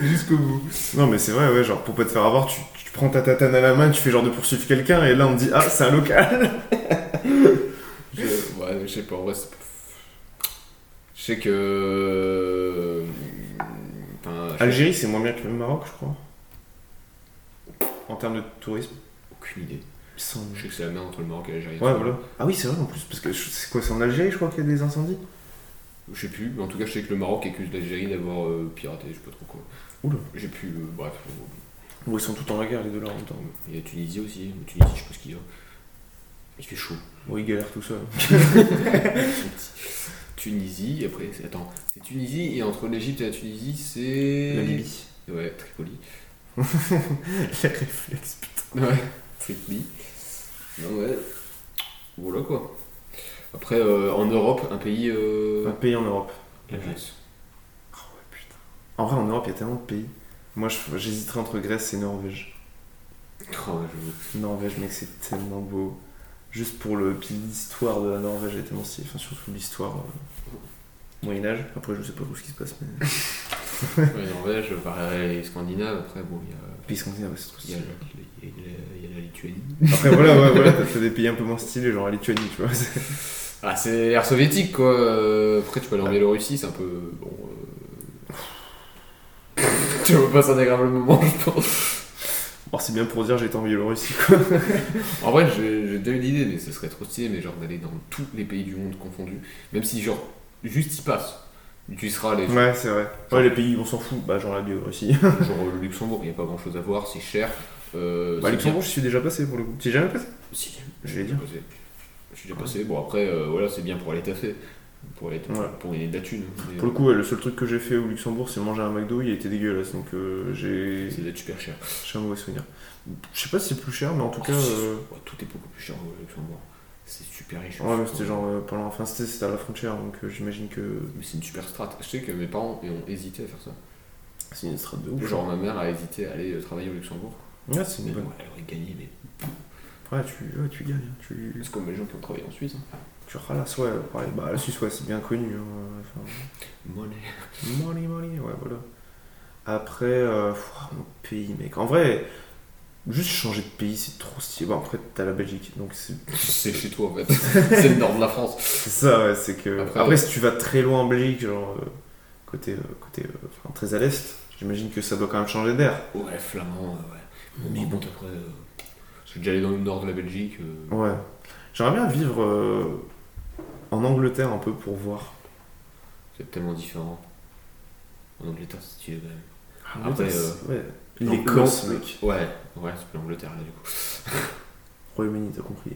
Speaker 3: Jusqu'au bout.
Speaker 1: Non, mais c'est vrai, ouais, genre, pour pas te faire avoir, tu, tu prends ta tatane à la main, tu fais genre de poursuivre quelqu'un, et là, on te dit, ah, c'est un local.
Speaker 3: Je, ouais, je sais pas, en vrai, c'est- Je sais que. Enfin, j'ai
Speaker 1: Algérie, c'est moins bien que le Maroc, je crois. En termes de tourisme.
Speaker 3: aucune idée.
Speaker 1: Il semble.
Speaker 3: Je sais que c'est la merde entre le Maroc et l'Algérie.
Speaker 1: Ouais, voilà. Ah oui, c'est vrai en plus, parce que je- c'est quoi, c'est en Algérie, je crois qu'il y a des incendies
Speaker 3: Je sais plus, mais en tout cas, je sais que le Maroc accuse l'Algérie d'avoir euh, piraté, je sais pas trop quoi.
Speaker 1: Oula.
Speaker 3: J'ai plus. euh, bref.
Speaker 1: Ou ils sont tout en la guerre, les deux là en même temps.
Speaker 3: Il y a Tunisie aussi. En Tunisie, je sais pas ce qu'il y a. Il fait chaud.
Speaker 1: Bon, ils galèrent tout seuls.
Speaker 3: Tunisie, et après, c'est. Attends, c'est Tunisie, et entre l'Égypte et la Tunisie, c'est. Ouais, Tripoli.
Speaker 1: Les réflexes.
Speaker 3: Ouais, Frisbee. Non, ouais. Voilà quoi. Après, euh, en Europe, un pays. Euh...
Speaker 1: Un pays en Europe.
Speaker 3: la Grèce.
Speaker 1: Oh, ouais, putain. En vrai, en Europe, il y a tellement de pays. Moi, je- j'hésiterais entre Grèce et Norvège.
Speaker 3: Oh, je-
Speaker 1: Norvège, mec, c'est tellement beau. Juste pour le. Puis l'histoire de la Norvège est tellement stylée. Enfin, surtout l'histoire. euh, Moyen-Âge. Après, je sais pas tout ce qui se passe, mais.
Speaker 3: Ouais, Norvège, pareil, Scandinave. Après, bon, il y a.
Speaker 1: Pays scandinave, c'est trop
Speaker 3: Il y, a
Speaker 1: stylé.
Speaker 3: la- il y a la- il y a la Lituanie.
Speaker 1: Après, voilà, ouais, voilà, t'as t'as des pays un peu moins stylés, genre la Lituanie, tu vois. c'est-
Speaker 3: Ah, c'est l'ère soviétique quoi. Euh, Après, tu peux aller
Speaker 1: Ah.
Speaker 3: en Biélorussie, c'est un peu. Bon. euh, tu veux pas un agréable moment, je pense.
Speaker 1: Bon, c'est bien pour dire, j'étais en Biélorussie.
Speaker 3: En vrai, j'ai j'ai déjà eu l'idée, mais ce serait trop stylé, mais genre d'aller dans tous les pays du monde confondus. Même si, genre, juste y passe. Tu y seras les
Speaker 1: Ouais, c'est vrai. Ouais, les pays, on s'en fout. Bah, genre la Biélorussie.
Speaker 3: Genre euh, le Luxembourg, il n'y a pas grand chose à voir, c'est cher. Euh,
Speaker 1: Bah,
Speaker 3: c'est
Speaker 1: Luxembourg, je suis déjà passé pour le coup. T'y es jamais passé
Speaker 3: bien- Si,
Speaker 1: J'allais dire.
Speaker 3: Je suis déjà passé. Je suis déjà passé. Bon, après, euh, voilà, c'est bien pour aller taffer. Pour aller
Speaker 1: Ouais.
Speaker 3: pour gagner de la thune. mais,
Speaker 1: Pour le
Speaker 3: euh,
Speaker 1: coup, ouais, le seul truc que j'ai fait au Luxembourg, c'est manger un McDo. Il était dégueulasse, donc euh, j'ai
Speaker 3: C'est d'être super cher.
Speaker 1: j'ai un mauvais souvenir. Je sais pas si c'est plus cher, mais en tout cas.
Speaker 3: Oh, si.
Speaker 1: euh,
Speaker 3: Ouais, tout est beaucoup plus cher au Luxembourg. C'est super riche. hein.
Speaker 1: Ouais, mais c'était genre euh, pas loin. Enfin, c'était c'était à la frontière, donc euh, j'imagine que
Speaker 3: Mais c'est une super strat. Je sais que mes parents ils ont hésité à faire ça.
Speaker 1: c'est une strate de ouf.
Speaker 3: Genre, ma mère a hésité à aller euh, travailler au Luxembourg.
Speaker 1: Ouais, c'est
Speaker 3: Mais
Speaker 1: une bonne.
Speaker 3: bon, elle aurait gagné, mais.
Speaker 1: Ouais, tu, ouais, tu gagnes. hein, Tu,
Speaker 3: C'est comme les gens qui ont travaillé en Suisse. hein.
Speaker 1: tu ralasses, ouais. Pareil. Bah, la Suisse, ouais, c'est bien connu. hein, enfin.
Speaker 3: Money.
Speaker 1: Money, money, ouais, voilà. Après, euh, pff, mon pays, mec. En vrai, juste changer de pays, c'est trop stylé. Bon, après, t'as la Belgique, donc c'est
Speaker 3: C'est chez toi en fait. c'est le nord de la France.
Speaker 1: c'est ça, ouais, c'est que. Après,
Speaker 3: Après,
Speaker 1: si tu vas très loin en Belgique, genre euh, côté, euh, côté euh, enfin, très à l'est, j'imagine que ça doit quand même changer d'air.
Speaker 3: Ouais, flamand, euh, ouais.
Speaker 1: Mais
Speaker 3: Mais bon, après. euh, Je suis déjà allé dans le nord de la Belgique. euh,
Speaker 1: Ouais. J'aimerais bien vivre euh, en Angleterre un peu pour voir.
Speaker 3: C'est tellement différent. En Angleterre, c'est stylé quand même.
Speaker 1: Angleterre,
Speaker 3: Après, euh,
Speaker 1: c'est- ouais.
Speaker 3: non,
Speaker 1: L'Écosse,
Speaker 3: non,
Speaker 1: mec.
Speaker 3: Ouais, ouais, c'est plus l'Angleterre là du coup.
Speaker 1: Royaume-Uni, t'as compris.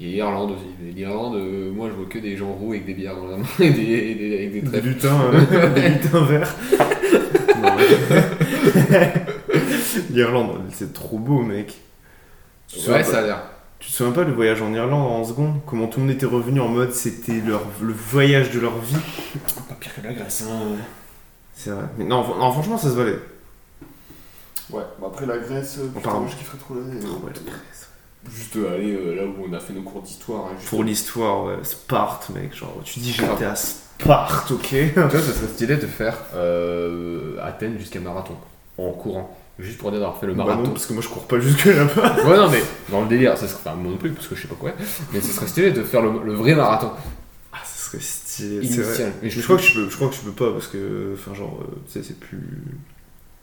Speaker 3: Et l'Irlande aussi. Mais L'Irlande, euh, moi je vois que des gens roux avec des bières dans la main et des, et des- avec des
Speaker 1: Des
Speaker 3: trèfles.
Speaker 1: lutins, euh, des lutins verts. Non, mais- L'Irlande, c'est trop beau, mec. Tu te,
Speaker 3: Ouais,
Speaker 1: souviens
Speaker 3: ça
Speaker 1: pas,
Speaker 3: a l'air.
Speaker 1: tu te souviens pas le voyage en Irlande en seconde Comment tout le monde était revenu en mode c'était leur, le voyage de leur vie
Speaker 3: Pas pire que la Grèce. Hein.
Speaker 1: C'est vrai. Mais non, fr- non, franchement, ça se valait.
Speaker 2: Ouais, bah après la Grèce,
Speaker 1: putain, parle. je
Speaker 2: kifferais trop la
Speaker 1: Ah
Speaker 3: Juste euh, aller euh, là où on a fait nos cours d'histoire. hein, juste-
Speaker 1: Pour l'histoire, ouais, Sparte, mec. Genre, tu dis j'étais à Sparte, ok Bah
Speaker 3: Tu vois, ça serait stylé de faire euh, Athènes jusqu'à Marathon en courant. Juste pour dire d'avoir fait le
Speaker 1: Bah
Speaker 3: marathon. Ah,
Speaker 1: non, parce que moi je cours pas jusque là-bas.
Speaker 3: ouais, non, mais dans le délire, ça serait. Enfin, moi non plus, parce que je sais pas quoi. Mais ce serait stylé de faire le, le vrai marathon
Speaker 1: Ah, ça serait stylé. c'est vrai.
Speaker 3: initial. Mais
Speaker 1: Je crois que tu peux, je crois que tu peux pas parce que, enfin genre, euh, tu sais, c'est plus.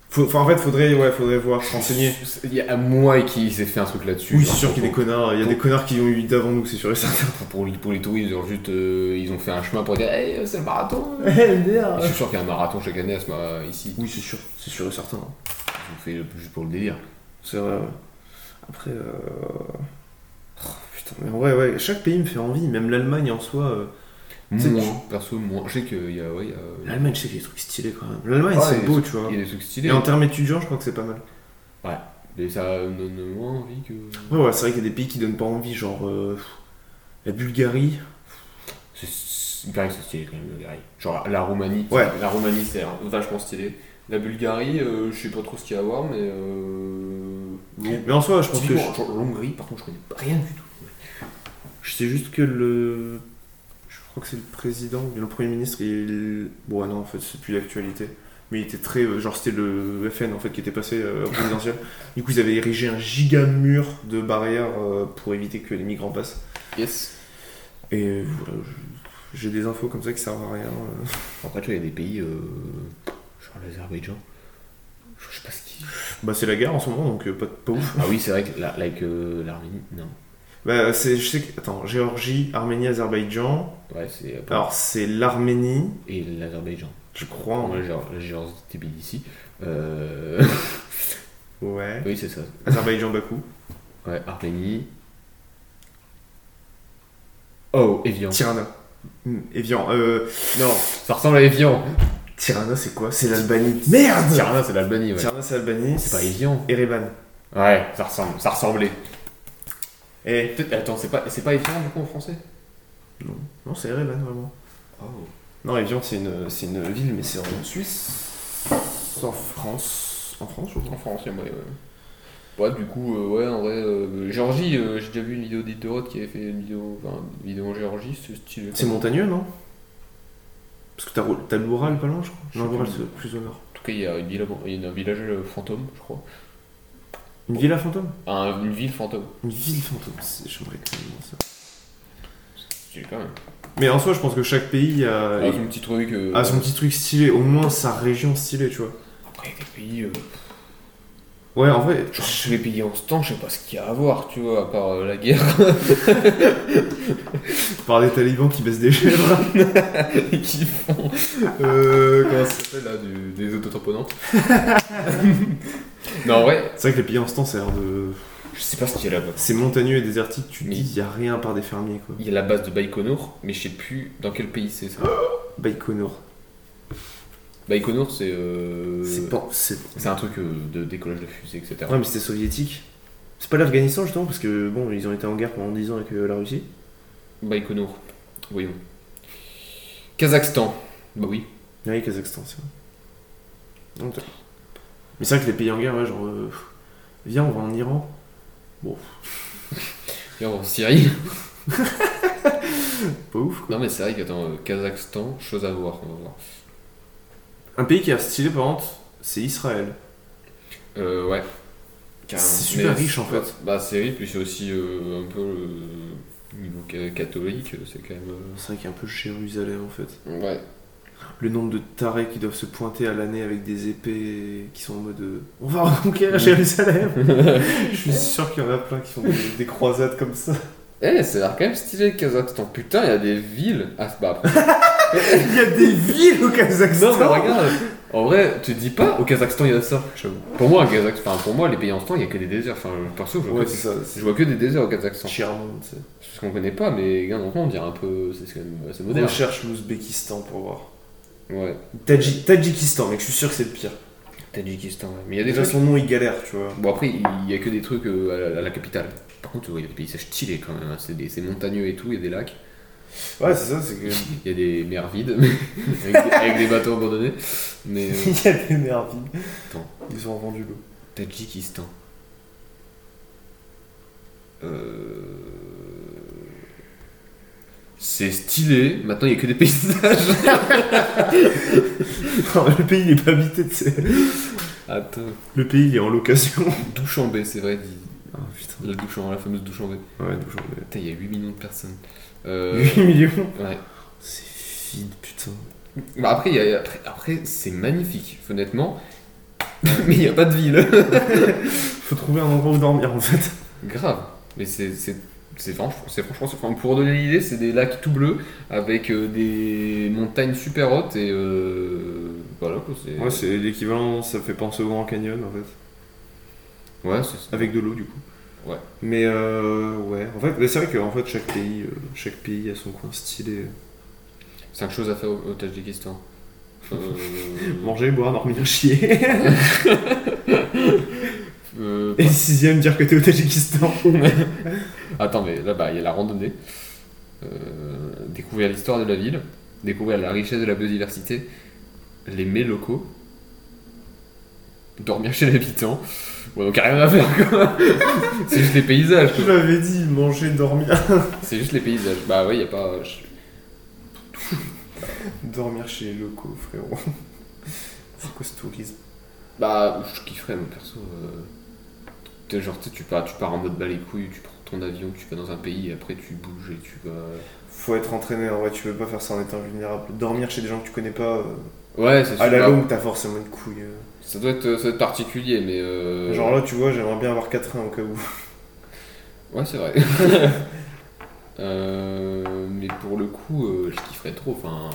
Speaker 1: Faut- Enfin en fait, faudrait, ouais, faudrait voir, se renseigner.
Speaker 3: Il y a moi qui s'est fait un truc là-dessus.
Speaker 1: Oui, c'est
Speaker 3: genre,
Speaker 1: sûr qu'il y a des
Speaker 3: pour,
Speaker 1: connards. Il y a des connards qui ont eu d'avant nous, c'est sûr et certain.
Speaker 3: pour, pour, pour les touristes, genre, juste, euh, ils ont fait un chemin pour dire Hey, euh, c'est le marathon euh. Et Je suis sûr qu'il y a un marathon chaque année à ce moment- ici.
Speaker 1: oui, c'est sûr, c'est sûr et certain. hein.
Speaker 3: euh, Ils ont fait juste pour le délire.
Speaker 1: C'est vrai. ouais. Après, euh, Putain, mais ouais, ouais, chaque pays me fait envie, même l'Allemagne en soi. euh, C'est-
Speaker 3: Moins, perso, moins. Je sais qu'il y a. ouais, il y a-
Speaker 1: L'Allemagne, je sais qu'il y a des trucs stylés quand même. L'Allemagne,
Speaker 3: Ouais, il y a
Speaker 1: c'est
Speaker 3: des
Speaker 1: beau,
Speaker 3: trucs-
Speaker 1: tu vois.
Speaker 3: Il y a des trucs stylés. hein.
Speaker 1: Et en termes étudiants, je crois que c'est pas mal.
Speaker 3: Mais ça donne moins envie que.
Speaker 1: Ouais, ouais, c'est vrai qu'il y a des pays qui donnent pas envie, genre euh, pff, la Bulgarie.
Speaker 3: C'est- Il paraît que c'est stylé quand même, la Bulgarie. Genre la Roumanie.
Speaker 1: Ouais.
Speaker 3: La Roumanie, c'est vachement stylé. La Bulgarie, euh, je sais pas trop ce qu'il y a à voir, mais. Euh...
Speaker 1: Mais en soi, je pense que.
Speaker 3: Typiquement, genre, L'Hongrie, par contre, je connais pas rien du tout.
Speaker 1: Je sais juste que le. Je crois que c'est le président, ou bien le premier ministre, il. Bon, ah non, en fait, c'est plus l'actualité. Mais il était très. euh, Genre, c'était le FN en fait qui était passé euh, au présidentiel. du coup, ils avaient érigé un giga mur de barrières euh, pour éviter que les migrants passent.
Speaker 3: Yes.
Speaker 1: Et euh, voilà, je- j'ai des infos comme ça qui servent à rien. euh.
Speaker 3: Après, tu vois, il y a des pays. euh, Genre l'Azerbaïdjan. Je je sais pas ce qu'il.
Speaker 1: Bah, c'est la guerre en ce moment, donc euh, pas, pas ouf.
Speaker 3: Ah oui, c'est vrai que la- avec euh, l'Arménie. Non.
Speaker 1: Bah, c'est. Je sais que. Attends, Géorgie, Arménie, Azerbaïdjan.
Speaker 3: Ouais, c'est. euh,
Speaker 1: Alors, c'est l'Arménie,
Speaker 3: Et l'Azerbaïdjan.
Speaker 1: je crois.
Speaker 3: Moi,
Speaker 1: hein.
Speaker 3: genre, la Géorgie, Tbilissi. Euh...
Speaker 1: Ouais.
Speaker 3: oui, c'est ça.
Speaker 1: Azerbaïdjan, Bakou.
Speaker 3: Ouais, Arménie. Oh, Evian.
Speaker 1: Tirana. Hmm, Évian. Euh.
Speaker 3: Non, ça ressemble à Evian.
Speaker 1: Tirana, c'est quoi C'est l'Albanie. Merde
Speaker 3: Tirana, c'est l'Albanie, ouais.
Speaker 1: Tirana, c'est l'Albanie.
Speaker 3: C'est pas Evian.
Speaker 1: Erevan.
Speaker 3: Ouais, ça ressemble, ça ressemblait.
Speaker 1: Eh.
Speaker 3: Peut-être- Attends, c'est pas, c'est pas Evian du coup en français
Speaker 1: Non, c'est Erevan, vraiment.
Speaker 3: Oh.
Speaker 1: Non, Evian, c'est une, c'est une ville, mais c'est en Suisse. En France. En France, je crois.
Speaker 3: En français, ouais, ouais. Ouais, du coup, euh, ouais, en vrai, euh, Géorgie, euh, j'ai déjà vu une vidéo d'Hydrod qui avait fait une vidéo, enfin, une vidéo en Géorgie, c'est stylé.
Speaker 1: C'est montagneux, non Parce que t'as, Rou- t'as le Oural pas loin, je crois.
Speaker 3: Je
Speaker 1: non,
Speaker 3: sais
Speaker 1: le Oural,
Speaker 3: plus.
Speaker 1: c'est plus au nord.
Speaker 3: En tout cas, il y a, une ville- il y a un village euh, fantôme, je crois.
Speaker 1: Une villa fantôme
Speaker 3: Un- une ville fantôme.
Speaker 1: Une ville fantôme, c'est- j'aimerais tellement ça.
Speaker 3: Stylé quand même.
Speaker 1: Mais en soi, je pense que chaque pays a,
Speaker 3: Ah, son petit truc. euh,
Speaker 1: a son petit truc stylé, au moins sa région stylée, tu vois.
Speaker 3: Après, il y a des pays. euh,
Speaker 1: Ouais, en vrai,
Speaker 3: Genre, je vais payer en ce temps, je sais pas ce qu'il y a à voir, tu vois, à part euh, la guerre
Speaker 1: par des talibans qui baissent des chèvres.
Speaker 3: qu'ils font. Euh, comment ça s'appelle là du- Des autotamponantes Non, ouais,
Speaker 1: c'est vrai que les pays en ce temps, ça a l'air de.
Speaker 3: je sais pas ce qu'il y a là-bas.
Speaker 1: C'est montagneux et désertique, tu te
Speaker 3: Mais-
Speaker 1: dis, il a rien par des fermiers, quoi.
Speaker 3: Il y a la base de Baïkonour, mais je sais plus dans quel pays c'est ça.
Speaker 1: Baïkonour.
Speaker 3: Baïkonour, c'est. euh,
Speaker 1: C'est pas... c'est-
Speaker 3: C'est un truc euh, de décollage de fusée, etc.
Speaker 1: Ouais, mais c'était soviétique. C'est pas l'Afghanistan, justement, parce que, bon, ils ont été en guerre pendant 10 ans avec euh, la Russie.
Speaker 3: Baïkonour, voyons. Kazakhstan, bah oui.
Speaker 1: Ah Oui, Kazakhstan, c'est vrai. Donc, t'as- mais c'est vrai que les pays en guerre, ouais, genre... euh, pff, Viens, on va en Iran.
Speaker 3: Et en Syrie.
Speaker 1: Pas ouf, quoi.
Speaker 3: Non, mais c'est vrai qu'attends, euh, Kazakhstan, chose à voir, on va voir.
Speaker 1: Un pays qui a stylé, par contre, c'est Israël.
Speaker 3: Euh, ouais.
Speaker 1: Carrément. C'est super riche, en fait.
Speaker 3: ouais, Bah, c'est riche, puis c'est aussi euh, un peu le niveau ca- catholique, euh, c'est quand même. euh,
Speaker 1: C'est vrai qu'il y a un peu Jérusalem, en fait.
Speaker 3: Ouais.
Speaker 1: Le nombre de tarés qui doivent se pointer à l'année avec des épées qui sont en mode euh, on va reconquérir Jérusalem. Je suis sûr qu'il y en a plein qui font des, des croisades comme ça.
Speaker 3: Eh, c'est quand même stylé le Kazakhstan. Putain, il y a des villes. Ah, c'est pas après.
Speaker 1: Il y a des villes au Kazakhstan.
Speaker 3: non, mais regarde. En vrai, tu te dis pas, au Kazakhstan, il y a ça. J'avoue. Pour moi, au Kazakhstan, enfin, pour moi, les pays en ce temps, il y a que des déserts. Enfin, perso, je vois,
Speaker 1: Ouais,
Speaker 3: que,
Speaker 1: c'est ça.
Speaker 3: je
Speaker 1: C'est
Speaker 3: vois que des déserts au Kazakhstan.
Speaker 1: Chirmont, tu sais.
Speaker 3: Parce qu'on connaît pas, mais regarde, en ce moment, on dirait un peu. C'est quand même assez
Speaker 1: On
Speaker 3: moderne.
Speaker 1: cherche l'Ouzbékistan pour voir.
Speaker 3: Ouais.
Speaker 1: Tadji- Tadjikistan, mec, je suis sûr que c'est le pire.
Speaker 3: Tadjikistan, ouais. Mais il y a des
Speaker 1: Déjà,
Speaker 3: trucs.
Speaker 1: son nom, il galère, tu vois.
Speaker 3: Bon après, il y a que des trucs euh, à, la, à la capitale. Par contre, ouais, il y a des paysages stylés quand même. hein. C'est des- c'est montagneux et tout, il y a des lacs,
Speaker 1: Ouais, c'est ça, c'est que.
Speaker 3: il y a des mers vides, avec, des, avec des bateaux abandonnés. Mais euh,
Speaker 1: il y a des nerfs vides.
Speaker 3: Attends.
Speaker 1: Ils ont vendu l'eau.
Speaker 3: Tadjikistan. Euh, C'est stylé. Maintenant, il y a que des paysages.
Speaker 1: Non, le pays, il est pas habité, tu sais.
Speaker 3: Attends.
Speaker 1: Le pays, il est en location.
Speaker 3: Douchambé, c'est vrai. dit-
Speaker 1: Ah putain.
Speaker 3: La, Douchan- la fameuse Douchambé.
Speaker 1: Ouais, donc j'en ai-
Speaker 3: Putain, il y a 8 millions de personnes. Euh,
Speaker 1: 8 millions.
Speaker 3: ouais.
Speaker 1: C'est vide, putain.
Speaker 3: Bah après, il y a- après, après, c'est magnifique, honnêtement. Mais il n'y a pas de ville.
Speaker 1: Faut trouver un endroit où dormir en fait.
Speaker 3: Grave. Mais c'est c'est- c'est franch- c'est franchement, c'est franchement- pour donner l'idée, c'est des lacs tout bleus avec euh, des montagnes super hautes et euh, voilà quoi. C'est
Speaker 1: Ouais, c'est l'équivalent, ça fait penser au Grand Canyon en fait.
Speaker 3: ouais, c'est-
Speaker 1: Avec de l'eau du coup.
Speaker 3: Ouais.
Speaker 1: Mais euh, ouais, en fait, mais c'est vrai que en fait, chaque pays, euh, chaque pays a son coin stylé.
Speaker 3: Cinq choses à faire au, au Tadjikistan. Euh,
Speaker 1: Manger, boire, dormir, chier.
Speaker 3: euh,
Speaker 1: Et sixième, dire que t'es au Tadjikistan.
Speaker 3: Attends, mais là-bas, il y a la randonnée. Euh, découvrir l'histoire de la ville, découvrir la richesse de la biodiversité, les mets locaux, dormir chez l'habitant. Ouais, donc y a rien à faire, quoi. C'est juste les paysages,
Speaker 1: Je
Speaker 3: quoi.
Speaker 1: l'avais dit, manger, dormir.
Speaker 3: C'est juste les paysages. Bah ouais, y a pas. je-
Speaker 1: dormir chez les locaux, frérot. C'est quoi ce tourisme
Speaker 3: Bah, je kifferais, mon perso. euh, t'es genre, tu sais, tu pars, tu pars en mode bas les couilles, tu prends ton avion, tu vas dans un pays, et après tu bouges et tu vas.
Speaker 1: Faut être entraîné, en vrai, tu veux pas faire ça en étant vulnérable. Dormir chez des gens que tu connais pas, euh,
Speaker 3: Ouais, c'est
Speaker 1: à
Speaker 3: sûr.
Speaker 1: la
Speaker 3: bah,
Speaker 1: longue, t'as forcément une couille. euh.
Speaker 3: Ça doit, être, ça doit être particulier, mais. euh,
Speaker 1: Genre là, tu vois, j'aimerais bien avoir 4 reins au cas où.
Speaker 3: Ouais, c'est vrai. Euh, mais pour le coup, euh, je kifferais trop. Enfin,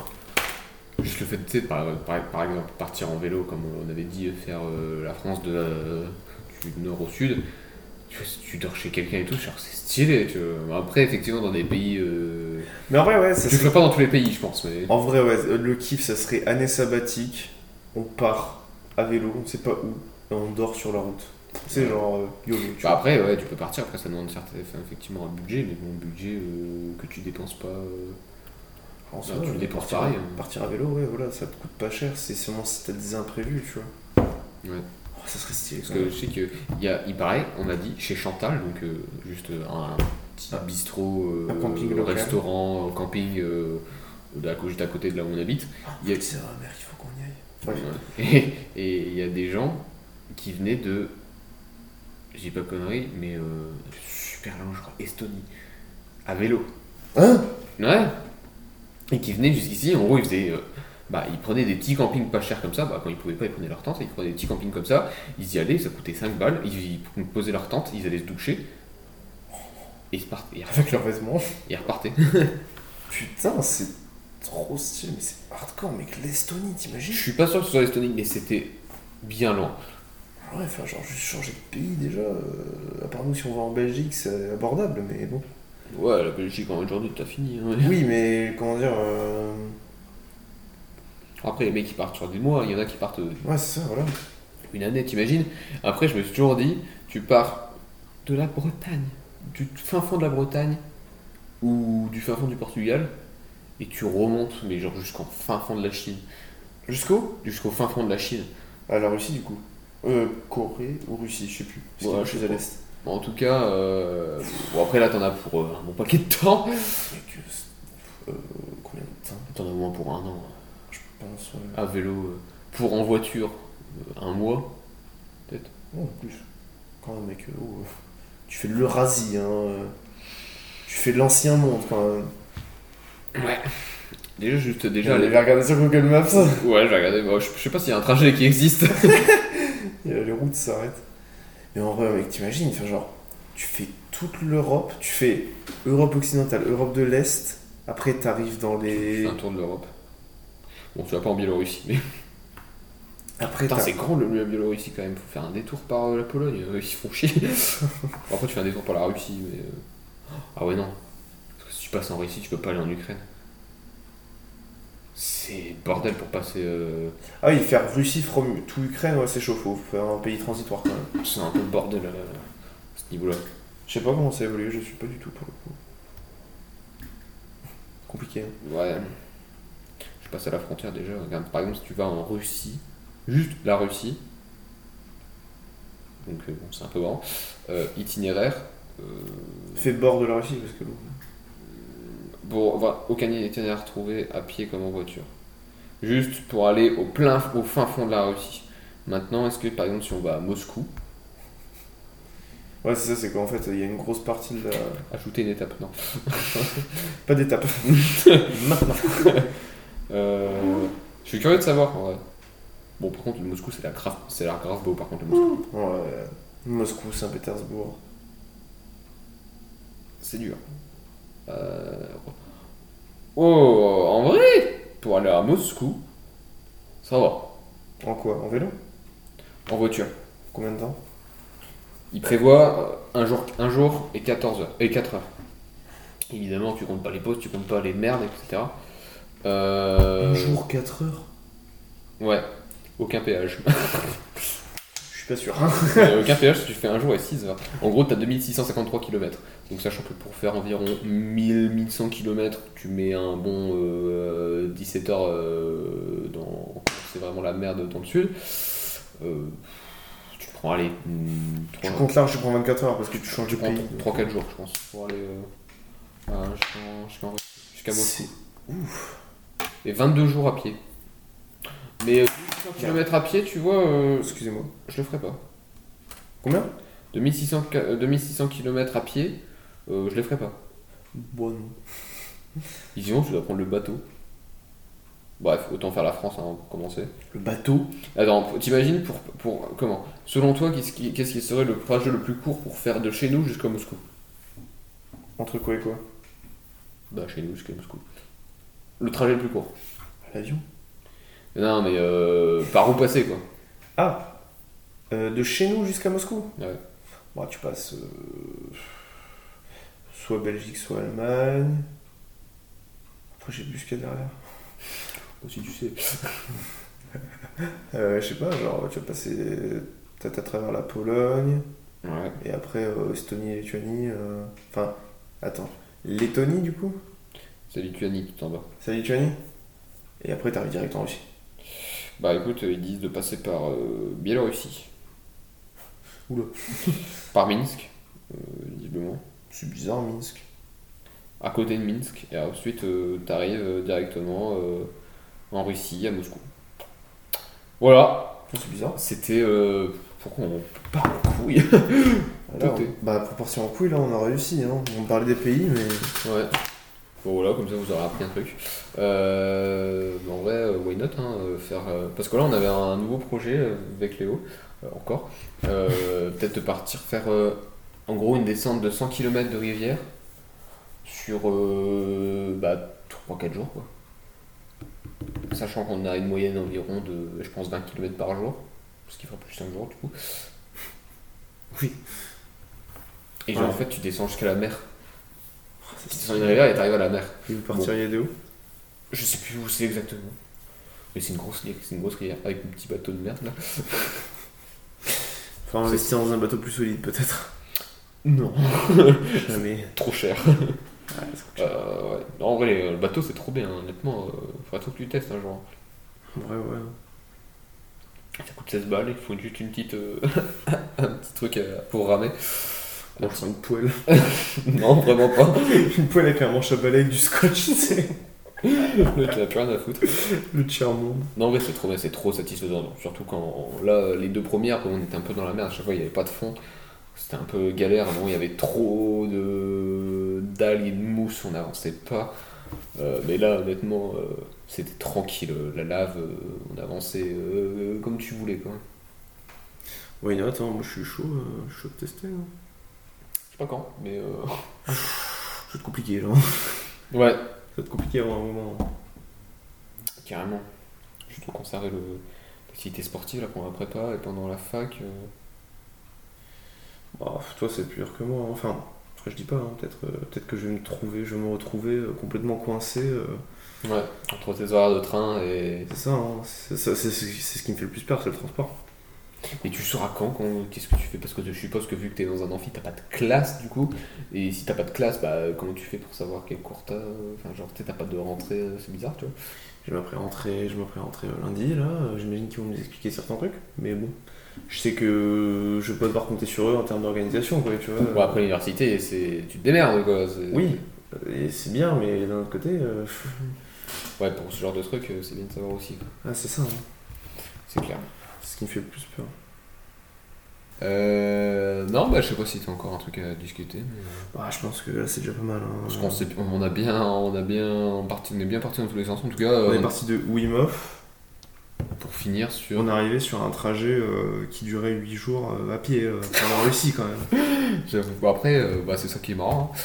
Speaker 3: juste le fait, tu sais, par, par- par exemple, partir en vélo, comme on avait dit, euh, faire euh, la France de, euh, du nord au sud. Tu vois, si tu dors chez quelqu'un et tout, genre, c'est stylé. Tu vois. Après, effectivement, dans des pays. euh,
Speaker 1: Mais en vrai, ouais,
Speaker 3: Tu
Speaker 1: ça
Speaker 3: le
Speaker 1: serait...
Speaker 3: ferais pas dans tous les pays, je pense, mais.
Speaker 1: En vrai, ouais, le kiff, ça serait année sabbatique, on part à vélo, on sait pas où, et on dort sur la route. C'est
Speaker 3: Ouais.
Speaker 1: genre euh, YOLO, tu
Speaker 3: Bah
Speaker 1: vois.
Speaker 3: après, ouais, tu peux partir. Après, ça demande certes- enfin, effectivement un budget, mais bon, budget euh, que tu dépenses pas. euh,
Speaker 1: En soi,
Speaker 3: bah, tu le
Speaker 1: euh,
Speaker 3: dépenses
Speaker 1: partir,
Speaker 3: pareil, hein.
Speaker 1: Partir à vélo, ouais, voilà, ça te coûte pas cher, c'est seulement si t'as des imprévus, tu vois.
Speaker 3: Ouais.
Speaker 1: Oh, ça serait stylé,
Speaker 3: Parce que je sais que il y a, il paraît, on a dit chez Chantal, donc euh, juste un petit
Speaker 1: Ah.
Speaker 3: bistrot, euh,
Speaker 1: Un camping local.
Speaker 3: restaurant, euh, camping euh, de la- juste à côté de là où on habite. il y a-
Speaker 1: Ah, C'est vrai, merde, il faut qu'on y aille. Ouais.
Speaker 3: Et et il y a des gens qui venaient de, je dis pas de conneries, mais euh, super loin, je crois, Estonie, à vélo.
Speaker 1: Hein
Speaker 3: Ouais. Et qui venaient jusqu'ici, en gros, ils faisaient. euh, bah, ils prenaient des petits campings pas chers comme ça, bah, quand ils pouvaient pas, ils prenaient leur tente, ils prenaient des petits campings comme ça, ils y allaient, ça coûtait 5 balles, ils, ils posaient leur tente, ils allaient se doucher, et ils, se partaient, et ils
Speaker 1: Avec leurs vêtements.
Speaker 3: ils repartaient.
Speaker 1: Putain, c'est trop stylé, mais c'est hardcore, mec, l'Estonie,
Speaker 3: Je
Speaker 1: t'imagines
Speaker 3: suis pas sûr que ce soit l'Estonie, mais c'était bien loin.
Speaker 1: Ouais, enfin, genre, juste changer de pays déjà. euh, à part nous, si on va en Belgique, c'est abordable, mais bon.
Speaker 3: Ouais, la Belgique en une journée, t'as fini. hein.
Speaker 1: Oui, mais comment dire. euh,
Speaker 3: Après, les mecs, ils partent sur des mois, il y en a qui partent euh,
Speaker 1: Ouais, c'est ça, voilà.
Speaker 3: une année, t'imagines. Après, je me suis toujours dit, tu pars de la Bretagne, du fin fond de la Bretagne, ou du fin fond du Portugal, et tu remontes, mais genre jusqu'en fin fond de la Chine. Jusqu'au Jusqu'au fin fond de la Chine.
Speaker 1: À Ah, la Russie, du coup. Euh, Corée ou Russie, je sais plus. C'est
Speaker 3: Ouais,
Speaker 1: quelque
Speaker 3: je
Speaker 1: chose
Speaker 3: sais
Speaker 1: à
Speaker 3: pas.
Speaker 1: l'est.
Speaker 3: Bon, en tout cas, euh, bon, après là, t'en as pour euh, un bon paquet de temps.
Speaker 1: Mec, euh, c'est- euh, combien de temps
Speaker 3: T'en as au moins pour un an.
Speaker 1: Je pense. euh,
Speaker 3: À vélo, euh, pour en voiture, euh, un mois.
Speaker 1: non, en plus. Quand même, mec. euh, oh, euh, Tu fais de l'Eurasie, hein. euh, Tu fais de l'ancien monde, quand même.
Speaker 3: Ouais. Déjà, juste déjà.
Speaker 1: Déjà,
Speaker 3: les-
Speaker 1: allez regarder sur Google Maps.
Speaker 3: Ouais, je vais regarder. Bon, je je sais pas s'il y a un trajet qui existe.
Speaker 1: Et, euh, les routes s'arrêtent. Mais en vrai, mec, t'imagines, enfin, genre, tu fais toute l'Europe, tu fais Europe occidentale, Europe de l'Est, après t'arrives dans les.
Speaker 3: un tour de l'Europe. Bon, tu vas pas en Biélorussie, mais.
Speaker 1: Après,
Speaker 3: Putain,
Speaker 1: t'as-
Speaker 3: c'est grand le, la Biélorussie quand même. Faut faire un détour par euh, la Pologne, euh, ils se font chier. Bon, après, tu fais un détour par la Russie, mais. euh, Ah ouais, non. Parce que si tu passes en Russie, tu peux pas aller en Ukraine. C'est bordel pour passer. euh,
Speaker 1: Ah oui, faire Russie from tout Ukraine, ouais, c'est chaud, faut faire un pays transitoire quand même.
Speaker 3: C'est un peu le bordel euh, à ce niveau-là.
Speaker 1: Je sais pas comment ça évolue, je suis pas du tout pour le coup. Compliqué. hein.
Speaker 3: Ouais. Je passe à la frontière déjà. Regarde, par exemple, si tu vas en Russie, juste la Russie, donc euh, bon, c'est un peu grand, euh, itinéraire. euh,
Speaker 1: Fais bord de la Russie parce que. bon.
Speaker 3: Bon, voilà, aucun itinéraire trouvé à pied comme en voiture. Juste pour aller au plein, au fin fond de la Russie. Maintenant, est-ce que par exemple si on va à Moscou,
Speaker 1: Ouais, c'est ça, c'est qu'en fait, il y a une grosse partie de la.
Speaker 3: ajouter une étape Non.
Speaker 1: Pas d'étape. Maintenant.
Speaker 3: Euh, je suis curieux de savoir. en vrai. Bon, par contre, le Moscou, c'est la grave, c'est la grave beau. Par contre, le Moscou,
Speaker 1: Ouais. Moscou, Saint-Pétersbourg.
Speaker 3: c'est dur. Euh, Oh, en vrai, pour aller à Moscou, ça va.
Speaker 1: En quoi En vélo
Speaker 3: En voiture,
Speaker 1: Combien de temps
Speaker 3: Il prévoit euh, un jour, un jour et 14 heures. Et 4 heures. Évidemment, tu comptes pas les pauses, tu comptes pas les merdes, etc. Euh,
Speaker 1: 4 heures
Speaker 3: Ouais, aucun péage.
Speaker 2: Je suis pas sûr.
Speaker 3: Euh, aucun péage, si tu fais un jour et 6 heures. En gros, t'as 2653 km. Donc, sachant que pour faire environ 1000-1100 km, tu mets un bon euh, 17 heures euh, dans. C'est vraiment la merde dans le sud. Euh, tu prends, allez. mm,
Speaker 1: Tu
Speaker 3: trois-
Speaker 1: comptes large, tu prends 24 heures parce que tu changes de
Speaker 3: tu prends
Speaker 1: pays.
Speaker 3: 3-4 jours, je pense, pour aller euh, à- jusqu'en- jusqu'en- jusqu'à Moscou.
Speaker 1: C'est-
Speaker 3: Et 22 jours à pied. Mais euh, 100 km à pied, tu vois, euh,
Speaker 1: Excusez-moi.
Speaker 3: je le ferai pas.
Speaker 1: Combien
Speaker 3: 2600, ca- euh, 2600 km à pied, euh, je les ferai pas.
Speaker 1: Bon, non.
Speaker 3: Ils y vont, tu dois prendre le bateau. Bref, autant faire la France hein, pour commencer.
Speaker 1: Le bateau
Speaker 3: Attends, t'imagines pour, pour. Comment Selon toi, qu'est-ce qui, qu'est-ce qui serait le trajet le plus court pour faire de chez nous jusqu'à Moscou
Speaker 1: Entre quoi et quoi
Speaker 3: Bah, chez nous jusqu'à Moscou. Le trajet le plus court.
Speaker 1: L'avion
Speaker 3: Non, mais euh, par où passer quoi
Speaker 1: Ah Euh, De chez nous jusqu'à Moscou
Speaker 3: Ouais.
Speaker 1: Bon, tu passes. euh, soit Belgique, soit Allemagne. Après, j'ai plus ce qu'il y a derrière.
Speaker 3: Bah, Si tu sais.
Speaker 1: Euh, je sais pas, genre, tu vas passer peut-être à travers la Pologne,
Speaker 3: Ouais.
Speaker 1: et après euh, Estonie et Lituanie. euh, Enfin, attends, Lettonie du coup
Speaker 3: C'est Lituanie tout en bas.
Speaker 1: C'est la Lituanie Et après, t'arrives direct en Russie.
Speaker 3: Bah écoute, euh, ils disent de passer par euh, Biélorussie.
Speaker 1: Oula.
Speaker 3: par Minsk, euh, visiblement.
Speaker 1: C'est bizarre, Minsk.
Speaker 3: à côté de Minsk, et ensuite tu arrives directement euh, en Russie, à Moscou. Voilà,
Speaker 1: C'est bizarre.
Speaker 3: c'était. euh, pourquoi on part en couille
Speaker 1: Là,
Speaker 3: Tout est-
Speaker 1: on- Bah, pour partir en couille, là, on a réussi. Hein. On parlait des pays, mais.
Speaker 3: Ouais. Bon voilà, comme ça vous aurez appris un truc. Euh, bah, en vrai, euh, why not hein, euh, faire, euh, Parce que là, on avait un nouveau projet euh, avec Léo, euh, encore. Euh, Peut-être de partir faire euh, en gros une descente de 100 km de rivière sur euh, bah, 3-4 jours. Quoi. Sachant qu'on a une moyenne environ de, je pense, 20 km par jour. Ce qui fera plus 5 jours du coup.
Speaker 1: Oui.
Speaker 3: Et genre,
Speaker 1: Ouais.
Speaker 3: en fait, tu descends jusqu'à la mer.
Speaker 1: C'est
Speaker 3: Tu descends une rivière et t'arrives à la mer.
Speaker 1: Et vous partiriez de où
Speaker 3: Je sais plus où c'est exactement. Mais c'est une grosse rivière, c'est une grosse rivière avec un petit bateau de merde là.
Speaker 1: Enfin, investir dans un bateau plus solide, peut-être.
Speaker 3: Non.
Speaker 1: Jamais.
Speaker 3: Trop cher. Euh, ouais. Non, En vrai, les- le bateau c'est trop bien, hein. honnêtement. Euh, faudrait trop que tu testes un jour.
Speaker 1: Ouais, ouais.
Speaker 3: Ça coûte 16 balles, il faut juste une petite. euh, un petit truc euh, pour ramer.
Speaker 1: On prend une poêle.
Speaker 3: Non, vraiment pas.
Speaker 1: une poêle avec un manche à balai avec du scotch, c'est
Speaker 3: Là, T'as plus rien à foutre.
Speaker 1: le tiers-monde.
Speaker 3: Non, en vrai, c'est trop bien, c'est trop satisfaisant. genre. Surtout quand là, les deux premières, on était un peu dans la merde, à chaque fois il n'y avait pas de fond. C'était un peu galère, à un moment, il y avait trop de dalles et de mousse, on n'avançait pas. Euh, mais là, honnêtement, euh, c'était tranquille. euh, La lave, euh, on avançait euh, comme tu voulais. Quoi.
Speaker 1: Ouais, non, attends, moi je suis chaud, euh, je suis chaud de tester. hein.
Speaker 3: Je sais pas quand, mais. euh,
Speaker 1: Ça va être compliqué, là.
Speaker 3: Ouais,
Speaker 1: Ça va être compliqué avant un moment.
Speaker 3: carrément. Je dois conserver le- l'activité sportive là, pendant la prépa et pendant la fac. euh,
Speaker 1: Bah, toi, c'est plus dur que moi. hein. Enfin, après, je dis pas, hein, peut-être euh, peut-être que je vais me trouver, je vais me retrouver euh, complètement coincé. euh,
Speaker 3: Ouais, entre tes horaires de train et.
Speaker 1: c'est ça, hein, c'est ça, c'est- c'est- c'est ce qui me fait le plus peur, c'est le transport.
Speaker 3: Et tu sauras quand, quand- qu'est-ce que tu fais Parce que je suppose que vu que t'es dans un amphi, t'as pas de classe du coup. Et si t'as pas de classe, bah comment tu fais pour savoir quel cours t'as euh, Enfin, genre, tu sais, t'as pas de rentrée, euh, c'est bizarre, tu vois.
Speaker 1: Je m'apprends rentrer, je m'apprends rentrer euh, lundi, là. euh, J'imagine qu'ils vont nous expliquer certains trucs, mais bon. Je sais que je vais pas devoir compter sur eux en termes d'organisation, quoi, tu vois.
Speaker 3: Bon, après l'université, c'est... tu te démerdes quoi. c'est-
Speaker 1: Oui, euh, et c'est bien, mais d'un autre côté, euh, pff,
Speaker 3: Ouais, pour ce genre de truc, euh, c'est bien de savoir aussi, quoi.
Speaker 1: ah, c'est ça, hein,
Speaker 3: c'est clair.
Speaker 1: c'est ce qui me fait le plus peur.
Speaker 3: Euh. Non, bah je sais pas si t'as encore un truc à discuter. mais- euh,
Speaker 1: Bah, je pense que là, c'est déjà pas mal. hein.
Speaker 3: Parce qu'on s'est... on a bien. On a bien. on parti- on est bien parti dans tous les sens. En tout cas,
Speaker 1: On
Speaker 3: euh,
Speaker 1: est parti de Wimoff,
Speaker 3: pour finir sur.
Speaker 1: on est arrivé sur un trajet euh, qui durait 8 jours euh, à pied, euh, en Russie quand même.
Speaker 3: J'avoue. Bon, après, euh, bah, c'est ça qui est marrant. hein.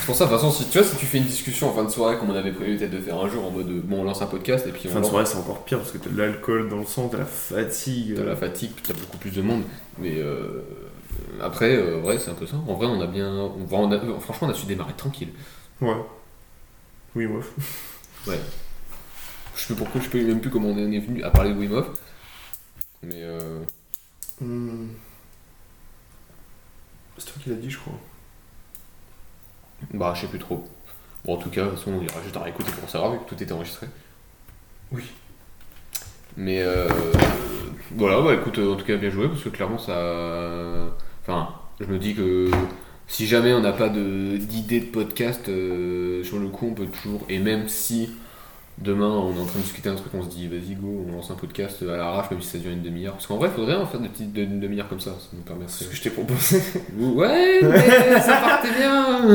Speaker 3: C'est pour ça, de toute façon, si tu vois, si tu fais une discussion en fin de soirée, comme on avait prévu peut-être de faire un jour, en mode euh, bon, on lance un podcast et puis on
Speaker 1: Fin de
Speaker 3: lance
Speaker 1: soirée, c'est encore pire parce que t'as de l'alcool dans le sang, t'as la fatigue.
Speaker 3: t'as
Speaker 1: euh,
Speaker 3: la fatigue, puis t'as beaucoup plus de monde. Mais euh, Après, euh, ouais, c'est un peu ça. En vrai, on a bien. on va- on a- euh, franchement, on a su démarrer tranquille.
Speaker 1: Ouais. Oui, bref.
Speaker 3: Je sais pas pourquoi, je sais même plus comment on est venu à parler de Wim Hof. Mais euh,
Speaker 1: Hmm. C'est toi qui l'as dit, je crois.
Speaker 3: bah, je sais plus trop. Bon, en tout cas, de toute façon, on ira juste à réécouter pour savoir, vu que tout était enregistré.
Speaker 1: Oui.
Speaker 3: Mais euh, voilà, ouais, écoute, euh, en tout cas, bien joué, parce que clairement, ça. Enfin, je me dis que si jamais on n'a pas de- d'idée de, podcast, euh, sur le coup, on peut toujours. Et même si demain, on est en train de discuter un truc, on se dit, vas-y, go, on lance un podcast à l'arrache, même si ça dure une demi-heure. Parce qu'en vrai, faudrait en faire des petites de- une demi-heure comme ça, ça nous
Speaker 1: C'est
Speaker 3: permettrait.
Speaker 1: ce que je t'ai proposé.
Speaker 3: Ouais, mais ça partait bien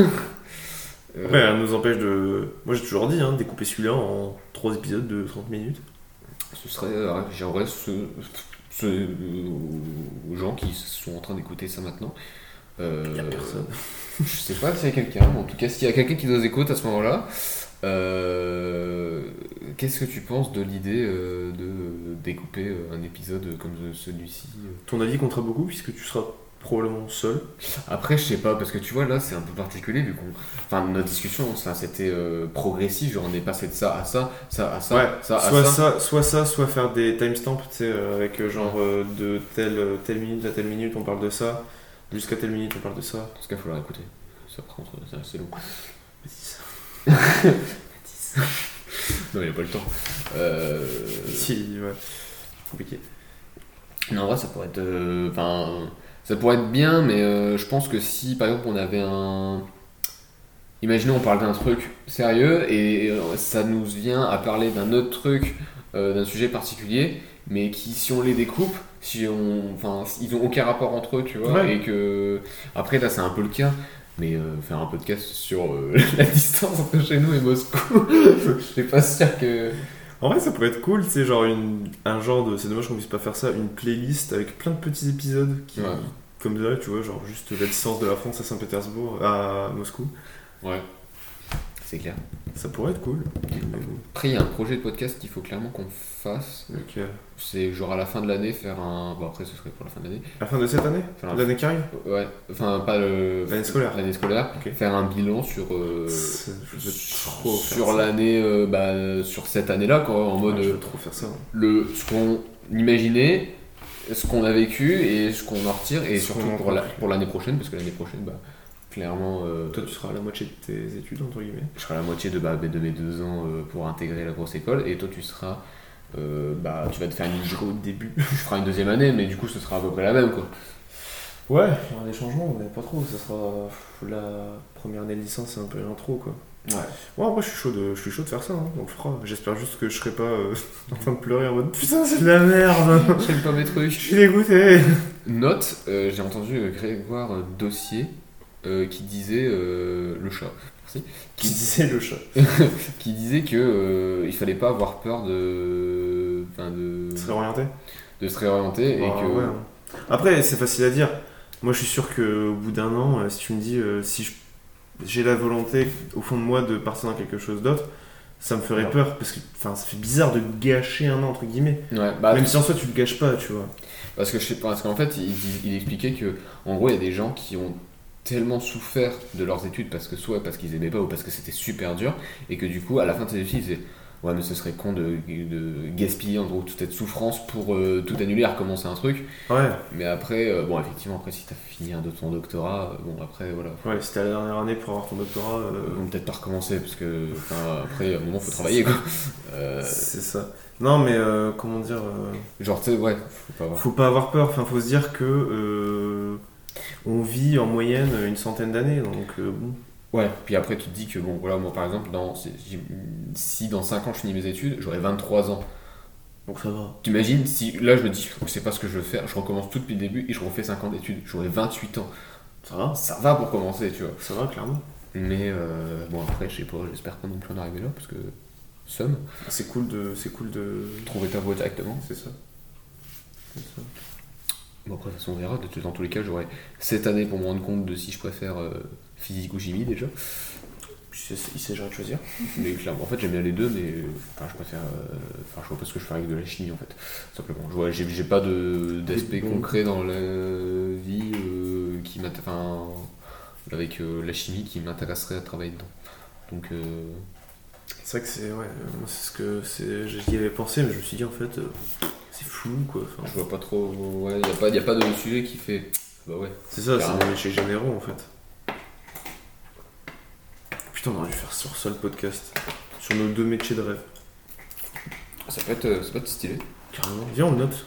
Speaker 3: Euh,
Speaker 1: Après, elle nous empêche de. Moi, j'ai toujours dit, hein, de découper celui-là en 3 épisodes de 30 minutes.
Speaker 3: Ce serait. euh, J'aimerais ce, ce- aux gens qui sont en train d'écouter ça maintenant. euh,
Speaker 1: Il a personne.
Speaker 3: Je sais pas s'il y a quelqu'un, mais en tout cas, s'il y a quelqu'un qui nous écoute à ce moment-là, euh, qu'est-ce que tu penses de l'idée euh, de découper euh, un épisode comme celui-ci
Speaker 1: Ton avis comptera beaucoup, puisque tu seras probablement seul.
Speaker 3: Après, je sais pas, parce que tu vois, là, c'est un peu particulier, vu qu'on. Enfin, notre discussion, ça, c'était euh, progressif, genre on est passé de ça à ça, ça à ça, ça à
Speaker 1: soit
Speaker 3: ça.
Speaker 1: Ah, ça. soit ça, soit faire des timestamps, tu sais, euh, avec euh, genre euh, de telle, euh, telle minute à telle minute, on parle de ça, jusqu'à telle minute, on parle de ça.
Speaker 3: Parce qu'il faudra écouter. Ça, par contre, c'est assez long.
Speaker 1: Euh.
Speaker 3: Non, il a pas le temps. Euh...
Speaker 1: Si, ouais. Compliqué.
Speaker 3: Non, en vrai, ça pourrait être. euh, Enfin, ça pourrait être bien, mais euh, je pense que si, par exemple, on avait un. Imaginons, on parle d'un truc sérieux et euh, ça nous vient à parler d'un autre truc, euh, d'un sujet particulier, mais qui, si on les découpe, si on, enfin, ils ont aucun rapport entre eux, tu vois,
Speaker 1: Ouais.
Speaker 3: et que après là, c'est un peu le cas. Mais euh, faire un podcast sur euh, la distance entre chez nous et Moscou, je suis pas sûr que.
Speaker 1: En vrai, ça pourrait être cool, c'est genre une, un genre de. C'est dommage qu'on puisse pas faire ça, une playlist avec plein de petits épisodes qui.
Speaker 3: Ouais.
Speaker 1: Comme ça, tu vois, genre juste la distance de la France à Saint-Pétersbourg, à Moscou.
Speaker 3: Ouais. C'est clair.
Speaker 1: Ça pourrait être cool.
Speaker 3: Après, il y a un projet de podcast qu'il faut clairement qu'on fasse.
Speaker 1: Donc, euh,
Speaker 3: C'est genre à la fin de l'année faire un. Bon, après, ce serait pour la fin de l'année.
Speaker 1: la fin de cette année
Speaker 3: Enfin,
Speaker 1: L'année qui arrive
Speaker 3: Ouais. Enfin, pas le.
Speaker 1: L'année scolaire.
Speaker 3: L'année scolaire.
Speaker 1: Ok.
Speaker 3: Faire un bilan sur. euh,
Speaker 1: C'est- Je veux trop faire
Speaker 3: sur
Speaker 1: ça.
Speaker 3: l'année. euh, bah, sur cette année-là, quoi. En mode.
Speaker 1: Ouais, je veux
Speaker 3: euh,
Speaker 1: trop faire ça.
Speaker 3: le, ce qu'on imaginait, ce qu'on a vécu et ce qu'on en retire. Et
Speaker 1: Ce
Speaker 3: surtout
Speaker 1: qu'on en
Speaker 3: pour la-
Speaker 1: conclut.
Speaker 3: pour l'année prochaine, parce que l'année prochaine, bah. Clairement. euh,
Speaker 1: Toi, tu seras à la moitié de tes études, entre guillemets.
Speaker 3: je serai à la moitié de, bah, de mes deux ans euh, pour intégrer la grosse école et toi tu seras euh, bah tu vas te faire une au début tu feras une deuxième année mais du coup ce sera à peu près la même quoi
Speaker 1: Ouais, il y aura des changements, mais pas trop. Ça sera pff, la première année de licence, c'est un peu l'intro, quoi.
Speaker 3: ouais
Speaker 1: Ouais, en vrai, je suis chaud de, je suis chaud de faire ça, hein, on le fera. J'espère juste que je serai pas euh, en train de pleurer en mode putain, c'est de la merde,
Speaker 3: j'aime pas mes
Speaker 1: je
Speaker 3: trucs
Speaker 1: suis dégoûté.
Speaker 3: note euh, j'ai entendu euh, Grégoire euh, Dossier euh, qui disait euh, le chat merci
Speaker 1: Qui
Speaker 3: qui,
Speaker 1: disait le chat
Speaker 3: qui disait que euh, il fallait pas avoir peur de enfin de
Speaker 1: Tu serais orienté
Speaker 3: de se réorienter et
Speaker 1: Bah,
Speaker 3: que
Speaker 1: ouais, hein. Après, c'est facile à dire. Moi, je suis sûr que au bout d'un an, euh, si tu me dis euh, si je- j'ai la volonté au fond de moi de partir dans quelque chose d'autre, ça me ferait
Speaker 3: Ouais.
Speaker 1: peur parce que enfin, ça fait bizarre de gâcher un an entre guillemets.
Speaker 3: Ouais, bah,
Speaker 1: Même si en soi tu le gâches pas, tu vois.
Speaker 3: Parce que je sais pas, parce qu'en fait, il, il- il expliquait que, en gros, il y a des gens qui ont tellement souffert de leurs études parce que soit parce qu'ils aimaient pas ou parce que c'était super dur, et que du coup, à la fin de ces études, ils disaient Ouais, mais ce serait con de, de gaspiller en gros toute cette souffrance pour euh, tout annuler, recommencer un truc.
Speaker 1: Ouais,
Speaker 3: Mais après, euh, bon, effectivement, après, si t'as fini un de ton doctorat, euh, bon, après, voilà.
Speaker 1: ouais, c'était la dernière année pour avoir ton doctorat. euh,
Speaker 3: Euh, on peut peut-être pas recommencer parce que, enfin, après, à un moment, faut travailler quoi. Euh,
Speaker 1: C'est ça. Non, mais euh, comment dire euh,
Speaker 3: genre, tu sais, ouais, faut pas avoir.
Speaker 1: Faut pas avoir peur. Enfin, faut se dire que euh, on vit en moyenne une centaine d'années, donc euh, bon.
Speaker 3: Ouais, puis après tu te dis que bon voilà moi par exemple dans, si- si dans 5 ans je finis mes études, j'aurai 23 ans.
Speaker 1: Donc ça va.
Speaker 3: T'imagines si là je me dis je sais pas ce que je veux faire, je recommence tout depuis le début et je refais 5 ans d'études, j'aurai 28 ans. Ah,
Speaker 1: Ça va.
Speaker 3: Ça va pour commencer tu vois.
Speaker 1: Ça va clairement.
Speaker 3: Mais euh, bon après je sais pas, j'espère pas non plus en arriver là parce que somme,
Speaker 1: C'est cool de, c'est cool de.
Speaker 3: trouver ta voie directement.
Speaker 1: C'est ça. C'est ça.
Speaker 3: Bon après de toute façon on verra, De- dans tous les cas j'aurai cette année pour me rendre compte de si je préfère euh, physique ou chimie déjà.
Speaker 1: Puis c'est- Il s'agira de choisir.
Speaker 3: Mais clairement, en fait, j'aime bien les deux, mais euh, enfin, je préfère. euh, Enfin, je vois pas ce que je fais avec de la chimie, en fait. Tout Simplement, je vois, j'ai j'ai pas de- d'aspect
Speaker 1: Oui, oui.
Speaker 3: concret dans la vie. euh, m'intéresse. Enfin, avec euh, la chimie qui m'intéresserait à travailler dedans. Donc, euh,
Speaker 1: C'est vrai que c'est. Ouais, euh, moi, c'est ce que. c'est- J'y avais pensé, mais je me suis dit, en fait, euh, c'est flou, quoi. Enfin,
Speaker 3: je vois pas trop. Ouais, y a pas, y a pas de sujet qui fait. Bah ouais.
Speaker 1: c'est ça, c'est
Speaker 3: Carrément.
Speaker 1: des métiers généraux, en fait. Putain, on aurait dû faire sur ça le podcast. Sur nos deux métiers de rêve.
Speaker 3: Ça peut être, euh, ça peut être stylé.
Speaker 1: Carrément. Viens, on note.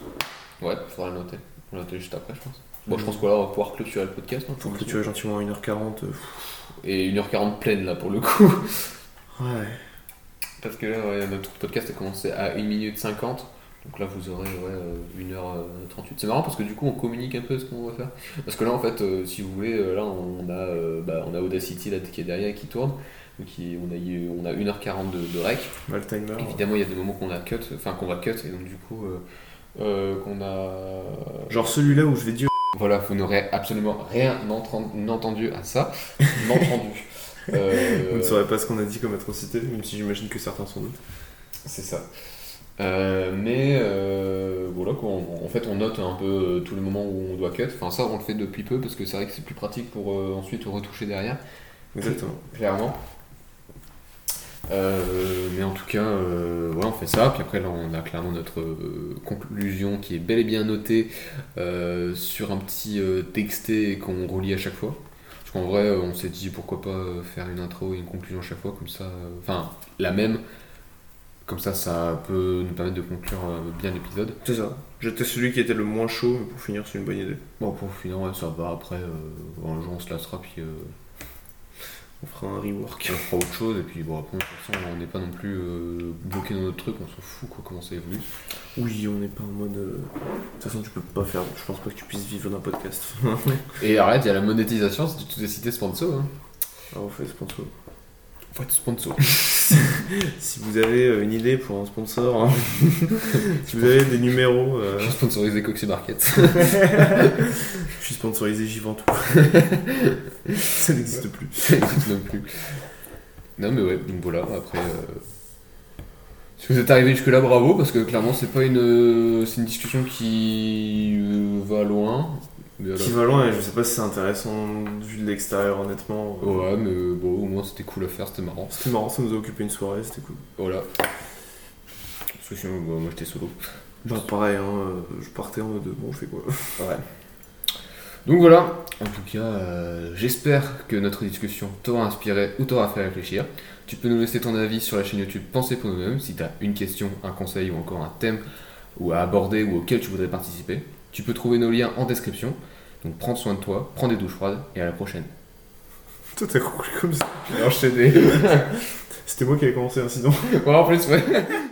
Speaker 3: Ouais, faudra le noter. On le noter juste après, je pense. Bon, je pense qu'on va pouvoir clôturer le podcast. hein,
Speaker 1: Pour que tu
Speaker 3: tranquille.
Speaker 1: aies gentiment 1h40. euh, pff,
Speaker 3: Et 1h40 pleine là pour le coup.
Speaker 1: Ouais.
Speaker 3: Parce que là, ouais, notre podcast a commencé à 1 minute 50. Donc là, vous aurez ouais, euh, 1h38. C'est marrant parce que du coup, on communique un peu ce qu'on va faire. Parce que là, en fait, euh, si vous voulez, euh, là, on a, euh, bah, on a Audacity là, qui est derrière qui tourne. Donc il- on a, eu- on a 1h40 de, de rec.
Speaker 1: Mal timer. hein.
Speaker 3: Évidemment, il y a des moments qu'on a cut, enfin qu'on va cut, et donc du coup, euh, euh, qu'on a.
Speaker 1: Genre celui-là où je vais dire.
Speaker 3: Voilà, vous n'aurez absolument rien entren- entendu à ça. N'entendu. Euh,
Speaker 1: Vous ne saurez pas ce qu'on a dit comme atrocité, même si j'imagine que certains sont d'autres.
Speaker 3: C'est ça. Euh, mais euh, voilà, quoi, on- en fait, on note un peu euh, tous les moments où on doit cut. Enfin, ça, on le fait depuis peu parce que c'est vrai que c'est plus pratique pour euh, ensuite retoucher derrière,
Speaker 1: Exactement.
Speaker 3: clairement. Euh, mais en tout cas, euh, voilà, on fait ça. Puis après, là, on a clairement notre euh, conclusion qui est bel et bien notée euh, sur un petit euh, texté qu'on relit à chaque fois. Parce qu'en vrai, euh, on s'est dit pourquoi pas euh, faire une intro et une conclusion à chaque fois, comme ça, euh, enfin, la même. Comme ça, ça peut nous permettre de conclure euh, bien l'épisode.
Speaker 1: C'est ça. J'étais celui qui était le moins chaud, mais pour finir, c'est une bonne idée.
Speaker 3: Bon, pour finir, ouais, ça va. Après, euh, un jour, on se lassera, puis euh,
Speaker 1: On fera un rework.
Speaker 3: on fera autre chose. Et puis, bon, après, de toute façon, on n'est pas non plus euh, bloqué dans notre truc, on s'en fout, quoi, comment ça évolue.
Speaker 1: Oui, on n'est pas en mode. euh, De toute façon, tu peux pas faire. Je pense pas que tu puisses vivre d'un podcast.
Speaker 3: Et arrête, il y a la monétisation, si tu t'es cité sponsor. Hein.
Speaker 1: Alors, Ah, on fait sponsor.
Speaker 3: Faut être sponsor.
Speaker 1: Si vous avez euh, une idée pour un sponsor, hein, si vous avez des numéros, euh,
Speaker 3: Je suis sponsorisé Coxy Market.
Speaker 1: je suis sponsorisé Giventou. ça n'existe plus.
Speaker 3: Ça existe même plus. Non mais ouais, donc voilà, après... euh, Si vous êtes arrivé jusque là, bravo, parce que clairement c'est pas une... euh, C'est une discussion qui euh, va loin. Mais alors-
Speaker 1: Qui va loin, et je sais pas si c'est intéressant vu de l'extérieur, honnêtement. Euh,
Speaker 3: Ouais, mais euh, bon, au moins c'était cool à faire, c'était marrant.
Speaker 1: C'était marrant, ça nous a occupé une soirée, c'était cool.
Speaker 3: Voilà. Parce que sinon, bah, moi j'étais solo.
Speaker 1: Bah, pareil, hein, euh, je partais en mode bon, on fait quoi
Speaker 3: Ouais. Donc voilà, en tout cas, euh, j'espère que notre discussion t'aura inspiré ou t'aura fait réfléchir. Tu peux nous laisser ton avis sur la chaîne YouTube Pensez pour nous-mêmes si t'as une question, un conseil ou encore un thème ou à aborder ou auquel tu voudrais participer. Tu peux trouver nos liens en description. Donc prends soin de toi, prends des douches froides et à la prochaine.
Speaker 1: Toi, t'as conclu comme ça.
Speaker 3: J'ai enchaîné.
Speaker 1: C'était moi qui avais commencé, hein, sinon.
Speaker 3: Ouais, en plus, ouais.